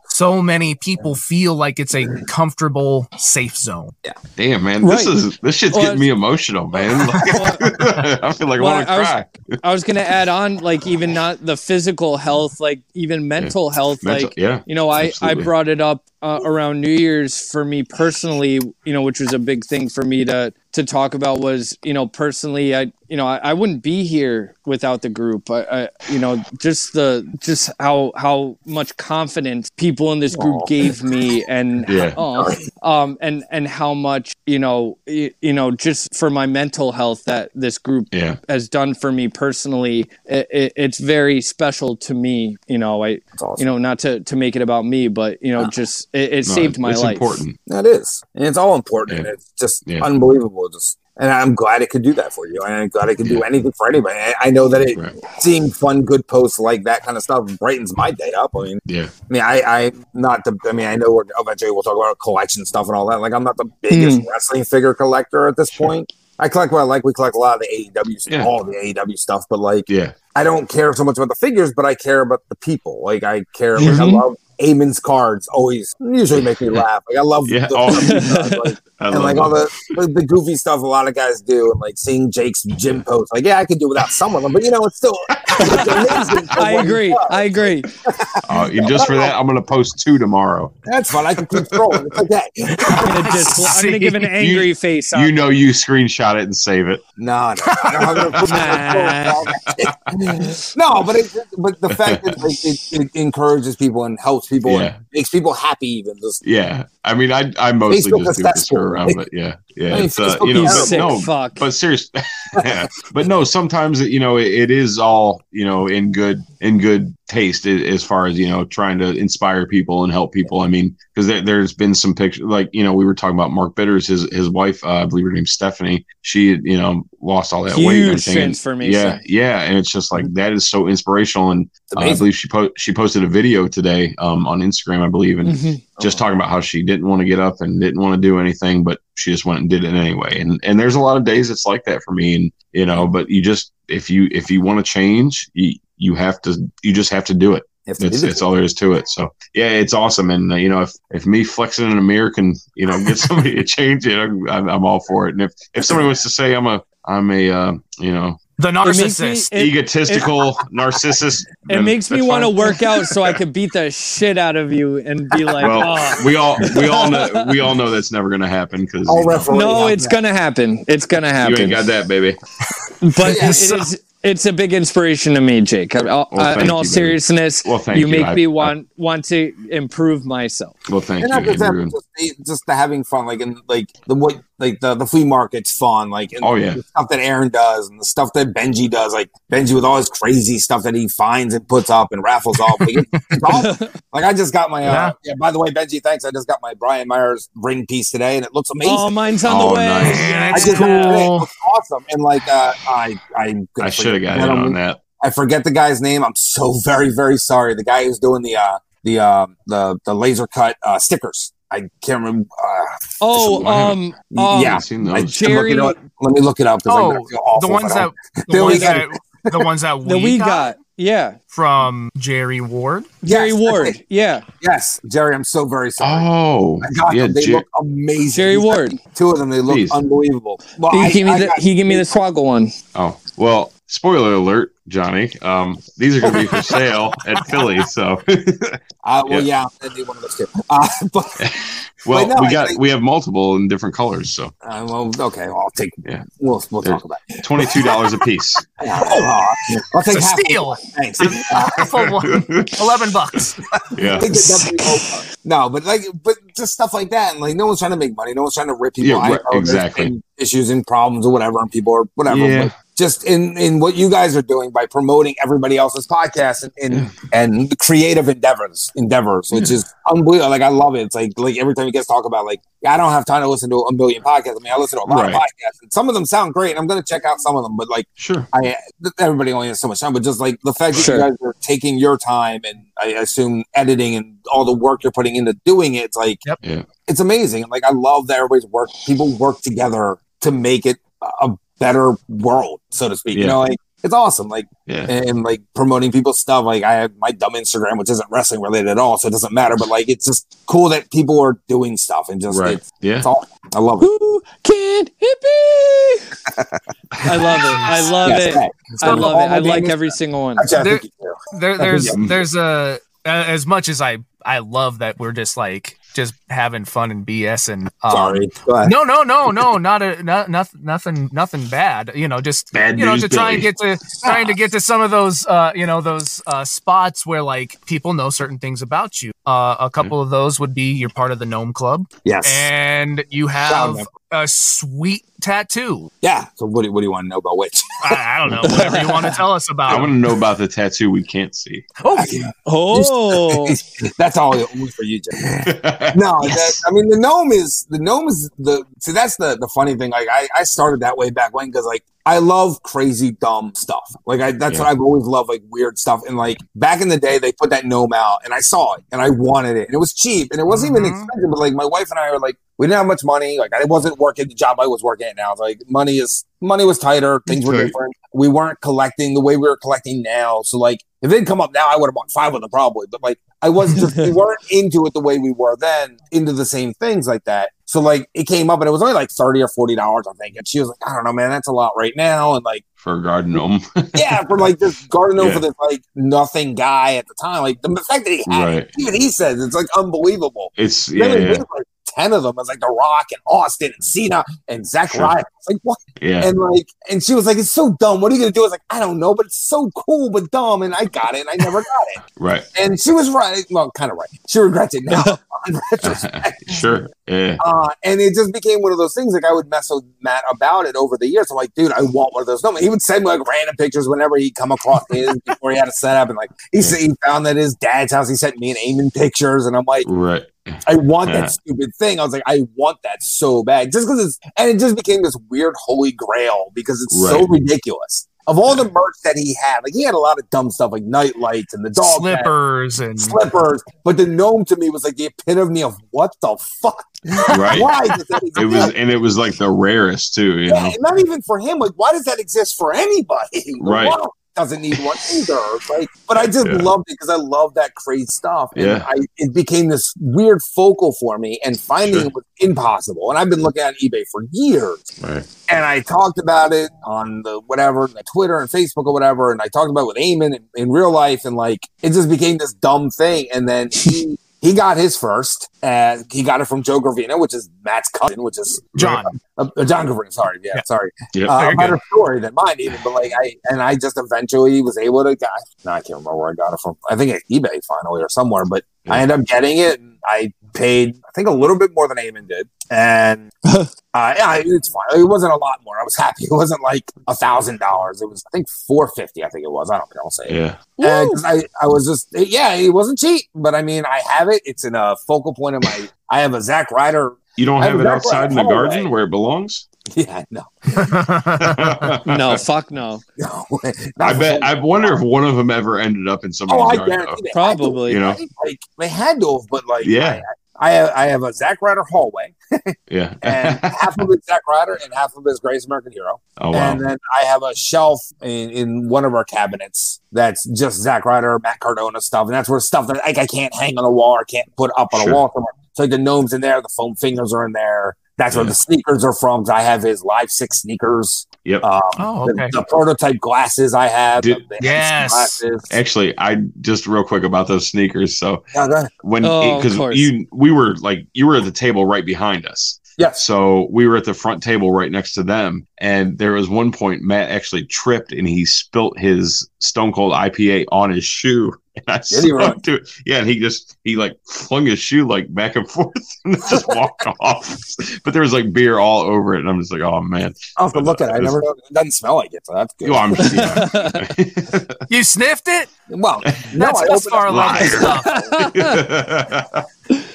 S2: so many people feel like it's a comfortable safe zone
S4: Damn, man, this
S3: Right.
S4: is this shit's
S3: Well,
S4: getting me emotional, man. Like, I feel like
S3: Well,
S4: I want to
S3: I was-
S4: cry.
S3: I was gonna add on, like even not the physical health, like even mental health,
S4: Mental-
S3: like
S4: yeah,
S3: you know, I
S4: Absolutely.
S3: I brought it up uh, around New Year's for me personally, you know, which was a big thing for me to to talk about was you know personally, I you know I, I wouldn't be here without the group. I, I you know just the just how how much confidence people in this group
S5: Aw.
S3: gave me and
S4: yeah,
S3: Oh, um, and and how much you know, you, you know, just for my mental health that this group
S4: yeah.
S3: has done for me personally it, it, it's very special to me you know i
S5: It's awesome.
S3: you know not to to make it about me but you know just it, it
S4: Ah. No,
S3: saved my
S4: it's
S3: life
S4: important.
S5: That is, and it's all important.
S4: Yeah.
S5: and It's just
S4: Yeah.
S5: unbelievable. Just, and I'm glad it could do that for you. And I'm glad it could do anything for anybody. I, I know that it
S4: Right.
S5: seeing fun, good posts like that kind of stuff brightens my day up. I mean,
S4: Yeah,
S5: I mean, I, I not the. I mean, I know we're eventually we'll talk about collection stuff and all that. Like, I'm not the biggest
S4: Hmm.
S5: wrestling figure collector at this point. I collect what I like. We collect a lot of the AEW, stuff,
S4: Yeah.
S5: all the AEW stuff, but like,
S4: yeah,
S5: I don't care so much about the figures, but I care about the people. Like I care.
S3: Mhm.
S5: Like,
S4: Mm-hmm.
S5: I love Eamon's cards. Always usually make me laugh. Like I love
S4: Yeah,
S5: the,
S4: oh.
S5: like,
S4: I
S5: and
S4: love
S5: like
S4: it.
S5: all the, the the goofy stuff a lot of guys do, and like seeing Jake's gym posts. Like yeah, I could do without some of them, but you know it's still. It's amazing for
S3: i
S5: what he
S3: agree
S5: does.
S3: i agree
S4: Uh, and just for that, I'm gonna post two tomorrow.
S5: That's fun. I can keep scrolling. It's like that.
S3: i'm gonna, dis- I'm gonna give an angry face on
S4: You know, you screenshot it and save it.
S5: No, no, I don't have no- no, but it, but the fact that like, it, it encourages people and helps people
S4: Yeah. Uh,
S5: and makes people happy, even just
S4: Yeah, I mean, I I mostly
S5: Facebook
S4: just
S5: is
S4: do it to
S5: cesspool.
S4: screw around, but yeah, yeah,
S5: I mean,
S4: it's uh,
S5: Facebook
S4: you know,
S5: is
S4: but
S3: sick
S4: no,
S3: fuck
S4: but serious, yeah. but no. Sometimes you know it, it is all you know in good in good taste a- as far as you know trying to inspire people and help people. I mean, because there, there's been some pictures like you know we were talking about Mark Bitters, his his wife, uh, I believe her name's Stephanie. She you know lost all that weight, and
S3: huge
S4: everything. And-
S3: transformation
S4: Yeah, yeah, and it's just like that is so inspirational. And
S5: it's
S4: uh, I
S5: amazing.
S4: believe she po- she posted a video today um, on Instagram, I believe, and
S3: Mhm.
S4: just talking about how she didn't want to get up and didn't want to do anything, but she just went and did it anyway. And and there's a lot of days it's like that for me. And you know, but you just if you if you want to change, you you have to you just have to do it.
S5: You have to do
S4: It's
S5: this.
S4: it's all there is to it. So yeah, it's awesome. And uh, you know, if if me flexing in a mirror can you know get somebody to change it, I'm, I'm I'm all for it. And if if somebody wants to say I'm a I'm a uh, you know
S2: the
S3: It makes me-
S2: narcissist
S3: it-
S4: egotistical narcissist,
S3: it
S4: then
S3: makes me
S4: that's
S3: want to
S4: fine.
S3: work out so I could beat the shit out of you and be like, "Oh,
S4: Well, we all we all know we all know that's never going to happen because
S5: All
S4: you, know,
S5: referee
S3: oh, no,
S5: has
S3: it's
S5: that.
S3: gonna happen. It's gonna
S4: you ain't
S3: happen.
S4: got that, baby.
S3: but
S5: Yeah,
S3: it
S2: so-
S3: is it's a big inspiration to me jake I, I,
S4: Well, thank
S3: in all
S4: you, baby.
S3: seriousness
S4: Well, thank
S3: you
S4: you.
S3: make
S4: I-
S3: me want want to improve myself
S4: Well, thank
S5: and
S4: you,
S5: not just
S4: Andrew.
S5: that, but just, the- just the having fun, like and like the what, like the, the flea market's fun, like and
S4: Oh, yeah.
S5: the stuff that Aaron does and the stuff that Benji does, like Benji with all his crazy stuff that he finds and puts up and raffles off. Like, it's awesome. Like, I just got my, uh,
S2: Yeah.
S5: yeah. By the way, Benji, thanks. I just got my Brian Myers ring piece today, and it looks amazing.
S3: oh mine's on
S4: Oh,
S3: the way
S4: nice.
S5: I
S2: That's
S5: just got it today. It
S2: cool.
S5: looks awesome, and like uh, I, I'm gonna
S4: I should have got
S5: forget-
S4: in
S5: I don't-
S4: on that.
S5: I forget the guy's name. I'm so very, very sorry. The guy who's doing the uh, the uh, the the laser cut uh, stickers. I can't remember. Uh,
S3: oh
S4: Why
S3: um, um
S4: I
S5: Yeah.
S4: haven't seen those.
S5: I
S3: should look it
S5: Jerry,
S3: up.
S5: let me look it up because I'm
S2: oh
S5: gonna feel awful.
S2: the
S5: if I
S2: ones that
S5: don't.
S2: the
S5: Billy
S2: ones that
S5: got
S2: the ones that
S3: that we got yeah
S2: from jerry ward
S3: jerry
S5: Yes, that's
S3: ward
S5: it.
S3: yeah
S5: Yes, Jerry, I'm so very sorry.
S4: Oh,
S5: I got
S4: yeah,
S5: them. They
S4: Jer-
S5: look amazing.
S3: jerry
S5: He's got
S3: ward
S5: Two of them. They look
S4: Jeez.
S5: unbelievable. Well,
S3: he
S5: I-
S3: gave me
S5: I
S3: the
S5: got-
S3: he gave me the swaggle one
S4: oh, well. Spoiler alert, Johnny. Um, these are going to be for sale at Philly. So,
S5: uh, well, yeah, I need one of those too. Uh, but
S4: well,
S5: Wait, no,
S4: we
S5: I
S4: got
S5: think-
S4: we have multiple in different colors. So,
S5: uh, well, okay, well, I'll take.
S4: Yeah.
S5: We'll we'll talk about it.
S4: twenty two dollars a piece.
S5: Yeah, uh, I'll take
S2: It's a
S5: half of
S2: steal.
S5: one. Thanks.
S2: for one, 11 bucks
S4: Yeah,
S5: Take the WO. no, but like, but just stuff like that, and like, no one's trying to make money. No one's trying to rip people.
S4: Yeah,
S5: I
S4: right,
S5: know there's
S4: exactly.
S5: been Issues and problems or whatever, and people are whatever.
S4: Yeah.
S5: but just in in what you guys are doing by promoting everybody else's podcast and and, and creative endeavors endeavors, which is unbelievable. Like I love it. It's like like every time you guys talk about like I don't have time to listen to a million podcasts. I mean, I listen to a lot of
S4: Right.
S5: podcasts, and some of them sound great. and I'm going to check out some of them, but like
S4: Sure.
S5: I th- everybody only has so much time, but just like the fact that
S3: Sure.
S5: you guys are taking your time and I assume editing and all the work you're putting into doing it, it's like
S2: Yep.
S4: Yeah.
S5: it's amazing. And like I love that everybody's work. People work together to make it a better world, so to speak. You
S4: Yeah.
S5: know, like it's awesome. Like
S4: Yeah.
S5: and like promoting people's stuff. Like I have my dumb Instagram, which isn't wrestling related at all, so it doesn't matter. But like it's just cool that people are doing stuff and just
S4: Right.
S5: it's,
S4: Yeah.
S5: it's all I love it.
S3: Who can it be? I love it. I love
S5: Yes,
S3: it.
S5: right.
S3: I
S5: So
S3: love
S5: all
S3: it. I
S5: the
S3: like
S5: names-
S3: every single one.
S5: Actually, I
S2: There-
S5: think you do.
S2: there, there's
S5: Yeah.
S2: there's a as much as I I love that we're just like just having fun and BS and um,
S5: Sorry. Go ahead.
S2: No, no, no, no, not a not, noth- nothing, nothing bad. You know, just
S4: Bad
S2: you know
S4: news,
S2: to try and
S4: Billy.
S2: get to trying to get to some of those uh, you know those uh, spots where like people know certain things about you. Uh, a couple of those would be you're part of the Gnome Club
S5: Yes.
S2: and you
S5: Proud
S2: have
S5: member.
S2: a sweet tattoo.
S5: Yeah. So what do, what do you want to know about which?
S2: I, I don't know whatever you want to tell us
S4: I
S2: about.
S4: want to know about the tattoo we can't see.
S2: Oh,
S3: Oh,
S5: That's all only for you, Jay. No, that, I mean the gnome is the gnome is the see that's the the funny thing. Like I, I started that way back when because like I love crazy dumb stuff. Like I that's what I've always loved, like weird stuff. And like back in the day, they put that gnome out, and I saw it, and I wanted it, and it was cheap, and it wasn't
S2: Mhm.
S5: even expensive. But like my wife and I were like, we didn't have much money. Like I wasn't working the job I was working at now. It's like money is money was tighter, things were
S4: Right.
S5: different. We weren't collecting the way we were collecting now. So like if they'd come up now, I would have bought five of them probably. But like I was just we weren't into it the way we were then, into the same things like that. So like it came up and it was only like thirty or forty dollars, I think. And she was like, I don't know, man, that's a lot right now. And like
S4: For a garden gnome.
S5: yeah, for like this garden
S4: Yeah.
S5: over this like nothing guy at the time. Like the fact that he had
S4: Right.
S5: it, even he says it's like unbelievable.
S4: It's
S5: Then
S4: yeah,
S5: they
S4: yeah,
S5: did, like ten of them. It's like The Rock and Austin and Cena and Zach
S4: Sure.
S5: Ryder. It's like what?
S4: yeah.
S5: And like, and she was like, "It's so dumb. What are you gonna do?" I was like, "I don't know, but it's so cool, but dumb." And I got it. and I never got it.
S4: Right.
S5: And she was right. Well, kind of right. She regrets it now. in retrospect.
S4: sure. Yeah.
S5: Uh, and it just became one of those things. Like I would mess with Matt about it over the years. I'm like, dude, I want one of those. No, he would send me like random pictures whenever he come across his before he had a setup. And like he said, he found that his dad's house. He sent me and Eamon pictures, and I'm like,
S4: Right.
S5: I want
S4: Yeah.
S5: that stupid thing. I was like, I want that so bad. Just because it's, and it just became this weird holy grail because it's so
S4: Right.
S5: ridiculous. Of all the merch that he had, like he had a lot of dumb stuff like night lights and the dog tag,
S2: slippers and
S5: slippers. But the gnome to me was like the epitome of what the fuck?
S4: Right.
S5: Why does that exist?
S4: It was and it was like the rarest too, you
S5: yeah,
S4: know.
S5: and not even for him. Like, why does that exist for anybody? The
S4: Right.
S5: world doesn't need one either. Like, but I just
S4: Yeah.
S5: loved it because I love that crazy stuff. And
S4: Yeah.
S5: I, it became this weird focal for me, and finding
S4: Sure.
S5: it was impossible. And I've been looking at eBay for years.
S4: Right.
S5: And I talked about it on the whatever, the Twitter and Facebook or whatever. And I talked about it with Eamon in, in real life. And like, it just became this dumb thing. And then he, he got his first. Uh, he got it from Joe Gravina, which is Matt's cousin, which is
S2: John.
S5: uh, uh, John Gavrin, sorry, yeah,
S2: Yeah.
S5: sorry.
S4: Yeah.
S5: Uh, a
S2: Very
S5: better story than mine, even. But like, I and I just eventually was able to. Got, no, I can't remember where I got it from. I think at eBay finally or somewhere. But I
S4: Yeah.
S5: ended up getting it. And I paid, I think, a little bit more than Eamon did, and uh, yeah, it's fine. It wasn't a lot more. I was happy. It wasn't like a thousand dollars. It was, I think, four fifty. I think it was. I don't know. I'll say. it.
S4: Yeah.
S5: Uh, 'cause I, I was just yeah, it wasn't cheap, but I mean I have it. It's in a focal point of my I have a Zach Ryder.
S4: You don't
S5: I
S4: have
S5: was
S4: it
S5: up
S4: outside in the
S5: right hallway.
S4: garden where it belongs?
S5: Yeah, I know.
S3: no, fuck no.
S5: No,
S4: I bet. I wonder if one of them ever ended up in
S5: Oh,
S4: somebody's
S5: I
S4: yard. though.
S5: guarantee they
S3: Probably.
S5: had to,
S4: You know?
S5: right? like they had to have, but like
S4: Yeah.
S5: I, I have I have a Zack Ryder hallway, and
S4: Yeah.
S5: half of it's Zack Ryder, and half of it's Greatest American Hero,
S4: oh wow.
S5: and then I have a shelf in, in one of our cabinets that's just Zack Ryder, Matt Cardona stuff, and that's where stuff that like I can't hang on the wall or can't put up on
S4: Sure.
S5: a wall. somewhere. So like the gnomes in there, the foam fingers are in there. That's where
S4: Yeah.
S5: the sneakers are from. 'cause I have his live six sneakers.
S4: Yep.
S5: Um,
S2: Oh,
S5: the,
S2: okay.
S5: the prototype glasses I have.
S4: Did-
S5: the- the
S2: Yes.
S5: glasses.
S4: Actually, I just real quick about those sneakers. So
S5: Yeah, go ahead.
S4: when
S3: Oh, of
S4: because
S3: course.
S4: you we were like you were at the table right behind us
S5: Yes.
S4: So we were at the front table right next to them. And there was one point Matt actually tripped and he spilt his Stone Cold IPA on his shoe. And I
S5: Did he
S4: saw
S5: really?
S4: him do it. Yeah, and he just he like flung his shoe like back and forth and just walked off. But there was like beer all over it, and I'm just like, oh man.
S5: I'll have to look at it. I never. It doesn't smell like it, so that's good.
S4: Well, I'm, yeah.
S2: You sniffed it?
S5: Well, no,
S2: That's
S5: I
S2: Gus
S5: opened
S2: Far
S5: it-
S2: level stuff.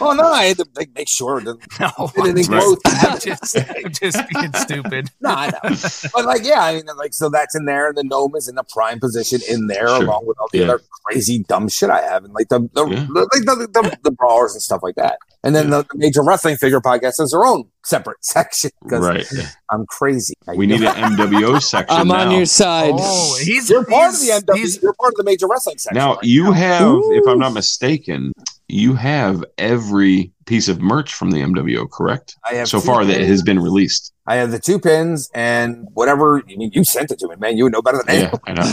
S5: Oh no, I had to make, make sure it doesn't
S2: No,
S5: fit anything
S4: Right.
S5: close.
S2: I'm just, I'm just being stupid.
S5: No, I know. But like, yeah, I mean, like, so that's in there, and the gnome is in the prime position in there,
S4: Sure.
S5: along with all the
S4: Yeah.
S5: other crazy dumb shit I have, and like the, the,
S4: Yeah.
S5: the like the, the, the brawlers and stuff like that. And then the, the major wrestling figure podcast has their own separate section because
S4: right.
S5: I'm crazy. I
S4: We
S5: know.
S4: need an MWO section.
S3: I'm
S4: now.
S3: on your side.
S2: Oh, he's
S5: You're part of the
S2: he's-
S5: MW.
S2: he's-
S5: You're part of the major wrestling section.
S4: Now
S5: right
S4: you have, if I'm not
S3: Ooh.
S4: mistaken, you have every piece of merch from the MWO, correct?
S5: I have
S4: So
S5: two
S4: far that
S5: pins.
S4: has been released.
S5: I have the two pins and whatever. I mean, you sent it to me, man. You would know better than anyone.
S4: Yeah, I know.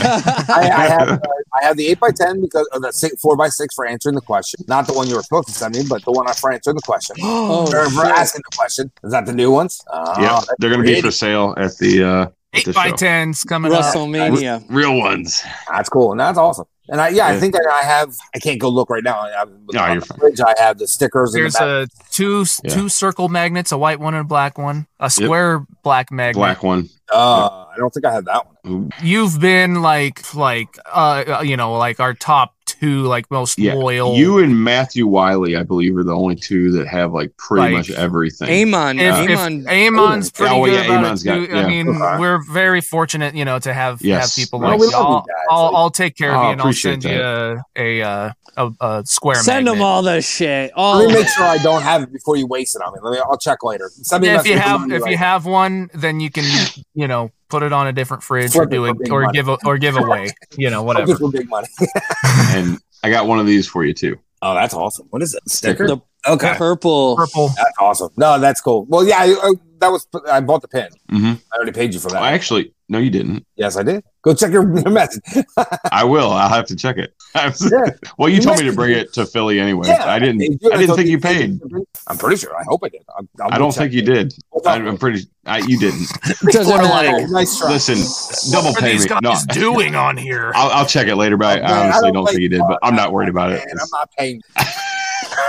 S5: I, I have uh, I have the eight by ten because of the six, four by six for answering the question. Not the one you were supposed to send me, but the one I for answering the question.
S3: Oh,
S5: Or for
S3: shit.
S5: asking the question. Is that the new ones? Oh,
S4: yeah,
S5: that's
S4: they're going to be for
S5: creative.
S4: sale at the uh,
S2: eight
S4: the
S2: by
S4: show.
S2: tens coming up.
S3: WrestleMania.
S4: real ones.
S5: That's cool, and that's awesome. And I, yeah, I
S4: Yeah.
S5: think I, I have. I can't go look right now. I, I, on
S4: you're
S5: the
S4: fine.
S5: fridge, I have the stickers. and
S2: There's
S5: the
S2: a two
S4: Yeah.
S2: two circle magnets, a white one and a black one, a square black magnet.
S4: Black one.
S5: a. Uh, I don't think I have that one.
S4: Ooh,
S2: You've been like like uh you know like our top two like most
S4: Yeah.
S2: loyal.
S4: You and Matthew Wiley, I believe, are the only two that have like pretty
S2: Like,
S4: much everything.
S3: Amon.
S2: if, if
S3: Amon.
S2: Amon's pretty
S4: Oh,
S2: good
S4: yeah,
S2: about
S4: Amon's
S2: it
S4: got-
S2: too.
S4: yeah.
S2: I mean,
S5: Okay.
S2: we're very fortunate, you know, to have
S4: Yes,
S2: have people
S4: right.
S2: like
S5: We
S2: you.
S5: love you
S2: I'll,
S5: guys,
S2: I'll,
S5: like-
S2: I'll take care of
S4: Oh,
S2: you and I'll
S4: appreciate
S2: send you a a, uh, a a square.
S3: Send
S2: magnet.
S3: them all the shit. Oh, All
S2: Oh.
S5: Let me
S3: of
S5: make
S3: it.
S5: sure I don't have it before you waste it on me. Let me. I'll check later. Send me a
S2: Yeah, if you
S5: message
S2: have
S5: later.
S2: if you have one, then you can you know put it on a different fridge or
S5: Flip it
S2: do
S5: for
S2: it
S5: big
S2: or
S5: money.
S2: give a, or give away. You know
S5: I'll
S2: whatever.
S5: give you big money.
S4: And I got one of these for you too.
S5: Oh, that's awesome. What is it? Sticker.
S3: The
S5: okay.
S3: purple.
S2: Purple.
S5: That's awesome. No, that's cool. Well, yeah, I, I, that was I bought the pin.
S4: hmm
S5: I already paid you for that.
S4: I actually, no, you didn't.
S5: yes, I did. Go check your, your message.
S4: I will. I'll have to check it. I was-
S5: Yeah.
S4: well, you
S5: You
S4: told me
S5: messaged
S4: to bring
S5: me.
S4: it to Philly anyway.
S5: Yeah,
S4: I didn't.
S5: paid
S4: I didn't
S5: told
S4: think you paid.
S5: I'm pretty sure. I hope I did. I'm, I'll
S4: I
S5: go
S4: don't
S5: check.
S4: think you did.
S5: We'll talk
S4: I'm
S5: about
S4: pretty. I, you didn't.
S5: it.
S3: Doesn't matter.
S5: Nice try.
S4: Listen, double
S2: What are these
S4: payment.
S2: guys
S4: No,
S2: doing on here?
S4: I'll, I'll check it later. But I,
S5: Oh, Man,
S4: I honestly
S5: I
S4: don't,
S5: don't
S4: think you did. But I'm not worried about it.
S5: Man, I'm not paying.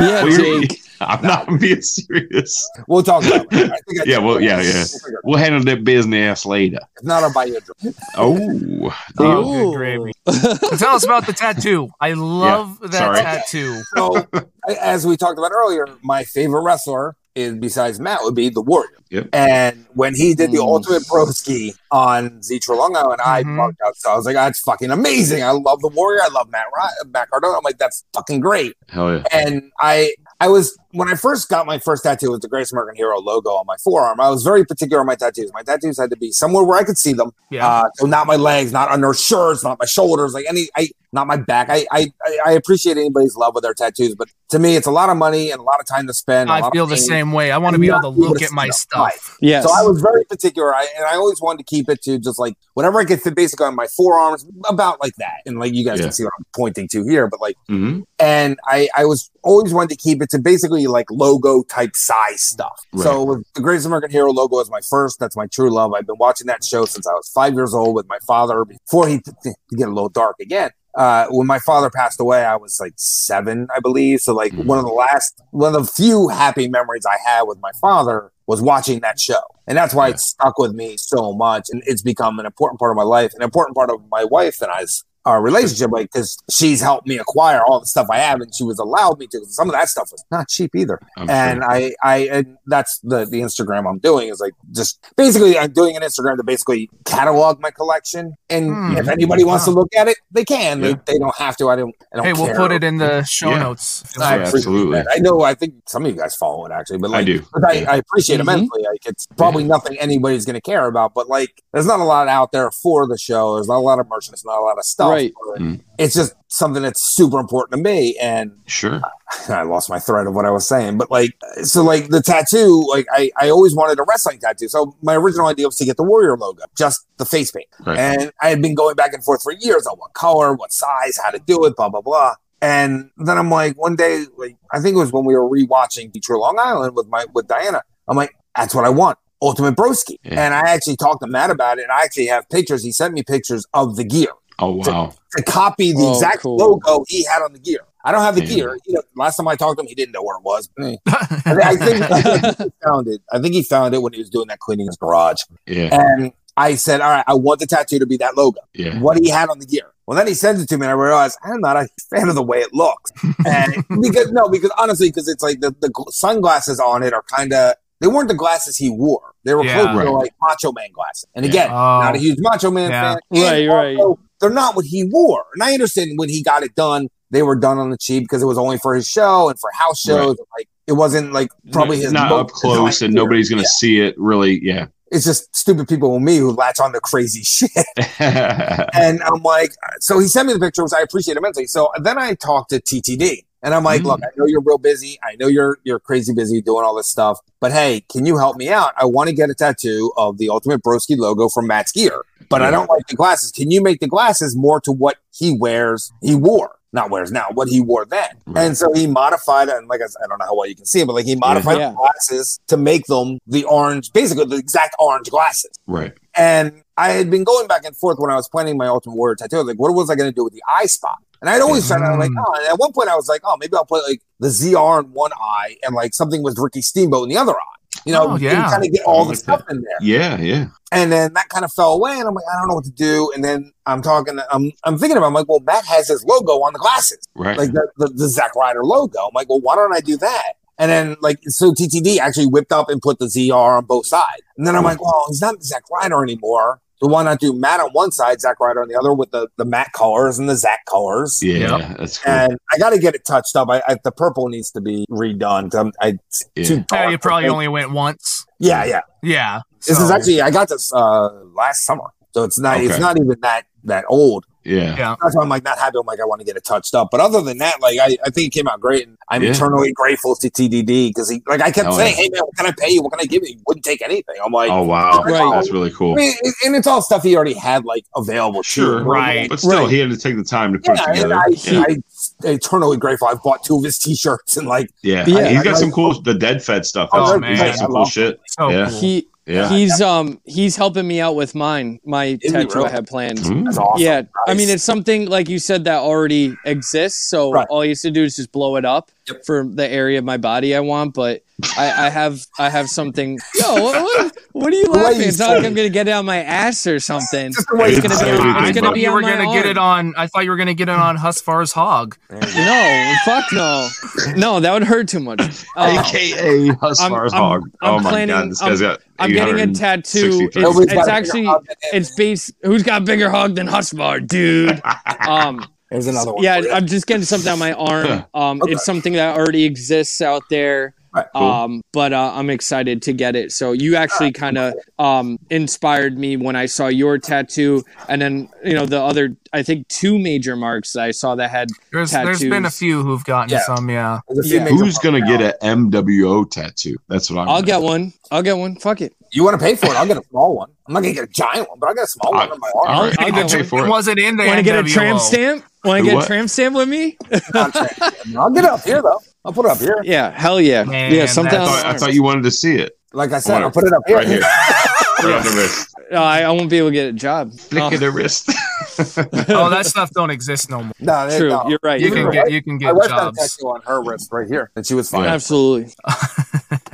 S3: Yeah,
S4: Well, you're-
S3: Jake.
S4: I'm not being serious.
S5: We'll talk about it. I think I
S4: Yeah, well, yeah, yeah.
S5: We'll figure it out.
S4: We'll handle that business later.
S5: If not, I'll buy you a drink.
S4: Oh,
S2: Oh,
S5: Um,
S3: Ooh.
S2: good gravy. So tell us about the tattoo. I love that
S4: sorry.
S2: tattoo.
S5: So, I- as we talked about earlier, my favorite wrestler is besides Matt would be the Warrior.
S4: Yep.
S5: And when he did the
S3: Mm.
S5: Ultimate Broski on Z Trelongo, and I
S2: Mhm.
S5: bugged out, so I was like, "That's fucking amazing! I love the Warrior. I love Matt Ry- Matt Cardona. I'm like, that's fucking great."
S4: hell yeah!
S5: And I I was when I first got my first tattoo with the Greatest American Hero logo on my forearm. I was very particular on my tattoos. My tattoos had to be somewhere where I could see them.
S2: Yeah.
S5: Uh, so not my legs, not under shirts, not my shoulders, like any, I not my back. I, I I- I appreciate anybody's love with their tattoos, but to me, it's a lot of money and a lot of time to spend. a lot
S2: I
S5: of
S2: feel the
S5: pain.
S2: same way. I want to
S5: I'm
S2: be able
S5: not
S2: to
S5: able
S2: look
S5: to
S2: at
S5: see
S2: my
S5: the
S2: stuff.
S3: Yes.
S5: So I was very particular, I, and I always wanted to keep it to just like whatever I could fit, basically on my forearms, about like that. And like you guys
S4: Yeah.
S5: can see what I'm pointing to here, but like
S4: hmm
S5: and I, I was always wanted to keep it to basically like logo type size stuff. So with the Greatest American Hero logo is my first. That's my true love. I've been watching that show since I was five years old with my father. Before he to get a little dark again. Uh, when my father passed away, I was like seven, I believe. So like
S4: Mhm.
S5: one of the last, one of the few happy memories I had with my father was watching that show, and that's why
S4: Yeah.
S5: it stuck with me so much, and it's become an important part of my life, an important part of my wife and I's our relationship, like because she's helped me acquire all the stuff I have, and she was allowed me to. Some of that stuff was not cheap either,
S4: I'm
S5: and
S4: sure.
S5: I, I, and that's the the Instagram I'm doing is like just basically I'm doing an Instagram to basically catalog my collection, and
S2: Hmm.
S5: if anybody wants to look at it, they can.
S4: Yeah.
S5: They, they don't have to. I don't. I don't
S2: Hey, we'll
S5: care.
S2: put it in the show
S4: Yeah.
S2: notes.
S5: I
S4: Yeah,
S5: appreciate
S4: absolutely.
S5: that. I know. I think some of you guys follow it actually, but like,
S4: I do.
S5: but I,
S4: Yeah.
S5: I appreciate
S2: Mm-hmm.
S3: Mhm.
S5: immensely. Like, it's probably nothing anybody's going to care about, but like, there's not a lot out there for the show. There's not a lot of merch. There's not a lot of stuff.
S3: Right.
S5: But
S4: Mm.
S5: It's just something that's super important to me. And
S4: Sure.
S5: I lost my thread of what I was saying, but like, so like the tattoo, like I, I always wanted a wrestling tattoo. So my original idea was to get the Warrior logo, just the face paint.
S4: Right.
S5: And I had been going back and forth for years on what color, what size, how to do it, blah, blah, blah. And then I'm like, one day, like I think it was when we were rewatching Detroit Long Island with my with Diana. I'm like, That's what I want. Ultimate Broski. And I actually talked to Matt about it, and I actually have pictures. He sent me pictures of the gear
S4: Oh wow.
S5: to copy the
S3: Oh,
S5: exact
S3: cool.
S5: logo he had on the gear. I don't have the
S4: Yeah.
S5: gear. You know, last time I talked to him, he didn't know where it was. Eh. I think, I think he found it. I think he found it when he was doing that cleaning in his garage.
S4: Yeah.
S5: And I said, "All right, I want the tattoo to be that logo."
S4: Yeah.
S5: what he had on the gear. Well, then he sends it to me, and I realized I'm not a fan of the way it looks. And because no, because honestly, because it's like the, the gl- sunglasses on it are kind of they weren't the glasses he wore. They were
S2: Yeah.
S5: closer
S4: Right.
S5: to like Macho Man glasses. And
S4: Yeah.
S5: again,
S2: Oh.
S5: not a huge Macho Man
S2: Yeah.
S5: fan. And
S3: Right, right.
S5: also, They're not what he wore, and I understand when he got it done. They were done on the cheap because it was only for his show and for house
S4: Right.
S5: shows. Like it wasn't like probably his
S4: not
S5: most
S4: up close,
S5: designed
S4: and
S5: gear.
S4: nobody's gonna
S5: Yeah.
S4: see it really. Yeah.
S5: It's just stupid people with me who latch on to crazy shit.
S4: yeah.
S5: And I'm like, so he sent me the picture, which I appreciate immensely. So then I talked to TTD, and I'm like, look, I know you're real busy. I know you're you're crazy busy doing all this stuff, but hey, can you help me out? I want to get a tattoo of the Ultimate Broski logo from Matt's gear, but I don't like the glasses. Can you make the glasses more to what he wears? He wore. Not wears now, what he wore then.
S4: Right.
S5: And so he modified, and like I, s- I don't know how well you can see it, but like he modified
S3: Yeah.
S5: the glasses to make them the orange, basically the exact orange glasses.
S4: Right.
S5: And I had been going back and forth when I was planning my Ultimate Warrior tattoo. I was like, what was I going to do with the eye spot? And I'd always tried out like,
S2: Mm.
S5: oh, and at one point I was like, oh, maybe I'll put like the ZR in one eye and like something with Ricky Steamboat in the other eye. You know,
S2: Oh, yeah.
S5: kind of get all
S4: I
S5: the
S4: like
S5: stuff in there.
S4: Yeah. Yeah.
S5: And then that kind of fell away. And I'm like, I don't know what to do. And then I'm talking, I'm, I'm thinking about, it. I'm like, well, Matt has his logo on the glasses
S4: Right.
S5: like the, the, the Zack Ryder logo. I'm like, well, why don't I do that? And then like so TTD actually whipped up and put the ZR on both sides. And then I'm like, well, he's not Zack Ryder anymore. So why not do Matt on one side, Zack Ryder on the other with the, the Matt colors and the Zack colors?
S4: yeah. That's cool.
S5: And I got to get it touched up. I, I the purple needs to be redone. I'm, I it's
S4: Yeah.
S5: too
S2: Yeah,
S5: dark.
S2: you probably only went once.
S5: yeah yeah.
S2: Yeah.
S5: This is
S2: so-
S5: actually I got this uh last summer, so it's not it's
S4: Okay.
S5: not even that that old.
S4: yeah.
S5: That's why I'm like not happy. I'm like I want to get it touched up. But other than that, like I, I think it came out great, and I'm
S4: Yeah.
S5: eternally grateful to TDD because he like I kept
S4: Oh,
S5: saying,
S4: yeah.
S5: "Hey man, what can I pay you? What can I give you?" He wouldn't take anything. I'm like,
S4: Oh wow.
S5: Right.
S4: That's really
S5: I
S4: cool.
S5: mean, it- and it's all stuff he already had like available. too.
S4: Sure.
S2: Right.
S4: But still,
S3: Right.
S4: he had to take the time to put
S5: Yeah,
S4: it
S5: and
S4: together.
S5: I,
S4: yeah.
S5: I eternally grateful. I've bought two of his T-shirts and like
S4: Yeah.
S3: Yeah.
S4: he's got
S5: I-
S4: some cool the dead fed stuff.
S2: Oh,
S4: That's,
S2: man.
S4: He's got some
S5: I
S4: cool
S5: love-
S4: shit.
S2: So
S4: Yeah.
S2: cool.
S3: He
S4: Yeah.
S3: he's um he's helping me out with mine, my
S5: he
S3: tattoo I
S5: really?
S3: had planned.
S4: Mm.
S5: that's awesome.
S3: Yeah, I mean
S5: Nice.
S3: it's something like you said that already exists. So
S5: Right.
S3: all you have to do is just blow it up for the area of my body I want. But I, I have I have something. Yo, what, what, what are you
S5: Why
S3: laughing?
S5: you
S3: It's not like
S5: say-
S3: I'm gonna get it on my ass or something.
S5: Just the way
S4: It's
S5: it's
S3: gonna be-
S2: I
S5: gonna
S4: everything,
S3: gonna
S4: bro.
S2: thought
S3: be
S2: you
S3: on
S2: were
S3: my
S2: gonna get
S3: arm.
S2: it on. I thought you were gonna get it on Husfar's hog.
S3: No, fuck no, no, that would hurt too much. Uh,
S4: AKA Husfar's
S3: I'm-
S4: hog.
S3: I'm
S4: oh my
S3: planning-
S4: god, this guy's got.
S3: I'm getting a
S4: 800
S3: tattoo.
S4: It's-
S3: It's,
S5: Nobody's got
S3: it's
S5: a bigger
S3: actually
S5: hog than him.
S3: it's based. Who's got bigger hog than Husvar, dude? Um.
S5: There's another one.
S3: yeah
S5: for you.
S3: i'm just getting something on my
S4: Yeah.
S3: arm um
S5: Okay.
S3: it's something that already exists out there
S5: Right,
S4: cool.
S3: um but uh, i'm excited to get it so you actually kind of um inspired me when i saw your tattoo and then you know the other i think two major marks that i saw that had
S2: There's there's been a
S3: Tattoos.
S2: few who've gotten
S5: Yeah.
S2: some. Yeah.
S5: There's a few
S3: yeah.
S5: major
S4: Who's gonna
S5: problems
S4: get a MWO tattoo? That's what I'm.
S3: i'll
S4: gonna
S3: get
S4: do.
S3: one i'll get one fuck it
S5: now. You want to pay for it? I'll get a small one. I'm not gonna get a giant one, but I'll get a small
S4: I-
S5: one on my arm.
S4: All right,
S3: I'll
S4: Uh, I'll,
S3: get
S4: pay
S3: one.
S4: for it.
S2: wasn't in there.
S3: want to get a
S2: NWO.
S3: tramp stamp want to get
S4: What?
S3: a tramp stamp with me
S5: I'll get it up here though. I'll put it up here.
S3: yeah hell yeah
S2: Man,
S3: yeah something
S4: I
S2: that's-
S3: on
S4: thought,
S3: my
S4: I
S3: arm.
S4: thought you wanted to see it
S5: Like I said,
S4: Or-
S5: I'll put it up here.
S4: right here, right on the wrist.
S3: Uh, I, I won't be able to get a job
S4: Flick
S3: Oh,
S4: of the wrist.
S2: Oh, that stuff don't exist no more.
S5: No, there-
S3: true
S5: no.
S3: you're right
S2: You
S5: You're
S2: can
S5: right.
S2: get you can
S5: I
S2: get
S5: wife got a
S2: jobs.
S5: tattoo on her wrist right here, and she was fine.
S4: Yeah.
S3: absolutely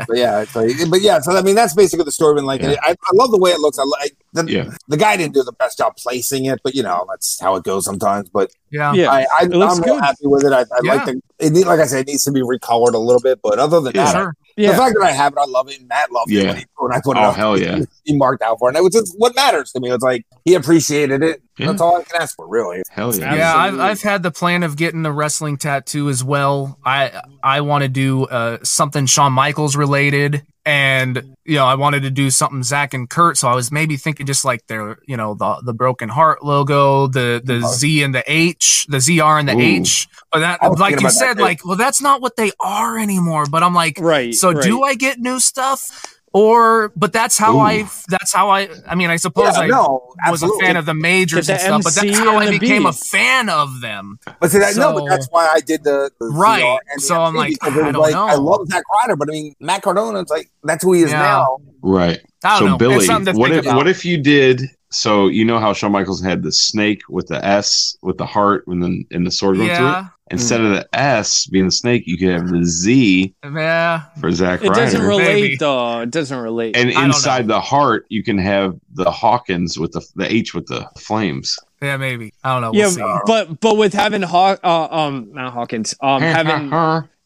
S5: But yeah, it's like- but yeah. So I mean, that's basically the story. And like,
S4: Yeah.
S5: I, I love the way it looks. I like the,
S4: Yeah.
S5: the guy didn't do the best job placing it, but you know that's how it goes sometimes. But
S2: Yeah.
S3: yeah
S5: I, I,
S3: it looks
S5: I'm real
S3: good.
S5: happy with it. I, I
S2: Yeah.
S5: like the it. need- Like I said, it needs to be recolored a little bit, but other than that,
S2: Sure.
S5: the
S3: yeah
S5: fact that I have it, I love it. And Matt loved it
S4: Yeah.
S5: when, he, when I put it
S4: oh
S5: up.
S4: hell yeah!
S5: He marked out for it, and it was just what matters to me. It's like he appreciated it.
S4: Yeah.
S5: That's all I can ask for, really.
S4: Hell yeah!
S2: Yeah, I've,
S3: Absolutely.
S2: I've had the plan of getting the wrestling tattoo as well. I I want to do uh, something Shawn Michaels related, and you know I wanted to do something Zach and Kurt. So I was maybe thinking just like their you know the the Broken Heart logo, the the
S5: Uh-huh.
S2: Z and the H, the ZR and the
S4: Ooh.
S2: H. But that
S5: I was
S2: like
S5: thinking
S2: you
S5: about that
S2: said,
S5: too.
S2: like well that's not what they are anymore. But I'm like,
S3: right
S2: so
S3: right.
S2: do I get new stuff? Or, but that's how I. That's how I. I mean, I suppose
S5: Yeah,
S2: I
S5: no,
S2: was a
S5: absolutely.
S2: fan of the majors
S3: the
S2: and stuff, but that's
S3: MC
S2: how I
S3: and the
S2: became a
S3: Bs.
S2: fan of them.
S5: But see, that, no,
S2: So-
S5: but that's why I did the, the
S2: Right.
S5: VR and the
S2: So I'm
S5: MTV,
S2: like,
S5: because it
S2: I
S5: was
S2: don't know.
S5: I love Zach Ryder, but I mean, Matt Cardona. It's like that's who he is
S2: Yeah.
S5: now.
S4: Right.
S2: I
S4: so
S2: don't know. it's
S4: Billy,
S2: something to
S4: what
S2: think
S4: if
S2: about.
S4: what if you did? So you know how Shawn Michaels had the snake with the S with the heart and then and the sword going through it.
S2: yeah,
S4: Instead of the S being the snake, you could have the Z
S2: yeah.
S4: for Zack
S3: It doesn't
S4: Ryder.
S3: relate,
S2: Maybe.
S3: though. It doesn't relate.
S4: and
S2: don't
S4: inside the heart, you can have the Hawkins with the the H with the flames.
S2: Yeah, maybe. I don't know.
S3: yeah,
S2: We'll see.
S3: but but with having Haw- uh, um not Hawkins, um
S2: Eh,
S3: having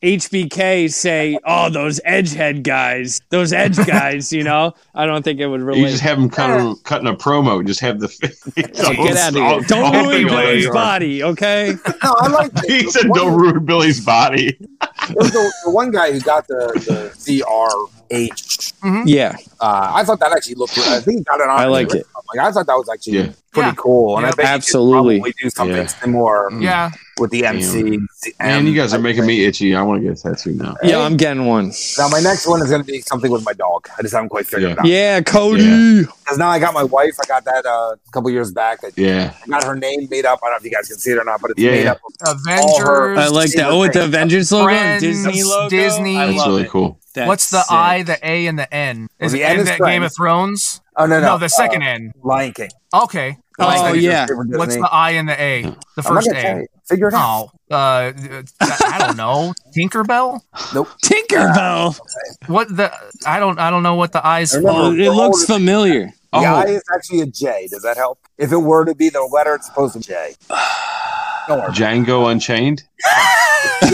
S3: HBK say, "Oh, those edgehead guys, those edge guys," you know, I don't think it would
S4: you
S3: relate.
S2: eh.
S4: just have him cutting cutting a promo. Just have the
S3: Get out of here! Don't ruin Billy's body, okay?
S5: No, I like.
S4: He said, "Don't ruin Billy's body."
S5: the, the one guy who got the, the ZRH.
S3: yeah,
S5: Uh, I thought that actually looked. I think he got it on.
S3: I like it.
S5: Like I thought that was actually
S4: Yeah.
S5: pretty
S2: Yeah.
S5: cool, and
S2: Yeah. Mm.
S5: I think
S3: Absolutely.
S5: absolutely probably do something
S4: Yeah.
S5: similar
S4: Mm.
S2: yeah.
S5: with the MC.
S4: Man, you guys are making me itchy. I want to get a tattoo now.
S3: yeah, I'm getting one.
S5: Now my next one is going to be something with my dog. I just haven't quite figured it out.
S3: Yeah, Cody.
S5: Because now I got my wife. I got that uh, a couple years back. I
S4: Yeah,
S5: got her name made up. I don't know if you guys can see it or not, but it's
S4: Yeah,
S5: made
S4: yeah.
S5: up. of
S2: Avengers.
S3: I like that. Oh, with the Avengers logo, and Disney
S2: Friends,
S3: logo,
S2: Disney.
S3: I
S4: that's
S3: love
S4: really
S3: it.
S4: cool.
S3: That's
S2: What's the
S3: sick.
S2: I, the A, and the N? Is
S5: the
S2: it
S5: N
S2: in
S5: is
S2: that Game
S5: Friends.
S2: of Thrones?
S5: Oh no,
S2: No,
S5: no,
S2: the
S5: uh,
S2: second N.
S5: Lion King.
S2: Okay.
S3: Oh,
S5: Lion King's
S3: yeah.
S5: your favorite
S2: What's
S5: Disney.
S2: the I and the A? The
S5: I'm not
S2: first
S5: gonna tell
S2: A.
S5: you. Figure it out.
S2: Oh, uh, I I don't know. Tinkerbell?
S3: Tinkerbell.
S2: What the? I don't. I don't know what the I's
S5: I
S2: for.
S5: remember-
S3: Oh, it looks familiar.
S5: The
S4: Oh.
S5: I is actually a J. Does that help? If it were to be the letter, it's supposed to be J. Don't worry.
S4: Django Unchained.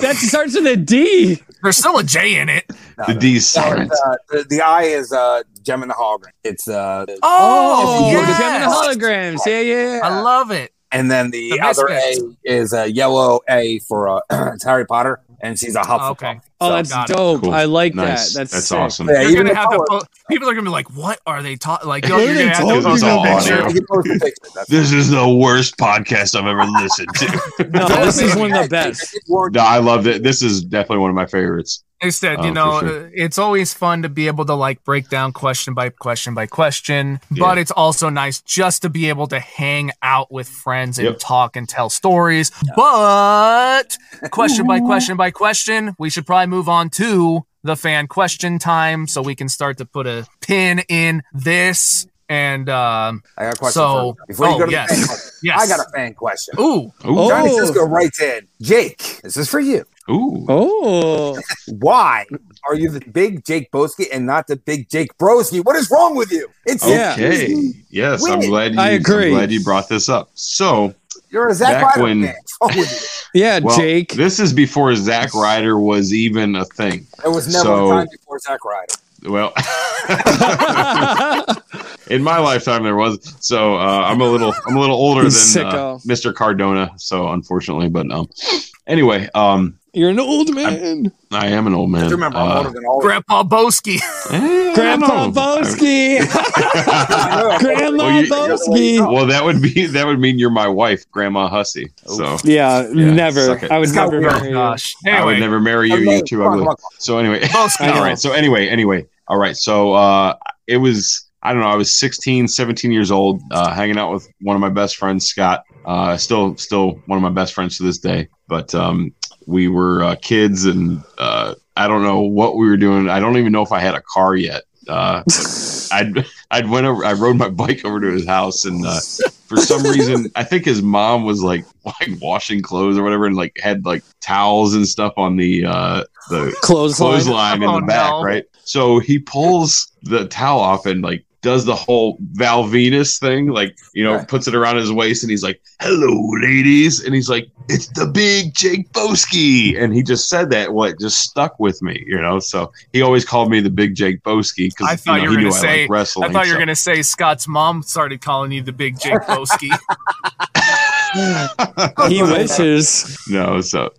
S3: that starts with a D.
S2: There's still a J in it.
S5: No,
S4: The
S5: no.
S4: D's
S5: No,
S4: silent.
S5: it's, uh, the, the I is uh, Gem and the Hog. It's uh,
S2: Oh,
S5: look
S3: Gem
S5: at
S3: and
S2: yes.
S3: the holograms. Yeah, yeah. yeah.
S2: I love it.
S5: and then the,
S2: The
S5: other A
S2: Misfits.
S5: is a yellow A for uh, it's Harry Potter, and she's a Hufflepuff.
S2: Okay.
S3: oh,
S5: So-
S3: that's
S2: got it.
S3: dope.
S4: Cool.
S3: I like
S4: Nice.
S3: that. That's
S4: That's
S3: sick.
S4: awesome.
S5: Yeah,
S2: You're
S5: even
S2: gonna
S5: the
S2: have to.
S5: color.
S2: Po- people are gonna be like, "What are they talking?" Like, yo,
S3: What are
S2: you're
S3: they
S2: gonna have to
S3: talking
S2: post a
S4: about?
S2: picture.
S5: You can post a picture. That's
S4: This is the worst podcast I've ever listened to.
S3: No, this is one of the
S5: Hey,
S3: best.
S5: it worked.
S4: no, I loved it. This is definitely one of my favorites.
S2: Instead,
S4: Oh,
S2: you
S4: for
S2: know,
S4: sure.
S2: uh, it's always fun to be able to like break down question by question by question, but
S4: Yeah.
S2: it's also nice just to be able to hang out with friends and
S4: Yep.
S2: talk and tell stories. But question by question by question, we should probably move on to the fan question time so we can start to put a pin in this. And um,
S5: I got a question.
S2: So-
S5: for you. before
S2: oh,
S5: you go to
S2: yes.
S5: the fan question,
S2: yes,
S5: I got a fan question.
S2: Ooh,
S4: Ooh,
S5: Johnny
S3: Oh.
S5: Cisco writes in, Jake, this is for you.
S4: ooh.
S3: Oh,
S5: Why are you the big Jake Boski and not the big Jake Broski? What is wrong with you? It's
S3: Yeah.
S4: Okay. Yes, I'm
S5: Wait.
S4: glad. You,
S3: I
S4: I'm
S3: agree.
S4: glad you brought this up. So
S5: you're a Zach
S4: Back
S5: Ryder
S4: when-
S5: fan. What's wrong with
S3: yeah,
S4: well,
S3: Jake.
S4: This is before Zack Ryder was even a thing.
S5: you? There was never
S4: So-
S5: a time before Zach Ryder.
S4: Well, in my lifetime there was. So uh, I'm a little I'm a little older than uh,
S3: Sicko.
S4: Mr. Cardona. So unfortunately, but um. Anyway, um,
S3: You're an old man.
S4: I am an old man.
S5: Just remember, I'm
S4: Uh,
S5: older than all of you.
S2: Grandpa Boski.
S4: eh, I
S3: Grandpa
S4: don't know.
S3: Boski.
S5: I know.
S3: Grandma
S4: Well, you-
S5: Oh.
S3: Boski.
S4: Well, that would be that would mean you're my wife, Grandma Hussey. So
S3: Yeah,
S4: Yeah, suck
S3: never.
S4: it.
S3: I would
S5: It's got
S3: never
S5: weird.
S3: marry
S2: Oh,
S3: you.
S2: gosh.
S4: I would
S2: Anyway,
S4: never marry you.
S5: I know.
S4: You too
S5: Come on,
S4: ugly.
S5: come on,
S4: So anyway,
S2: Boski.
S4: all right. So anyway, anyway, all right. So uh, it was I don't know. I was 16, 17 years old, uh, hanging out with one of my best friends, Scott. Uh, still, still one of my best friends to this day. But um, we were uh, kids, and uh, I don't know what we were doing. I don't even know if I had a car yet. Uh, I'd I'd went over. I rode my bike over to his house, and uh, for some reason, I think his mom was like like washing clothes or whatever, and like had like towels and stuff on the uh, the
S3: Clothesline.
S4: clothesline
S2: Oh,
S4: in the back,
S2: no.
S4: right? So he pulls the towel off and like does the whole Val Venus thing, like you know,
S5: Right.
S4: puts it around his waist, and he's like, "Hello, ladies," and he's like, "It's the big Jake Boski," and he just said that. What just stuck with me, you know? So he always called me the big Jake Boski
S2: I
S4: because you
S2: thought
S4: know,
S2: you
S4: he
S2: were
S4: knew I
S2: gonna say-
S4: like wrestling.
S2: I thought you were
S4: so-
S2: going to say Scott's mom started calling you the big Jake Boski.
S3: He wishes.
S4: no so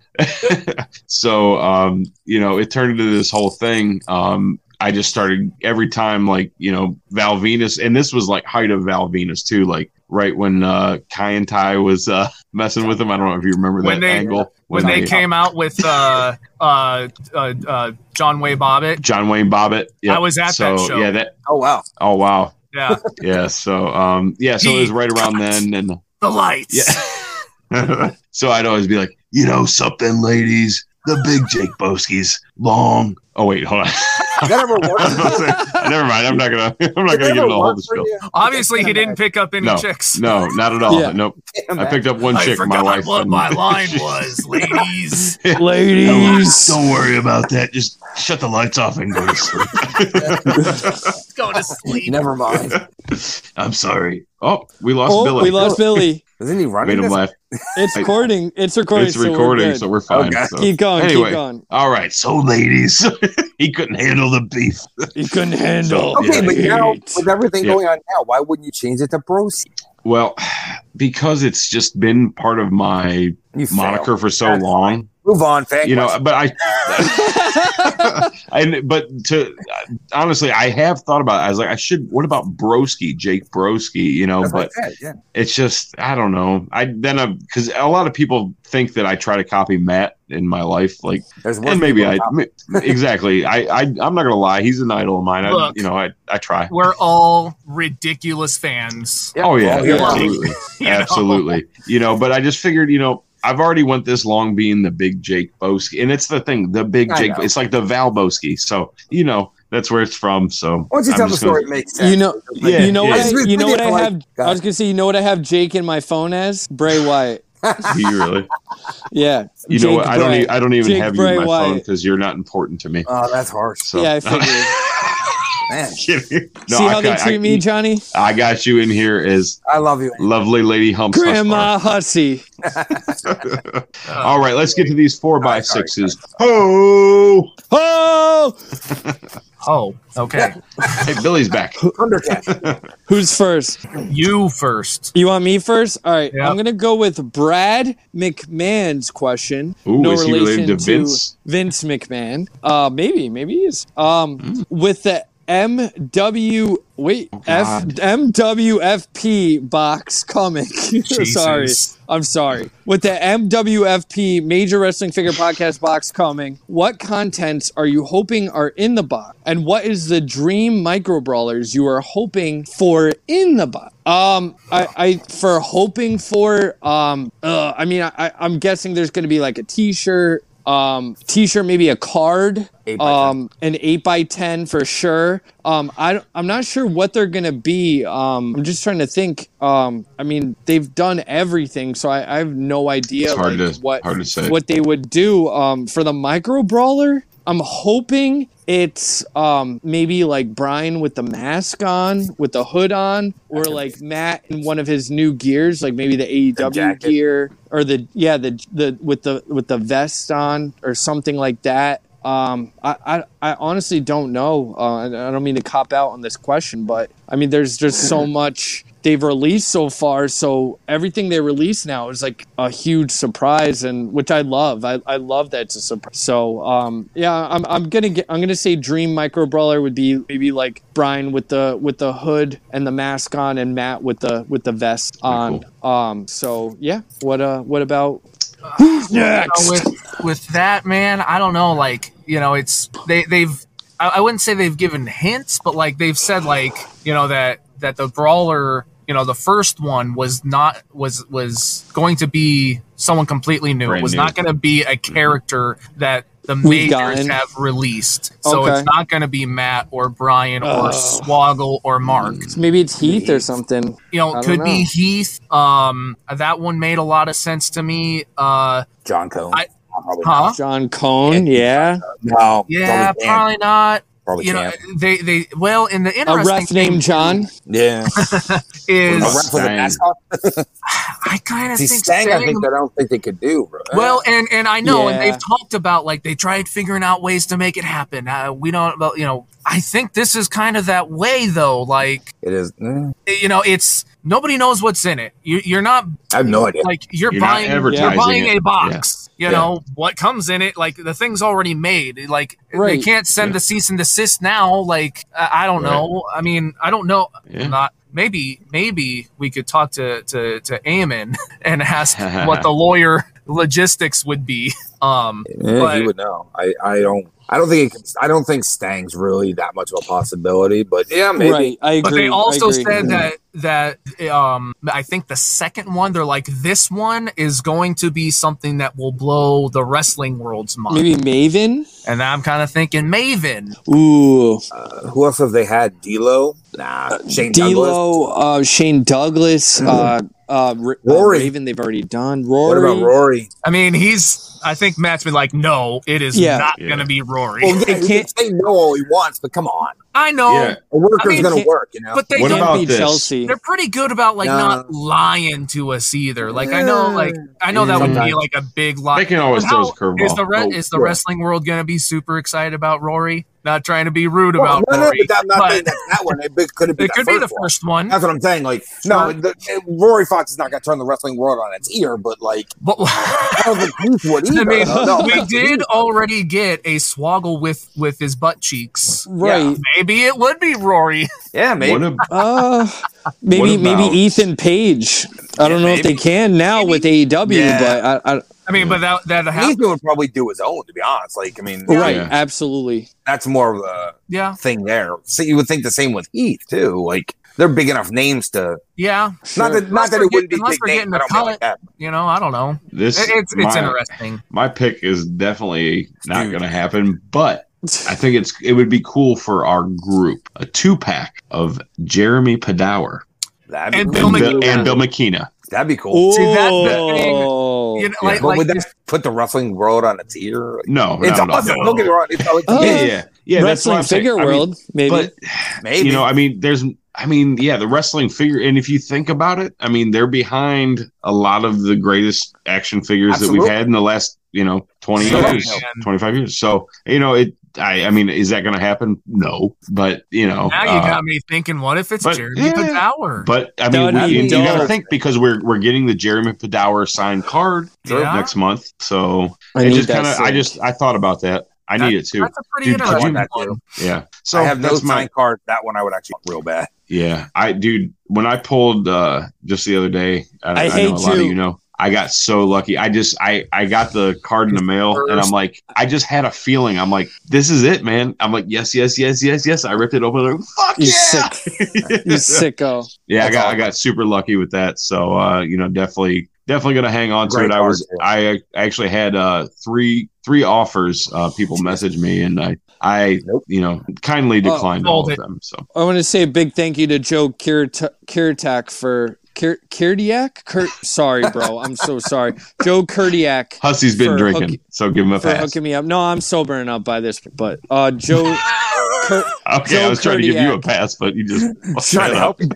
S4: so um you know it turned into this whole thing um i just started every time like you know val venus and this was like height of val venus too like right when uh, Kai and Tai was uh, messing with him. I don't know if you remember
S2: When
S4: that
S2: they-
S4: angle
S2: when they came out with uh, uh, uh, uh, John Way Bobbitt.
S4: John Wayne Bobbitt. Yeah,
S2: I was at that
S4: so,
S2: show.
S4: Yeah, that.
S5: Oh wow.
S4: Oh wow.
S2: Yeah,
S4: Yeah. So um. Yeah. So it was right around then, and
S2: the lights.
S4: Yeah. so I'd always be like, you know something, ladies, the big Jake Boski's long. Oh wait, hold on.
S5: Did that ever work?
S4: I was about to say- Never mind. I'm not gonna. I'm not gonna
S5: Did that
S4: give it
S5: ever
S4: a whole
S5: work
S4: the
S5: for
S4: spiel.
S5: you?
S2: Obviously, he didn't pick up any
S4: No.
S2: chicks.
S4: No, not at all.
S3: Yeah.
S4: Nope.
S5: Damn,
S4: I
S5: man.
S4: picked up one
S2: I
S4: chick. My
S2: forgot
S4: wife.
S2: what
S4: and-
S2: my line was, ladies.
S3: Ladies.
S4: Don't worry about that. Just shut the lights off and go to sleep.
S2: Go to sleep.
S5: Never mind.
S4: I'm sorry. Oh, we lost
S3: Oh,
S4: Billy.
S3: we lost Billy.
S5: Isn't he running?
S4: Made him
S5: this?
S4: laugh.
S3: It's
S4: I-
S3: recording. It's recording.
S4: It's recording, so
S3: So
S4: we're fine.
S5: Okay.
S4: so.
S3: we're good. Keep going.
S4: Anyway.
S3: Keep going.
S4: All right, so ladies, he couldn't handle the beef.
S3: You couldn't handle.
S5: Okay, but now
S3: it.
S5: with everything
S4: Yeah.
S5: going on now, why wouldn't you change it to Bruce?
S4: Well, because it's just been part of my
S5: You fail.
S4: moniker for so
S5: That's
S4: long,
S5: Move on, fan.
S4: you know. But I, and but to honestly, I have thought about. It. I was like, I should. What about Broski, Jake Broski? You know,
S5: That's what I
S4: but
S5: said, yeah.
S4: it's just I don't know. I then I because a lot of people think that I try to copy Matt in my life, like
S5: There's worse
S4: and maybe
S5: people
S4: I
S5: on top.
S4: exactly. I, I I'm not gonna lie, he's an idol of mine. I,
S2: Look.
S4: you know, I I try.
S2: We're all ridiculous fans.
S5: Yeah.
S4: Oh yeah,
S5: Oh,
S2: yeah.
S4: absolutely,
S2: You know?
S4: absolutely. You know, but I just figured, you know, I've already went this long being the big Jake Boski, and it's the thing, the big
S5: I
S4: Jake.
S5: know.
S4: It's like the Val Boski, so you know that's where it's from. So
S5: Once you
S4: I'm
S5: tell the
S4: just gonna-
S5: story, it makes sense.
S3: You know.
S4: Yeah,
S3: you know
S4: yeah.
S3: what?
S5: It's with-
S3: I, you know
S5: with
S3: what
S5: it,
S3: I
S5: like,
S3: have.
S5: God.
S3: I was gonna say. You know what I have Jake in my phone as Bray Wyatt.
S4: Do you really?
S3: Yeah.
S4: You know
S3: Jake
S4: what? I don't.
S3: Bray.
S4: e- I don't even
S3: Jake
S4: have
S3: Bray
S4: you in my phone
S3: Wyatt.
S4: because you're not important to me.
S5: Oh, that's harsh.
S4: So.
S3: Yeah, I figured.
S5: Man,
S4: Kidding. no,
S3: See
S4: I,
S3: how they
S4: got-
S3: treat
S4: I-
S3: me, Johnny?
S4: I got you in here as
S5: I love you.
S4: lovely lady humps.
S3: Grandma Hussy.
S4: Hustler.
S2: Uh,
S4: All right, let's get to these four by
S5: Sorry, sorry,
S4: sixes. Oh,
S3: Oh,
S2: Oh, okay.
S4: hey, Billy's back.
S5: Thundercat.
S3: who's first?
S2: You first.
S3: You want me first? All right,
S2: Yeah.
S3: I'm gonna go with Brad McMahon's question.
S4: Ooh, is he related to Vince?
S3: Vince McMahon. Uh, maybe, maybe he is. Um,
S4: Hmm.
S3: with the MW wait F
S4: Oh, God.
S3: MWFP box coming. sorry, I'm sorry. With the MWFP Major Wrestling Figure Podcast box coming, what contents are you hoping are in the box, and what is the dream micro brawlers you are hoping for in the box? Um, I, I for hoping for um, uh, I mean, I, I, I'm guessing there's going to be like a T-shirt, um, T-shirt, maybe a card,
S5: Eight by
S3: um, an eight by ten for sure. Um, I am not sure what they're gonna be. Um, I'm just trying to think. Um, I mean, they've done everything, so I, I have no idea
S4: It's hard
S3: like,
S4: to-
S3: what
S4: hard to say.
S3: what they would do. Um, for the micro brawler, I'm hoping it's um maybe like Brian with the mask on, with the hood on, or like Matt in one of his new gears, like maybe the E AEW
S5: jacket.
S3: gear or the yeah the the with the with the vest on or something like that. Um, I, I, I honestly don't know. Uh, and I don't mean to cop out on this question, but I mean, there's just so much they've released so far. So everything they release now is like a huge surprise, and which I love. I, I love that it's a surprise. So um, yeah, I'm, I'm gonna get. I'm gonna say Dream Micro Brawler would be maybe like Brian with the with the hood and the mask on, and Matt with the with the vest on. Um, so yeah, what uh, what about who's
S2: know,
S3: next?
S2: with with that man, I don't know. Like you know, it's they they've. I, I wouldn't say they've given hints, but like they've said, like you know that that the brawler, you know, the first one was not was was going to be someone completely new.
S4: Brand
S2: it was
S4: new. Mm-hmm.
S2: not going to be a character that the
S3: We've
S2: majors
S3: gotten.
S2: have released. So
S3: Okay.
S2: it's not going to be Matt or Brian or
S3: Ugh.
S2: Swoggle or Mark
S3: Maybe it's Heath or something.
S2: you know,
S3: I don't
S2: could be
S3: know.
S2: Heath. Um, that one made a lot of sense to me. Uh,
S5: John Cone.
S2: I-
S5: probably not.
S2: huh?
S3: John Cone, yeah.
S5: No.
S2: Yeah,
S5: probably, can't.
S2: probably not.
S5: probably
S2: You know,
S5: can't.
S2: they they well, and the
S3: A
S2: interesting
S3: ref named John.
S5: Yeah. A
S2: is
S5: ref with a
S4: Stein.
S5: mask on?
S2: I kind of
S5: See,
S2: think
S5: Stang, I
S2: Stang-
S5: think uh, that I don't think they could do, bro.
S2: well, and and I know, and
S3: Yeah.
S2: they've talked about like they tried figuring out ways to make it happen. Uh, we don't, well, you know, I think this is kind of that way though. Like
S5: it is. mm,
S2: you know, it's nobody knows what's in it. You, you're not
S5: I have no idea.
S2: like you're,
S4: You're not
S2: buying you're
S4: advertising
S2: buying
S4: it.
S2: a box you
S4: Yeah.
S2: know what comes in it like the thing's already made like
S3: Right.
S2: they can't send
S4: Yeah.
S2: the cease and desist now like i, I don't
S4: Right.
S2: know i mean i don't know
S4: Yeah.
S2: not maybe maybe we could talk to to to Eamon and ask what the lawyer logistics would be. Um,
S5: Yeah,
S2: But-
S5: he would know. I, I don't. I don't think. It can, I don't think Stang's really that much of a possibility. But yeah, maybe.
S3: Right, I agree.
S2: but they
S3: I
S2: also
S3: agree.
S2: said that that um I think the second one they're like this one is going to be something that will blow the wrestling world's mind.
S3: maybe Maven.
S2: And I'm kind of thinking Maven.
S3: Ooh,
S5: Uh, who else have they had? D'Lo. Nah. Shane Douglas.
S3: D'Lo, uh, Shane Douglas, uh, uh, Ra- uh,
S5: Rory.
S3: Raven. They've already done
S5: What
S3: Rory.
S5: about Rory?
S2: I mean, he's I think Matt's been like, no, it is
S3: Yeah.
S2: not
S4: Yeah.
S2: going to be Rory.
S5: Well, yeah, he can
S3: can't-
S5: say no all he wants, but come on,
S2: I know,
S4: Yeah.
S5: a worker's
S2: I mean,
S5: gonna
S3: can't-
S5: work. You know.
S2: but they
S4: What
S3: Can't
S2: don't
S4: about
S3: be
S4: this?
S3: Chelsea?
S2: they're pretty good about like
S5: No.
S2: not lying to us either. Like I know, like I know that would be
S5: Sometimes.
S2: like a big lie.
S4: They can always throw us a curveball.
S2: Is the re-
S4: Oh,
S2: is the
S5: yeah.
S2: wrestling world gonna be super excited about Rory? Not trying to be rude about
S5: no, no,
S2: Rory,
S5: but I'm not
S2: but
S5: saying that's that one. It be- could have been
S2: it could be the first one.
S5: That's what I'm saying. Like, no, the, Rory Fox is not going to turn the wrestling world on its ear, but like,
S2: But
S5: I don't think Heath would either.
S2: I mean,
S5: No,
S2: we did already get a swoggle with with his butt cheeks.
S3: Right.
S2: Maybe it would be Rory.
S5: yeah,
S4: What
S5: maybe.
S4: a,
S3: Uh,
S4: What
S3: maybe
S4: about-
S3: maybe Ethan Page. I don't know if they can now with AEW,
S5: Yeah.
S3: but I, I,
S2: I mean, but that that
S5: Heath
S2: happened.
S5: would probably do his own, to be honest. Like, I mean,
S3: right,
S4: Yeah.
S3: absolutely.
S5: that's more of the
S2: Yeah,
S5: thing there. So you would think the same with Heath too. Like, they're big enough names to
S2: yeah.
S5: not that not
S2: Unless
S5: that it wouldn't be
S2: they're
S5: big
S2: getting-
S5: names. I
S2: unless
S5: don't mean
S2: they're
S5: like that.
S2: You know, I don't know.
S4: this
S2: It- It's it's
S4: my,
S2: interesting.
S4: my pick is definitely not
S5: Dude.
S4: going to happen, but I think it's it would be cool for our group a two pack of Jeremy Padower
S5: That'd be
S2: And
S5: cool.
S4: and, Bill,
S2: McKenna.
S4: and Bill McKenna.
S5: That'd be cool.
S3: Oh,
S2: See, that's the thing. You know, like,
S5: but
S2: like
S5: would that put the wrestling world on its ear?
S4: No, not
S5: It's
S4: at all.
S5: awesome. Don't get me wrong. It's, it's
S3: Oh,
S4: Yeah, yeah, yeah. That's
S3: wrestling
S4: what I'm saying.
S3: figure
S4: I mean,
S3: world, maybe.
S4: but
S5: Maybe.
S4: you know, I mean, there's, I mean, yeah, the wrestling figure, and if you think about it, I mean, they're behind a lot of the greatest action figures that
S5: Absolutely.
S4: we've had in the last, you know, twenty
S5: Sure.
S4: years, twenty five years. So, you know, it. I, I mean, is that going to happen? No, but you know,
S2: now you
S4: uh,
S2: got me thinking. What if it's
S4: but-
S2: Jeremy
S4: yeah.
S2: Padower?
S4: But I
S3: That
S4: mean,
S3: would
S4: we-
S3: be
S4: you, got to
S3: dope.
S4: think because we're we're getting the Jeremy Padower signed card
S2: Yeah.
S4: next month, so
S3: I
S4: it
S3: need
S4: just
S3: that
S4: kind of. I
S3: soon.
S4: just I thought about that. I
S2: That-
S4: need it too.
S2: That's a pretty
S4: Dude,
S2: interesting
S5: I want that,
S2: one.
S4: Yeah. So
S5: I have no
S4: that's my
S5: sign card. That one I would actually real bad.
S4: Yeah, I dude, when I pulled uh just the other day,
S3: I
S4: I, I,
S3: hate
S4: know a lot of
S3: you.
S4: you know. I got so lucky. I just I I got the card in the mail and I'm like I just had a feeling. I'm like this is it, man. I'm like yes, yes, yes, yes, yes. I ripped it open like fuck
S3: you
S4: yeah.
S3: sick, you sicko.
S4: Yeah, I
S5: That's
S4: got
S5: awesome.
S4: I got super lucky with that. So uh, you know, definitely definitely gonna hang on to
S5: Great
S4: it. I
S5: card,
S4: was
S5: too.
S4: I actually had uh three three offers. Uh people messaged me and I I
S5: Nope.
S4: you know kindly
S3: Oh,
S4: declined all
S2: hold
S4: of
S2: it.
S4: them. So
S3: I want to say a big thank you to Joe Kirit- Kiritak for Kir- Kirdiak. Kir- sorry, bro. I'm so sorry. Joe Kirdiak
S4: Hussey's been
S3: For
S4: drinking,
S3: hook-
S4: so give him a
S3: for
S4: pass.
S3: hooking me up. No, I'm sobering up by this, but uh, Joe Kir-
S4: Okay,
S3: Joe
S4: I was trying to give you a
S3: Kurdiak.
S4: pass, but you just
S5: Trying to help you.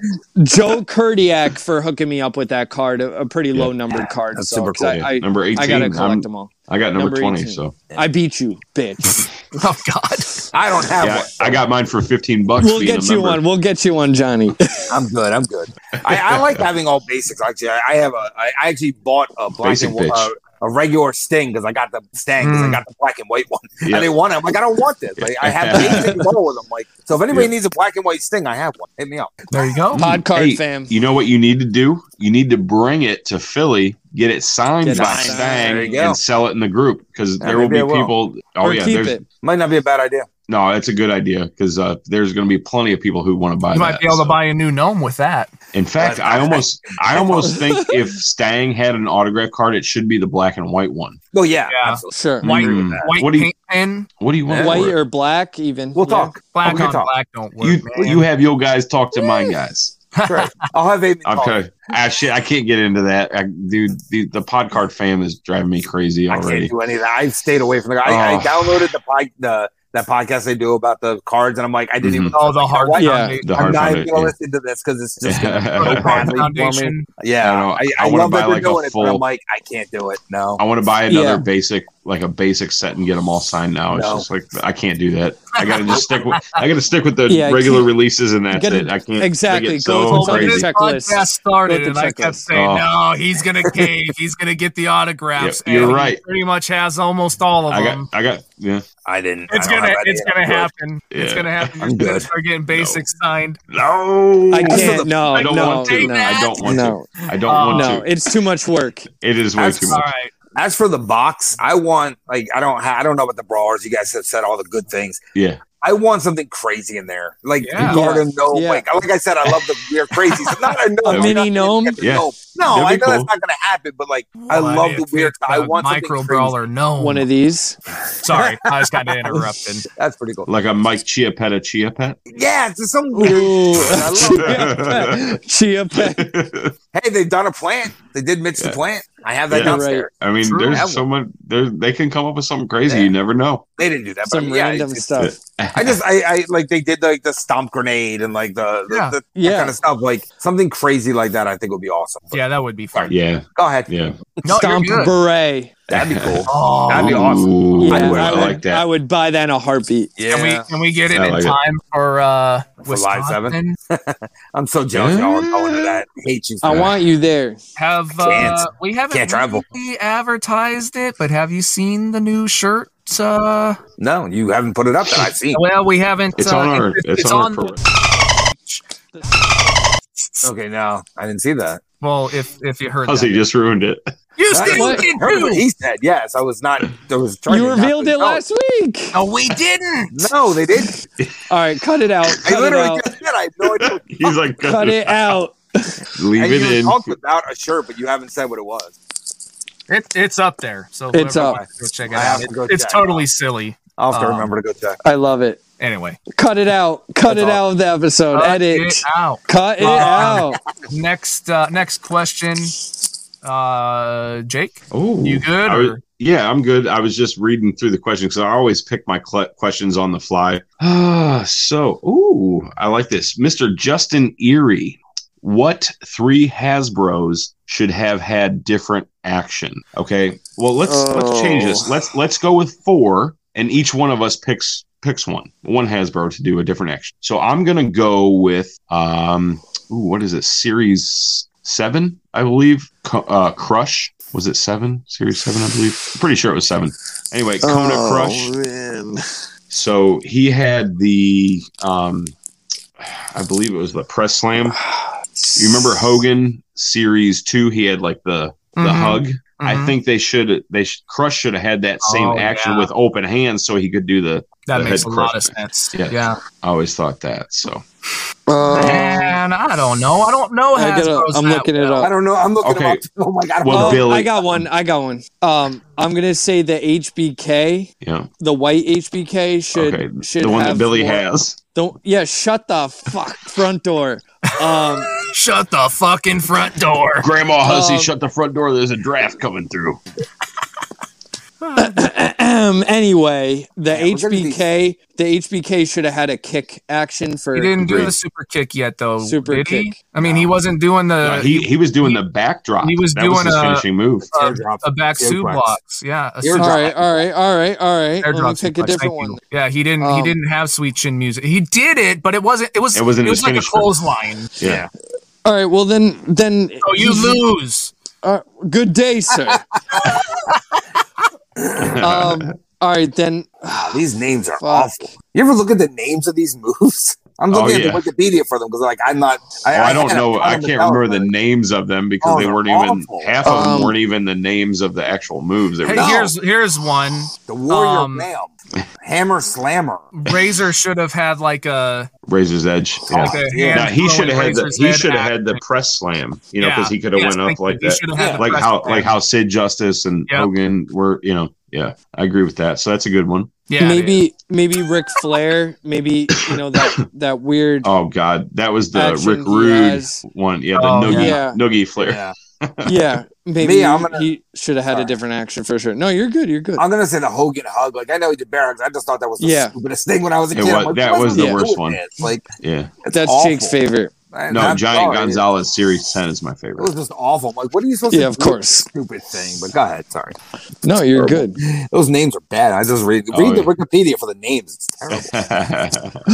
S3: Joe Kurdiak for hooking me up with that card, a, a pretty low numbered card.
S5: that's
S3: so,
S5: super
S3: 'cause
S5: cool.
S4: Yeah,
S3: I, I,
S4: number eighteen.
S3: I
S4: I,
S3: gotta collect
S4: I'm-
S3: them all.
S4: I got number,
S3: Number
S4: twenty.
S3: 18.
S4: So
S3: I beat you, bitch.
S2: Oh God.
S5: I don't have
S4: yeah,
S5: one.
S4: I got mine for fifteen bucks.
S3: we'll
S4: being
S3: get
S4: a
S3: you
S4: member.
S3: one. We'll get you one, Johnny.
S5: I'm good. I'm good. I, I like having all basics. Actually, I, I have a. I I actually bought a black
S4: Basic
S5: and
S4: bitch.
S5: uh, a regular Sting because I got the Sting because I
S2: Mm.
S5: got the black and white one.
S4: Yeah.
S5: I didn't want it. I'm like, I don't want this. Like, I have basic all of them. Like, so if anybody
S4: Yeah.
S5: needs a black and white Sting, I have one. Hit me up.
S2: There you go.
S3: Pod card
S4: Hey,
S3: fam.
S4: You know what you need to do? You need to bring it to Philly, get it signed
S3: Get it
S4: by
S3: signed.
S5: There you
S4: Stang,
S5: go.
S4: and sell it in the group because
S5: Yeah,
S4: there will
S5: maybe
S4: be
S5: I will.
S4: people. Oh
S3: or
S4: yeah,
S3: keep
S4: there's
S3: it.
S5: Might not be a bad idea.
S4: no. That's a good idea because uh, there's going to be plenty of people who want to buy.
S2: You might
S4: that,
S2: be able
S4: so.
S2: to buy a new gnome with that.
S4: In fact, I almost, I almost think if Stang had an autograph card, it should be the black and white one.
S5: Oh yeah,
S2: Yeah.
S5: absolutely.
S3: Sure.
S4: White-
S5: Agree with that.
S2: White
S4: What do you- Oh,
S2: paint pen,
S4: What do you want?
S3: White
S4: for it?
S3: or black, even.
S5: We'll
S3: Yeah.
S5: talk.
S2: black
S5: Okay,
S2: on
S5: talk.
S2: black don't work.
S4: you
S2: man.
S4: you have your guys talk to my guys.
S5: Sure. I'll have Amy.
S4: I'm
S5: call.
S4: kind of I shit. I can't get into that, I, dude. The, the Podcard fam is driving me crazy
S5: I
S4: already.
S5: can't do any of that. I've stayed away from the. I,
S4: Oh.
S5: I downloaded the pod, the that podcast they do about the cards, and I'm like, I didn't even.
S2: oh the hard
S5: White-
S3: Yeah.
S2: foundation.
S4: Mm-hmm. The
S5: I'm
S4: hard
S5: not
S4: part.
S5: even
S4: of it,
S5: gonna
S4: Yeah.
S5: listen to this because it's just
S2: The
S5: gonna go
S2: hard
S5: badly for me.
S2: foundation.
S5: Yeah,
S4: I don't-
S5: I,
S4: I
S5: I,
S4: wanna
S5: love
S4: buy,
S5: that they're
S4: like, a
S5: doing it, but
S4: full-
S5: I'm like, I can't do it. No,
S4: I want to buy another
S3: Yeah.
S4: basic like a basic set and get them all signed now. It's just like I can't do that. I gotta just stick with I gotta stick with the
S3: Yeah, I
S4: regular
S3: can't-
S4: releases and that's
S3: gotta-
S4: it. I can't they
S3: exactly,
S4: get
S3: go
S4: so
S3: with the
S2: Well, when
S4: crazy.
S2: this
S3: Checklist.
S2: podcast started,
S3: Go with
S2: and
S3: the
S2: I kept
S3: checklist.
S2: saying,
S4: Oh.
S2: "No, he's gonna cave. He's gonna get the autographs."
S4: Yeah, you're
S2: and he
S4: right.
S2: pretty much has almost all of
S4: I
S2: them.
S4: got I got yeah.
S5: I didn't.
S2: it's
S5: I don't
S2: gonna,
S5: have any
S2: it's
S5: of that.
S2: gonna happen. It's
S4: Yeah.
S2: gonna happen. You're
S5: I'm
S2: gonna
S5: good.
S2: start getting basics signed.
S4: No
S3: I can't. No,
S4: I don't
S3: Oh, no,
S4: want to.
S3: no,
S4: I don't want
S3: no,
S4: to. I don't
S2: Uh,
S5: Oh.
S4: want
S3: no.
S4: to.
S3: It's too much work.
S4: It is way
S5: That's
S4: too
S2: All
S4: much.
S2: right.
S5: As for the box, I want like I don't ha- I don't know about the brawlers. You guys have said all the good things.
S4: Yeah.
S5: I want something crazy in there, like
S2: Yeah.
S5: Garden Gnome.
S3: Yeah.
S5: Like, like I said, I love the weird crazy. stuff. not a gnome,
S4: A
S5: not-
S3: mini gnome?
S5: not a
S4: Yeah.
S5: gnome. No,
S4: That'd
S5: I
S4: be
S5: know that's
S4: cool.
S5: not gonna happen. But like, I love the weird. I want something
S2: micro
S5: crazy.
S2: brawler. No,
S3: One of these.
S2: sorry, I was kind of interrupted.
S5: That's pretty cool.
S4: Like a Mike Chia Pet a Chia Pet.
S5: Yeah, it's just some weird.
S3: Ooh,
S5: I love it.
S4: I
S3: chia pet.
S5: hey, they've done a plant. They did Mitch
S4: Yeah.
S5: the plant. I have that
S4: Yeah.
S5: downstairs.
S3: Right.
S4: mean,
S2: True.
S5: That
S4: there's so much. There, they can come up with something crazy.
S5: Yeah.
S4: You never know.
S5: They didn't do that. but I
S3: Some
S5: mean, yeah,
S3: random
S5: it's-
S3: stuff.
S5: I just I, I like they did like the stomp grenade and like the, the,
S2: Yeah.
S5: the
S3: Yeah.
S5: kind of stuff like something crazy like that. I think would be awesome. But
S2: Yeah, that would be fun.
S4: Yeah,
S5: Go ahead.
S4: yeah.
S2: No, you're
S3: Stomp
S2: good.
S3: beret.
S5: That'd be cool.
S2: Oh,
S5: That'd be awesome.
S4: Ooh,
S3: Yeah,
S5: I
S4: I,
S5: would-
S4: like that.
S3: I would buy that in a heartbeat.
S5: Yeah,
S2: Can we can we get it
S4: I
S2: in
S4: like it.
S2: time for uh
S5: For live seven?
S2: Wisconsin?
S5: I'm so jealous. Y'all are going to that. I hate you. for
S3: I
S5: that.
S3: want you there.
S2: Have
S5: Can't.
S2: uh, we haven't
S5: Can't travel.
S2: really advertised it? But have you seen the new shirt? Uh,
S5: no, you haven't put it up that I've seen.
S2: well, we haven't.
S4: it's
S2: uh,
S4: on our.
S2: it-
S4: It's, on, our.
S2: the-
S4: pro-
S5: okay, no, I didn't see that.
S2: well, if if you heard,
S4: Plus, he
S2: that.
S4: just ruined it.
S2: you
S5: That's
S2: still
S5: what
S2: can
S5: Heard what
S2: do.
S5: he said yes. I was not. There was. trying
S3: You
S5: to not
S3: revealed
S5: do
S3: it
S5: no.
S3: last week.
S2: No, we didn't.
S5: No, they didn't.
S3: All right, cut it out.
S5: I
S3: Cut it
S5: literally
S3: out.
S5: just did. I have no idea.
S4: He's like,
S3: Cut it out.
S4: leave
S5: And
S4: it
S5: you
S4: in.
S5: talked without a shirt, but you haven't said what it was.
S2: It, it's up there. So
S3: It's
S2: whoever
S3: up.
S2: wants to Go check it
S5: I
S2: out.
S5: have to go
S2: it's
S5: check.
S2: totally silly.
S5: I'll have to
S2: Um,
S5: remember to go check.
S3: I love it.
S2: Anyway,
S3: Cut it out. Cut
S5: That's
S3: it out of the episode.
S2: Cut
S3: Edit.
S2: it out.
S3: Cut it
S2: Um,
S3: out.
S2: Next uh, next question. Uh, Jake,
S4: Oh,
S2: you good?
S4: I was-
S2: or-
S4: yeah, I'm good. I was just reading through the questions because I always pick my cle questions on the fly. Ah, so, ooh, I like this. Mr. Justin Erie, what three Hasbro's should have had different action? Okay, well let's let's change this.
S3: Oh.
S4: Let's let's go with four, and each one of us picks picks one one Hasbro to do a different action. So I'm gonna go with um, ooh, what is it? Series seven, I believe. Co- uh, Crush was it seven? Series seven, I believe. Pretty sure it was seven. Anyway, Kona Crush. So he had the, um, I believe it was the press slam. You remember Hogan series two? He had like the the
S2: Mhm,
S3: Mm-hmm,
S4: hug. I
S2: mhm.
S4: think they should they should, Crush should have had that same
S2: Oh,
S4: action
S2: yeah.
S4: with open hands so he could do the.
S2: that
S4: the
S2: makes a
S4: head
S2: lot of
S4: crush.
S2: sense.
S4: Yeah.
S2: Yeah.
S4: I always thought that. So
S2: Man, I don't know. I don't know
S3: Uh, I
S2: Hasbro's
S3: am
S2: that
S3: looking it
S2: well.
S5: I
S3: up.
S5: don't know. I'm looking
S4: Okay.
S5: up. Oh my god.
S4: Well,
S3: Oh,
S4: Billy-
S3: I got one. I got one. Um, I'm gonna say the HBK,
S4: yeah,
S3: the white HBK should
S4: okay.
S3: should
S4: the one
S3: have
S4: that Billy
S3: more-
S4: has.
S3: Don't yeah. Shut the fuck front door. Um,
S2: Shut the fucking front door.
S4: Grandma Hussey,
S3: Um,
S4: shut the front door. There's a draft coming through.
S3: anyway, the
S5: we're gonna be-
S3: HBK, the HBK should have had a kick action for
S2: He didn't do
S4: Agreed.
S2: the super kick yet, though.
S3: Super
S2: did he?
S3: kick.
S2: I mean, he wasn't doing the
S4: No, he he was doing the backdrop.
S2: uh, he was
S4: that was
S2: doing
S4: his
S2: a-
S4: finishing move.
S5: Teardrop.
S2: uh, a back
S5: Air
S2: suplex.
S5: drops.
S2: Yeah, a
S5: Air
S3: All
S2: super-
S5: drop.
S3: right, all right, all right, all right.
S2: air
S3: Let me
S2: drop
S3: pick a
S2: suplex.
S3: different
S2: Thank you.
S3: one.
S2: Yeah, he didn't.
S3: Um,
S2: he didn't have sweet chin music. He did it, but it wasn't. It was.
S4: It wasn't
S2: It
S4: his
S2: was like a
S4: finish move.
S2: clothesline.
S4: Yeah.
S3: All right, well then, then.
S2: Oh, you lose.
S3: Uh, good day, sir. um, all right then.
S5: Wow, Ah, these names are
S3: Fuck.
S5: awful. You ever look at the names of these moves? I'm
S4: Oh,
S5: looking
S4: yeah.
S5: at the Wikipedia for them because, like, I'm not.
S4: Oh, I don't
S5: had a
S4: know.
S5: problem
S4: I
S5: with
S4: can't
S5: that
S4: remember
S5: one.
S4: the names of them because
S5: Oh,
S4: they
S5: they're
S4: weren't even
S5: awful.
S4: half of them
S3: Um,
S4: weren't even the names of the actual moves. They were
S2: Hey,
S5: No.
S2: here's here's one.
S5: The Warrior
S2: Um,
S5: Ma'am, Hammer Slammer.
S2: Razor should have had like a
S4: Razor's Edge. Yeah.
S2: like a
S5: Yeah.
S2: hand
S4: Now, he
S2: Oh, throwing
S4: should have had the
S2: Razor's
S4: he
S2: head
S4: should have
S2: at-
S4: had the press slam, you know,
S2: Yeah.
S4: because he could have
S2: Yes,
S4: went up
S2: thank you.
S4: like
S2: He
S4: that,
S2: should have had the
S4: like
S2: press
S4: how
S2: slam.
S4: like how Sid Justice and
S2: Yep.
S4: Hogan were, you know. Yeah, I agree with that. So that's a good one.
S2: yeah,
S3: maybe maybe Ric Flair. Maybe you know that that weird.
S4: Oh God, that was the
S3: Action
S4: Rick Rude
S3: Diaz.
S4: one. Yeah, the
S2: Oh,
S4: noogie
S3: yeah.
S4: noogie flare.
S5: Yeah.
S3: Yeah, maybe
S5: Me, I'm gonna-
S3: he should have had a
S5: Sorry.
S3: different action for sure. No, you're good. You're good.
S5: I'm gonna say the Hogan hug. Like I know he did barracks. I just thought that was the
S3: Yeah.
S5: stupidest thing when I was a
S4: It
S5: kid. I'm
S4: was-
S5: like,
S4: that
S5: what's
S4: was
S3: the
S5: he
S4: worst
S5: doing
S4: one.
S5: this? Like
S4: Yeah,
S5: it's
S3: That's
S5: awful.
S3: Jake's favorite.
S5: Man,
S4: No,
S5: I'm
S4: Giant
S5: sorry.
S4: Gonzalez series ten is my
S5: It was
S4: favorite.
S5: just awful. I'm like, what are you supposed to
S3: Yeah, of
S5: do?
S3: course.
S5: Stupid thing, but go ahead. Sorry.
S3: No, you're
S5: Terrible.
S3: good.
S5: Those names are bad. I just read,
S4: Oh,
S5: read the
S4: yeah.
S5: Wikipedia for the names. It's terrible.
S2: All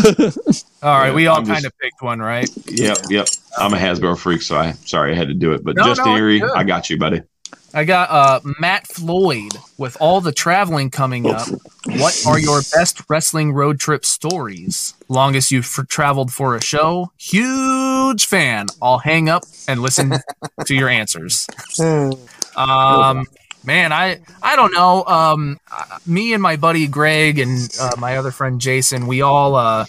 S2: right, we all
S4: I'm
S2: kind
S4: just-
S2: of picked one, right?
S4: yep, yep. I'm a Hasbro freak, so I sorry I had to do it, but
S2: No,
S4: Justin
S2: no, it's
S4: Erie,
S2: good.
S4: I got you, buddy.
S2: I got uh, Matt Floyd. With all the traveling coming up, what are your best wrestling road trip stories? Longest you've f- traveled for a show? Huge fan. I'll hang up and listen to your answers. Um, man, I I don't know. Um, uh, me and my buddy Greg and uh, my other friend Jason, we all uh,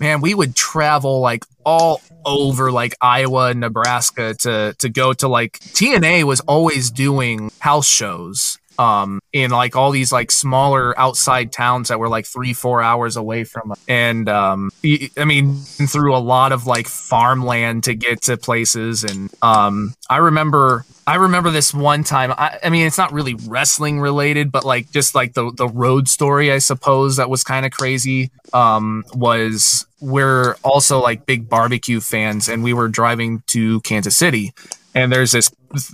S2: man, we would travel like all over like Iowa and Nebraska to to go to like TNA was always doing house shows. Um, in like all these like smaller outside towns that were like three four hours away from us. and um y- i mean through a lot of like farmland to get to places and um i remember I remember this one time. I, I mean, it's not really wrestling related, but like just like the the road story, I suppose that was kind of crazy. Um, was we're also like big barbecue fans, and we were driving to Kansas City, and there's this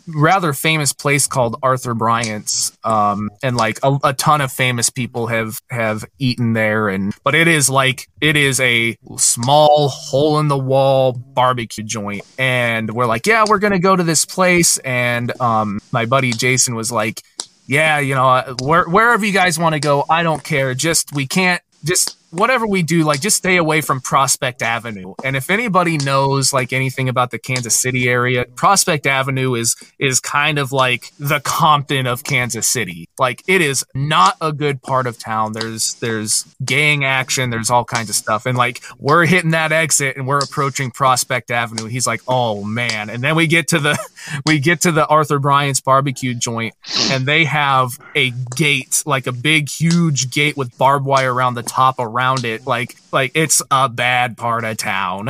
S2: rather famous place called Arthur Bryant's, um, and like a, a ton of famous people have have eaten there, and but it is like it is a small hole in the wall barbecue joint, and we're like, yeah, we're gonna go to this place, and um, my buddy Jason was like, yeah, you know, uh, where, wherever you guys want to go, I don't care. Just we can't just whatever we do, like just stay away from Prospect Avenue. And if anybody knows like anything about the Kansas City area, Prospect Avenue is is kind of like the Compton of Kansas City. Like it is not a good part of town. There's there's gang action, there's all kinds of stuff. And like we're hitting that exit and we're approaching Prospect Avenue. He's like, "Oh man." And then we get to the we get to the Arthur Bryant's barbecue joint and they have a gate, like a big, huge gate with barbed wire around the top around it. Like, like it's a bad part of town.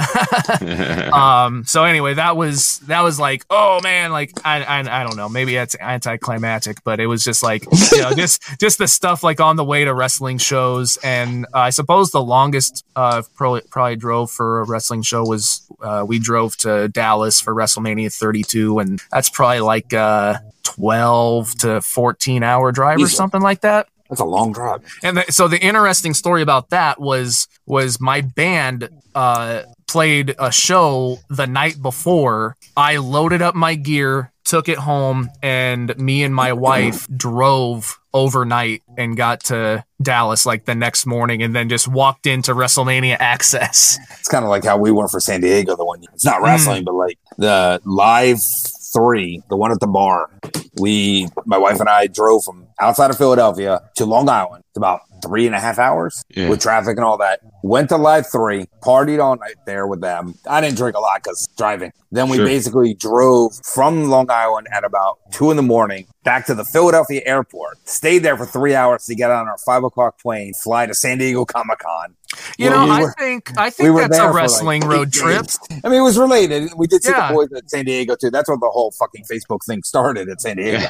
S2: um. So anyway, that was that was like, oh man, like I I, I don't know, maybe that's anticlimactic, but it was just like you know, just just the stuff like on the way to wrestling shows, and uh, I suppose the longest uh probably, probably drove for a wrestling show was uh, we drove to Dallas for WrestleMania 32, and that's probably like uh 12 to 14 hour drive or
S5: Easily.
S2: something like that
S5: That's a long drive.
S2: and the, so the interesting story about that was was my band uh, played a show the night before. I loaded up my gear, took it home, and me and my wife drove overnight and got to Dallas like the next morning, and then just walked into WrestleMania Access.
S5: It's kind of like how we went for San Diego the one year. It's not
S4: Hmm.
S5: wrestling, but like the live three, the one at the bar. We, my wife and I, drove from outside of Philadelphia to Long Island. It's about three and a half hours
S4: Yeah.
S5: with traffic and all that. Went to live three, partied all night there with them. I didn't drink a lot because driving. Then we
S4: Sure.
S5: basically drove from Long Island at about two in the morning back to the Philadelphia airport. Stayed there for three hours to get on our five o'clock plane, fly to San Diego Comic Con.
S2: You
S5: Well,
S2: know,
S5: we
S2: I
S5: were-
S2: think I
S5: we
S2: think
S5: were
S2: that's
S5: there
S2: a
S5: for, like,
S2: wrestling
S5: eight
S2: road trip.
S5: days. I mean, it was related. We did see
S2: Yeah.
S5: the boys at San Diego too. That's where the whole fucking Facebook thing started at San Diego.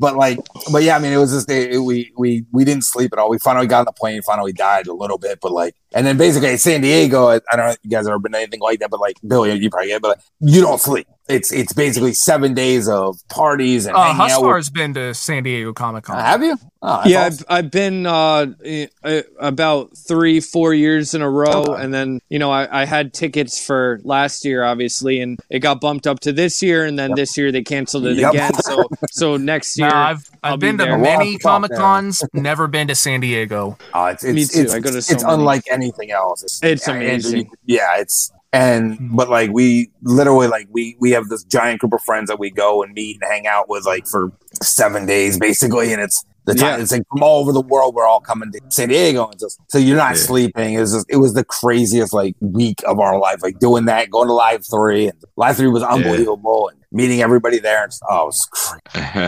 S5: but like, but yeah, I mean, it was just it, it- we we we didn't sleep at all. We finally got on the plane. Finally died a little bit, but like, and then basically at San Diego, I, I don't know if you guys ever been to anything like that, but like Billy, you probably get, but like, you don't sleep. It's it's basically seven days of parties and
S2: Uh,
S5: hanging out. With,
S2: Huskar's been to San Diego Comic Con.
S5: Uh, have you? Oh, that's
S3: yeah,
S5: awesome.
S3: I've, I've been uh, eh, eh, about three, four years in a row,
S5: Okay.
S3: and then you know I, I had tickets for last year, obviously, and it got bumped up to this year, and then this year they canceled it
S5: Yep.
S3: again. So so next year,
S2: No, I've I've
S3: I'll be
S2: been to
S3: there.
S5: Well,
S2: many
S5: I'll stop
S2: Comic
S5: there.
S2: Cons, never been to San Diego.
S5: Oh, it's, it's,
S3: Me too.
S5: It's,
S3: I go to so
S5: it's
S3: many.
S5: unlike anything else. It's,
S3: It's
S5: I- and
S3: amazing. Mm-hmm.
S5: you- yeah, it's and but like we literally like we we have this giant group of friends that we go and meet and hang out with like for seven days basically, and it's the time
S3: Yeah.
S5: it's like from all over the world we're all coming to San Diego and just so you're not
S4: Yeah.
S5: sleeping. It was just it was the craziest like week of our life, like doing that, going to live three and live three was unbelievable and meeting everybody there. And, oh, it was crazy.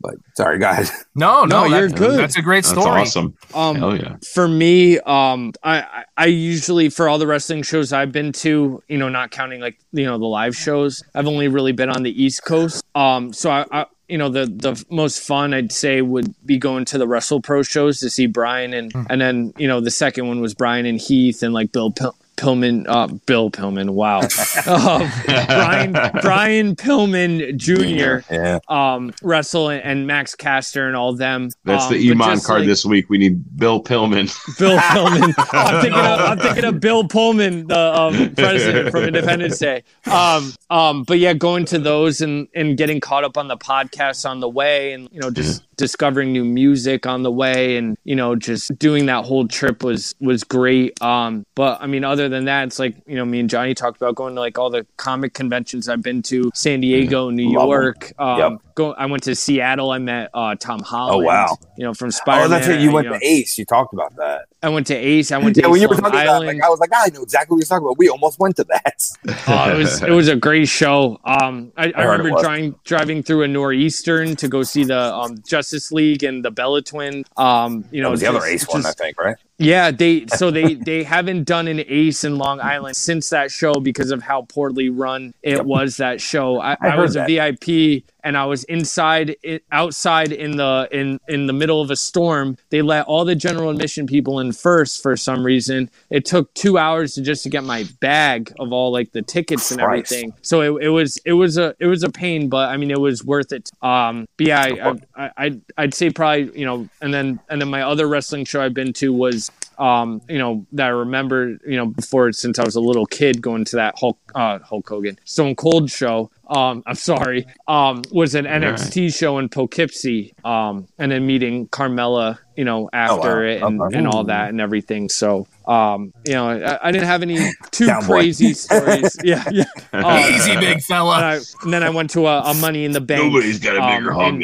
S5: But sorry, guys.
S2: No,
S3: No,
S2: no,
S3: you're
S2: that-
S3: good.
S2: That's a great
S4: That's
S2: story.
S4: awesome.
S3: um,
S4: Hell yeah.
S3: for me, um, I I- I usually for all the wrestling shows I've been to, you know, not counting like you know the live shows, I've only really been on the East Coast. Um, so I. I you know the the most fun I'd say would be going to the
S4: Hmm.
S3: Wrestle Pro shows to see Brian and and then you know the second one was Brian and Heath and like Bill Pil- Pillman, uh, Bill Pillman. Wow, um, Brian Brian Pillman Jr.
S5: Yeah.
S3: Um, wrestle and, and Max Caster and all them.
S4: That's
S3: Um,
S4: the
S3: but
S4: Iman
S3: just,
S4: card
S3: like,
S4: this week. We need Bill Pillman.
S3: Bill Pullman. I'm thinking of I'm thinking of Bill Pullman, the um, president from Independence Day. Um, um, but yeah, going to those and and getting caught up on the podcasts on the way, and you know, just
S5: Mm-hmm.
S3: discovering new music on the way, and you know, just doing that whole trip was was great. Um, but I mean, other than that, it's like you know, me and Johnny talked about going to like all the comic conventions I've been to, San Diego, New
S5: Mm-hmm. Love 'em.
S3: York. Um,
S5: Yep. Oh,
S3: go, I went to Seattle. I met uh, Tom Holland.
S5: wow.
S3: You know, from Spider-Man.
S5: Oh, that's right. You
S3: I-
S5: went
S3: know,
S5: to Ace. You talked about that.
S3: I went to Ace. I went to
S5: Yeah, when you were
S3: East Long
S5: talking about, it,
S3: Island.
S5: like, I was like, I know exactly what you're talking about. We almost went to that.
S3: Oh, it was it was a great show. Um, I, I,
S5: heard it
S3: remember
S5: was.
S3: driving driving through a nor'eastern to go see the um, Justice League and the Bella Twin. Um, you
S5: That
S3: know,
S5: was the other
S3: just-
S5: Ace one, I
S3: just-
S5: think, right?
S3: Yeah, they so they they haven't done an Ace in Long Island since that show because of how poorly run it was. That show. I, I,
S5: heard
S3: was a
S5: that.
S3: VIP and I was inside it, outside in the in in the middle of a storm. They let all the general admission people in first for some reason. It took two hours to just to get my bag of all like the tickets and
S5: Christ.
S3: everything. So it, it was it was a it was a pain, but I mean it was worth it. Um, but yeah, I, I, I I'd, I'd say probably you know, and then and then my other wrestling show I've been to was um you know that I remember you know before since I was a little kid going to that Hulk uh, Hulk Hogan Stone Cold show. Um, I'm sorry. Um, was an NXT show in Poughkeepsie. Um, and then meeting Carmella, you know, after it and,
S5: Okay.
S3: and all that and everything. So, um, you know, I, I didn't have any too
S5: Down boy.
S3: crazy stories. yeah, yeah. Um,
S2: Easy, big
S3: and,
S2: fella.
S3: I, and then I went to a, a Money in the Bank.
S4: got
S3: um, and-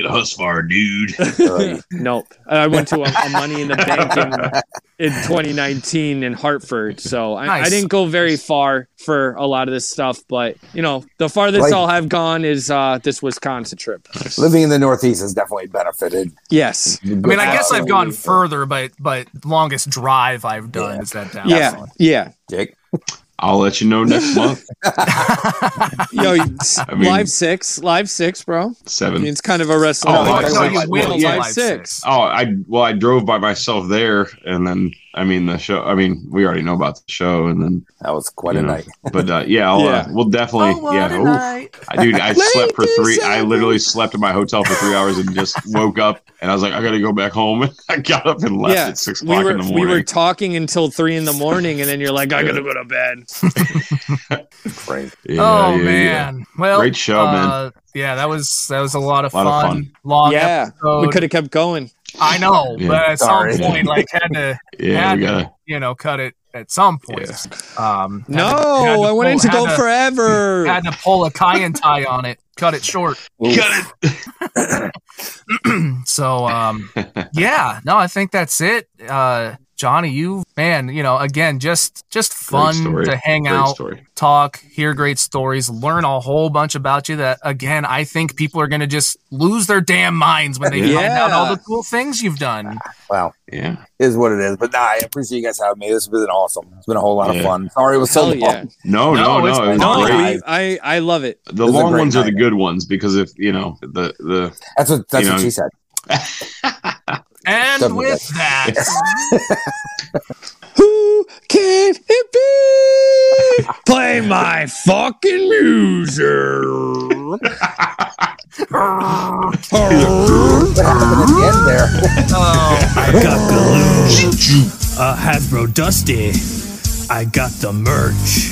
S4: Husfar, dude.
S3: Nope. And I went to a, a Money in the Bank in, in 2019 in Hartford. So I, I
S2: Nice.
S3: didn't go very far for a lot of this stuff, but you know, the farthest
S5: Like-
S3: I'll have gone is uh, this Wisconsin trip.
S5: Living in the Northeast has definitely benefited.
S3: Yes.
S2: I mean, I guess I've gone
S5: Absolutely.
S2: further, but but longest drive I've done
S5: Yeah.
S2: is that down.
S3: Yeah. Yeah.
S5: Jake.
S4: I'll let you know next month.
S3: Yo,
S4: I mean-
S3: live six, live six, bro. I
S4: Seven.
S3: mean, it's kind of a wrestling.
S4: Oh,
S3: thing.
S4: I
S3: That's
S4: know,
S3: like-
S4: you went
S3: well,
S4: to
S3: live
S2: Live
S3: six.
S2: Six.
S4: Oh, I well, I drove by myself there, and then I mean the show. I mean, we already know about the show, and then
S5: That was quite a
S4: Yeah.
S5: night.
S4: but uh, yeah, I'll,
S3: Yeah.
S4: Uh, we'll definitely
S2: Oh, what
S4: yeah.
S2: a
S4: ooh.
S2: night.
S4: I- dude, I slept for
S3: Ladies
S4: three. I
S3: and-
S4: literally slept in my hotel for three hours and just woke up, and I was like, I gotta go back home. And I got up and left
S3: Yeah,
S4: at six
S3: we
S4: o'clock
S3: were
S4: in the
S3: we
S4: morning.
S3: were talking until three in the morning, and then you're like, I gotta go to bed.
S5: Great.
S4: Yeah,
S2: oh
S4: yeah, yeah.
S2: man. Well,
S4: Great show, man.
S2: uh, Yeah, that was that was a lot of,
S4: Lot of
S2: fun.
S4: fun.
S2: Long
S3: yeah, we
S2: episode.
S3: could have kept going.
S2: I know,
S4: Yeah.
S2: but at
S5: Sorry.
S2: some point, like had to
S4: Yeah, we
S2: Yeah.
S4: gotta.
S2: you know cut it at some point. Um, had
S3: No,
S2: to- had
S3: I wanted to
S2: pull-
S3: go
S2: had
S3: forever.
S2: Had to pull a Kyan tie on it, cut it short.
S4: Cut
S2: so um yeah no i think that's it uh johnny you man you know again just just fun
S4: story.
S2: to hang
S4: it. Great
S2: out
S4: story.
S2: talk hear great stories learn a whole bunch about you that again i think people are gonna just lose their damn minds when they find
S3: Yeah.
S2: out all the cool things you've done
S5: Wow.
S4: Yeah.
S5: Is what it is. But nah, I appreciate you guys having me. This has been awesome. It's been a whole lot
S4: Yeah.
S5: of fun. Sorry it was so
S3: Hell
S5: long.
S3: yeah.
S4: No,
S2: No,
S4: no, no.
S2: it's
S4: It was
S5: fine.
S3: No,
S4: great.
S3: I, I I love it.
S4: The
S5: It was a
S4: long
S5: great
S4: ones are the
S5: night.
S4: good ones because if you know the the
S5: That's what that's
S4: You
S5: what
S4: know,
S5: she said.
S2: and
S5: Definitely.
S2: with that
S3: Who can it be? Play my fucking music.
S2: oh,
S5: What happened at the end there?
S2: i
S7: I got Baloo, a Uh, Hasbro Dusty. I got the merch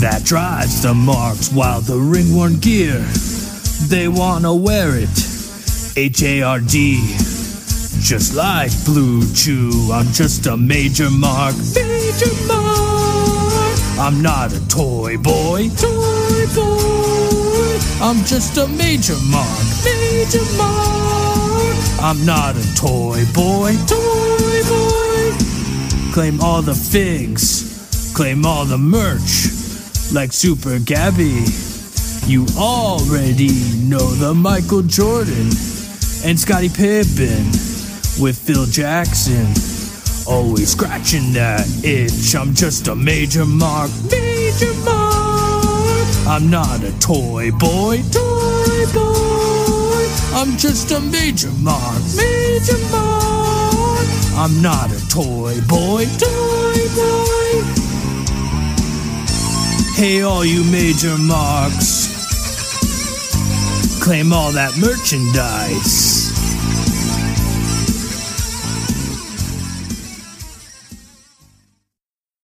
S7: that drives the marks while the ringworn gear, they wanna wear it. H A R D. Just like Blue Chew, I'm just a major mark. Major mark. I'm not a toy boy. Toy boy. I'm just a major mark. Major mark. I'm not a toy boy. Toy boy. Claim all the figs. Claim all the merch. Like Super Gabby. You already know the Michael Jordan and Scottie Pippen with Phil Jackson. Always scratching that itch. I'm just a major mark. Major mark. I'm not a toy boy. Toy boy. I'm just a major mark. Major mark. I'm not a toy boy. Toy boy.
S3: Hey, all you major marks, claim all that merchandise.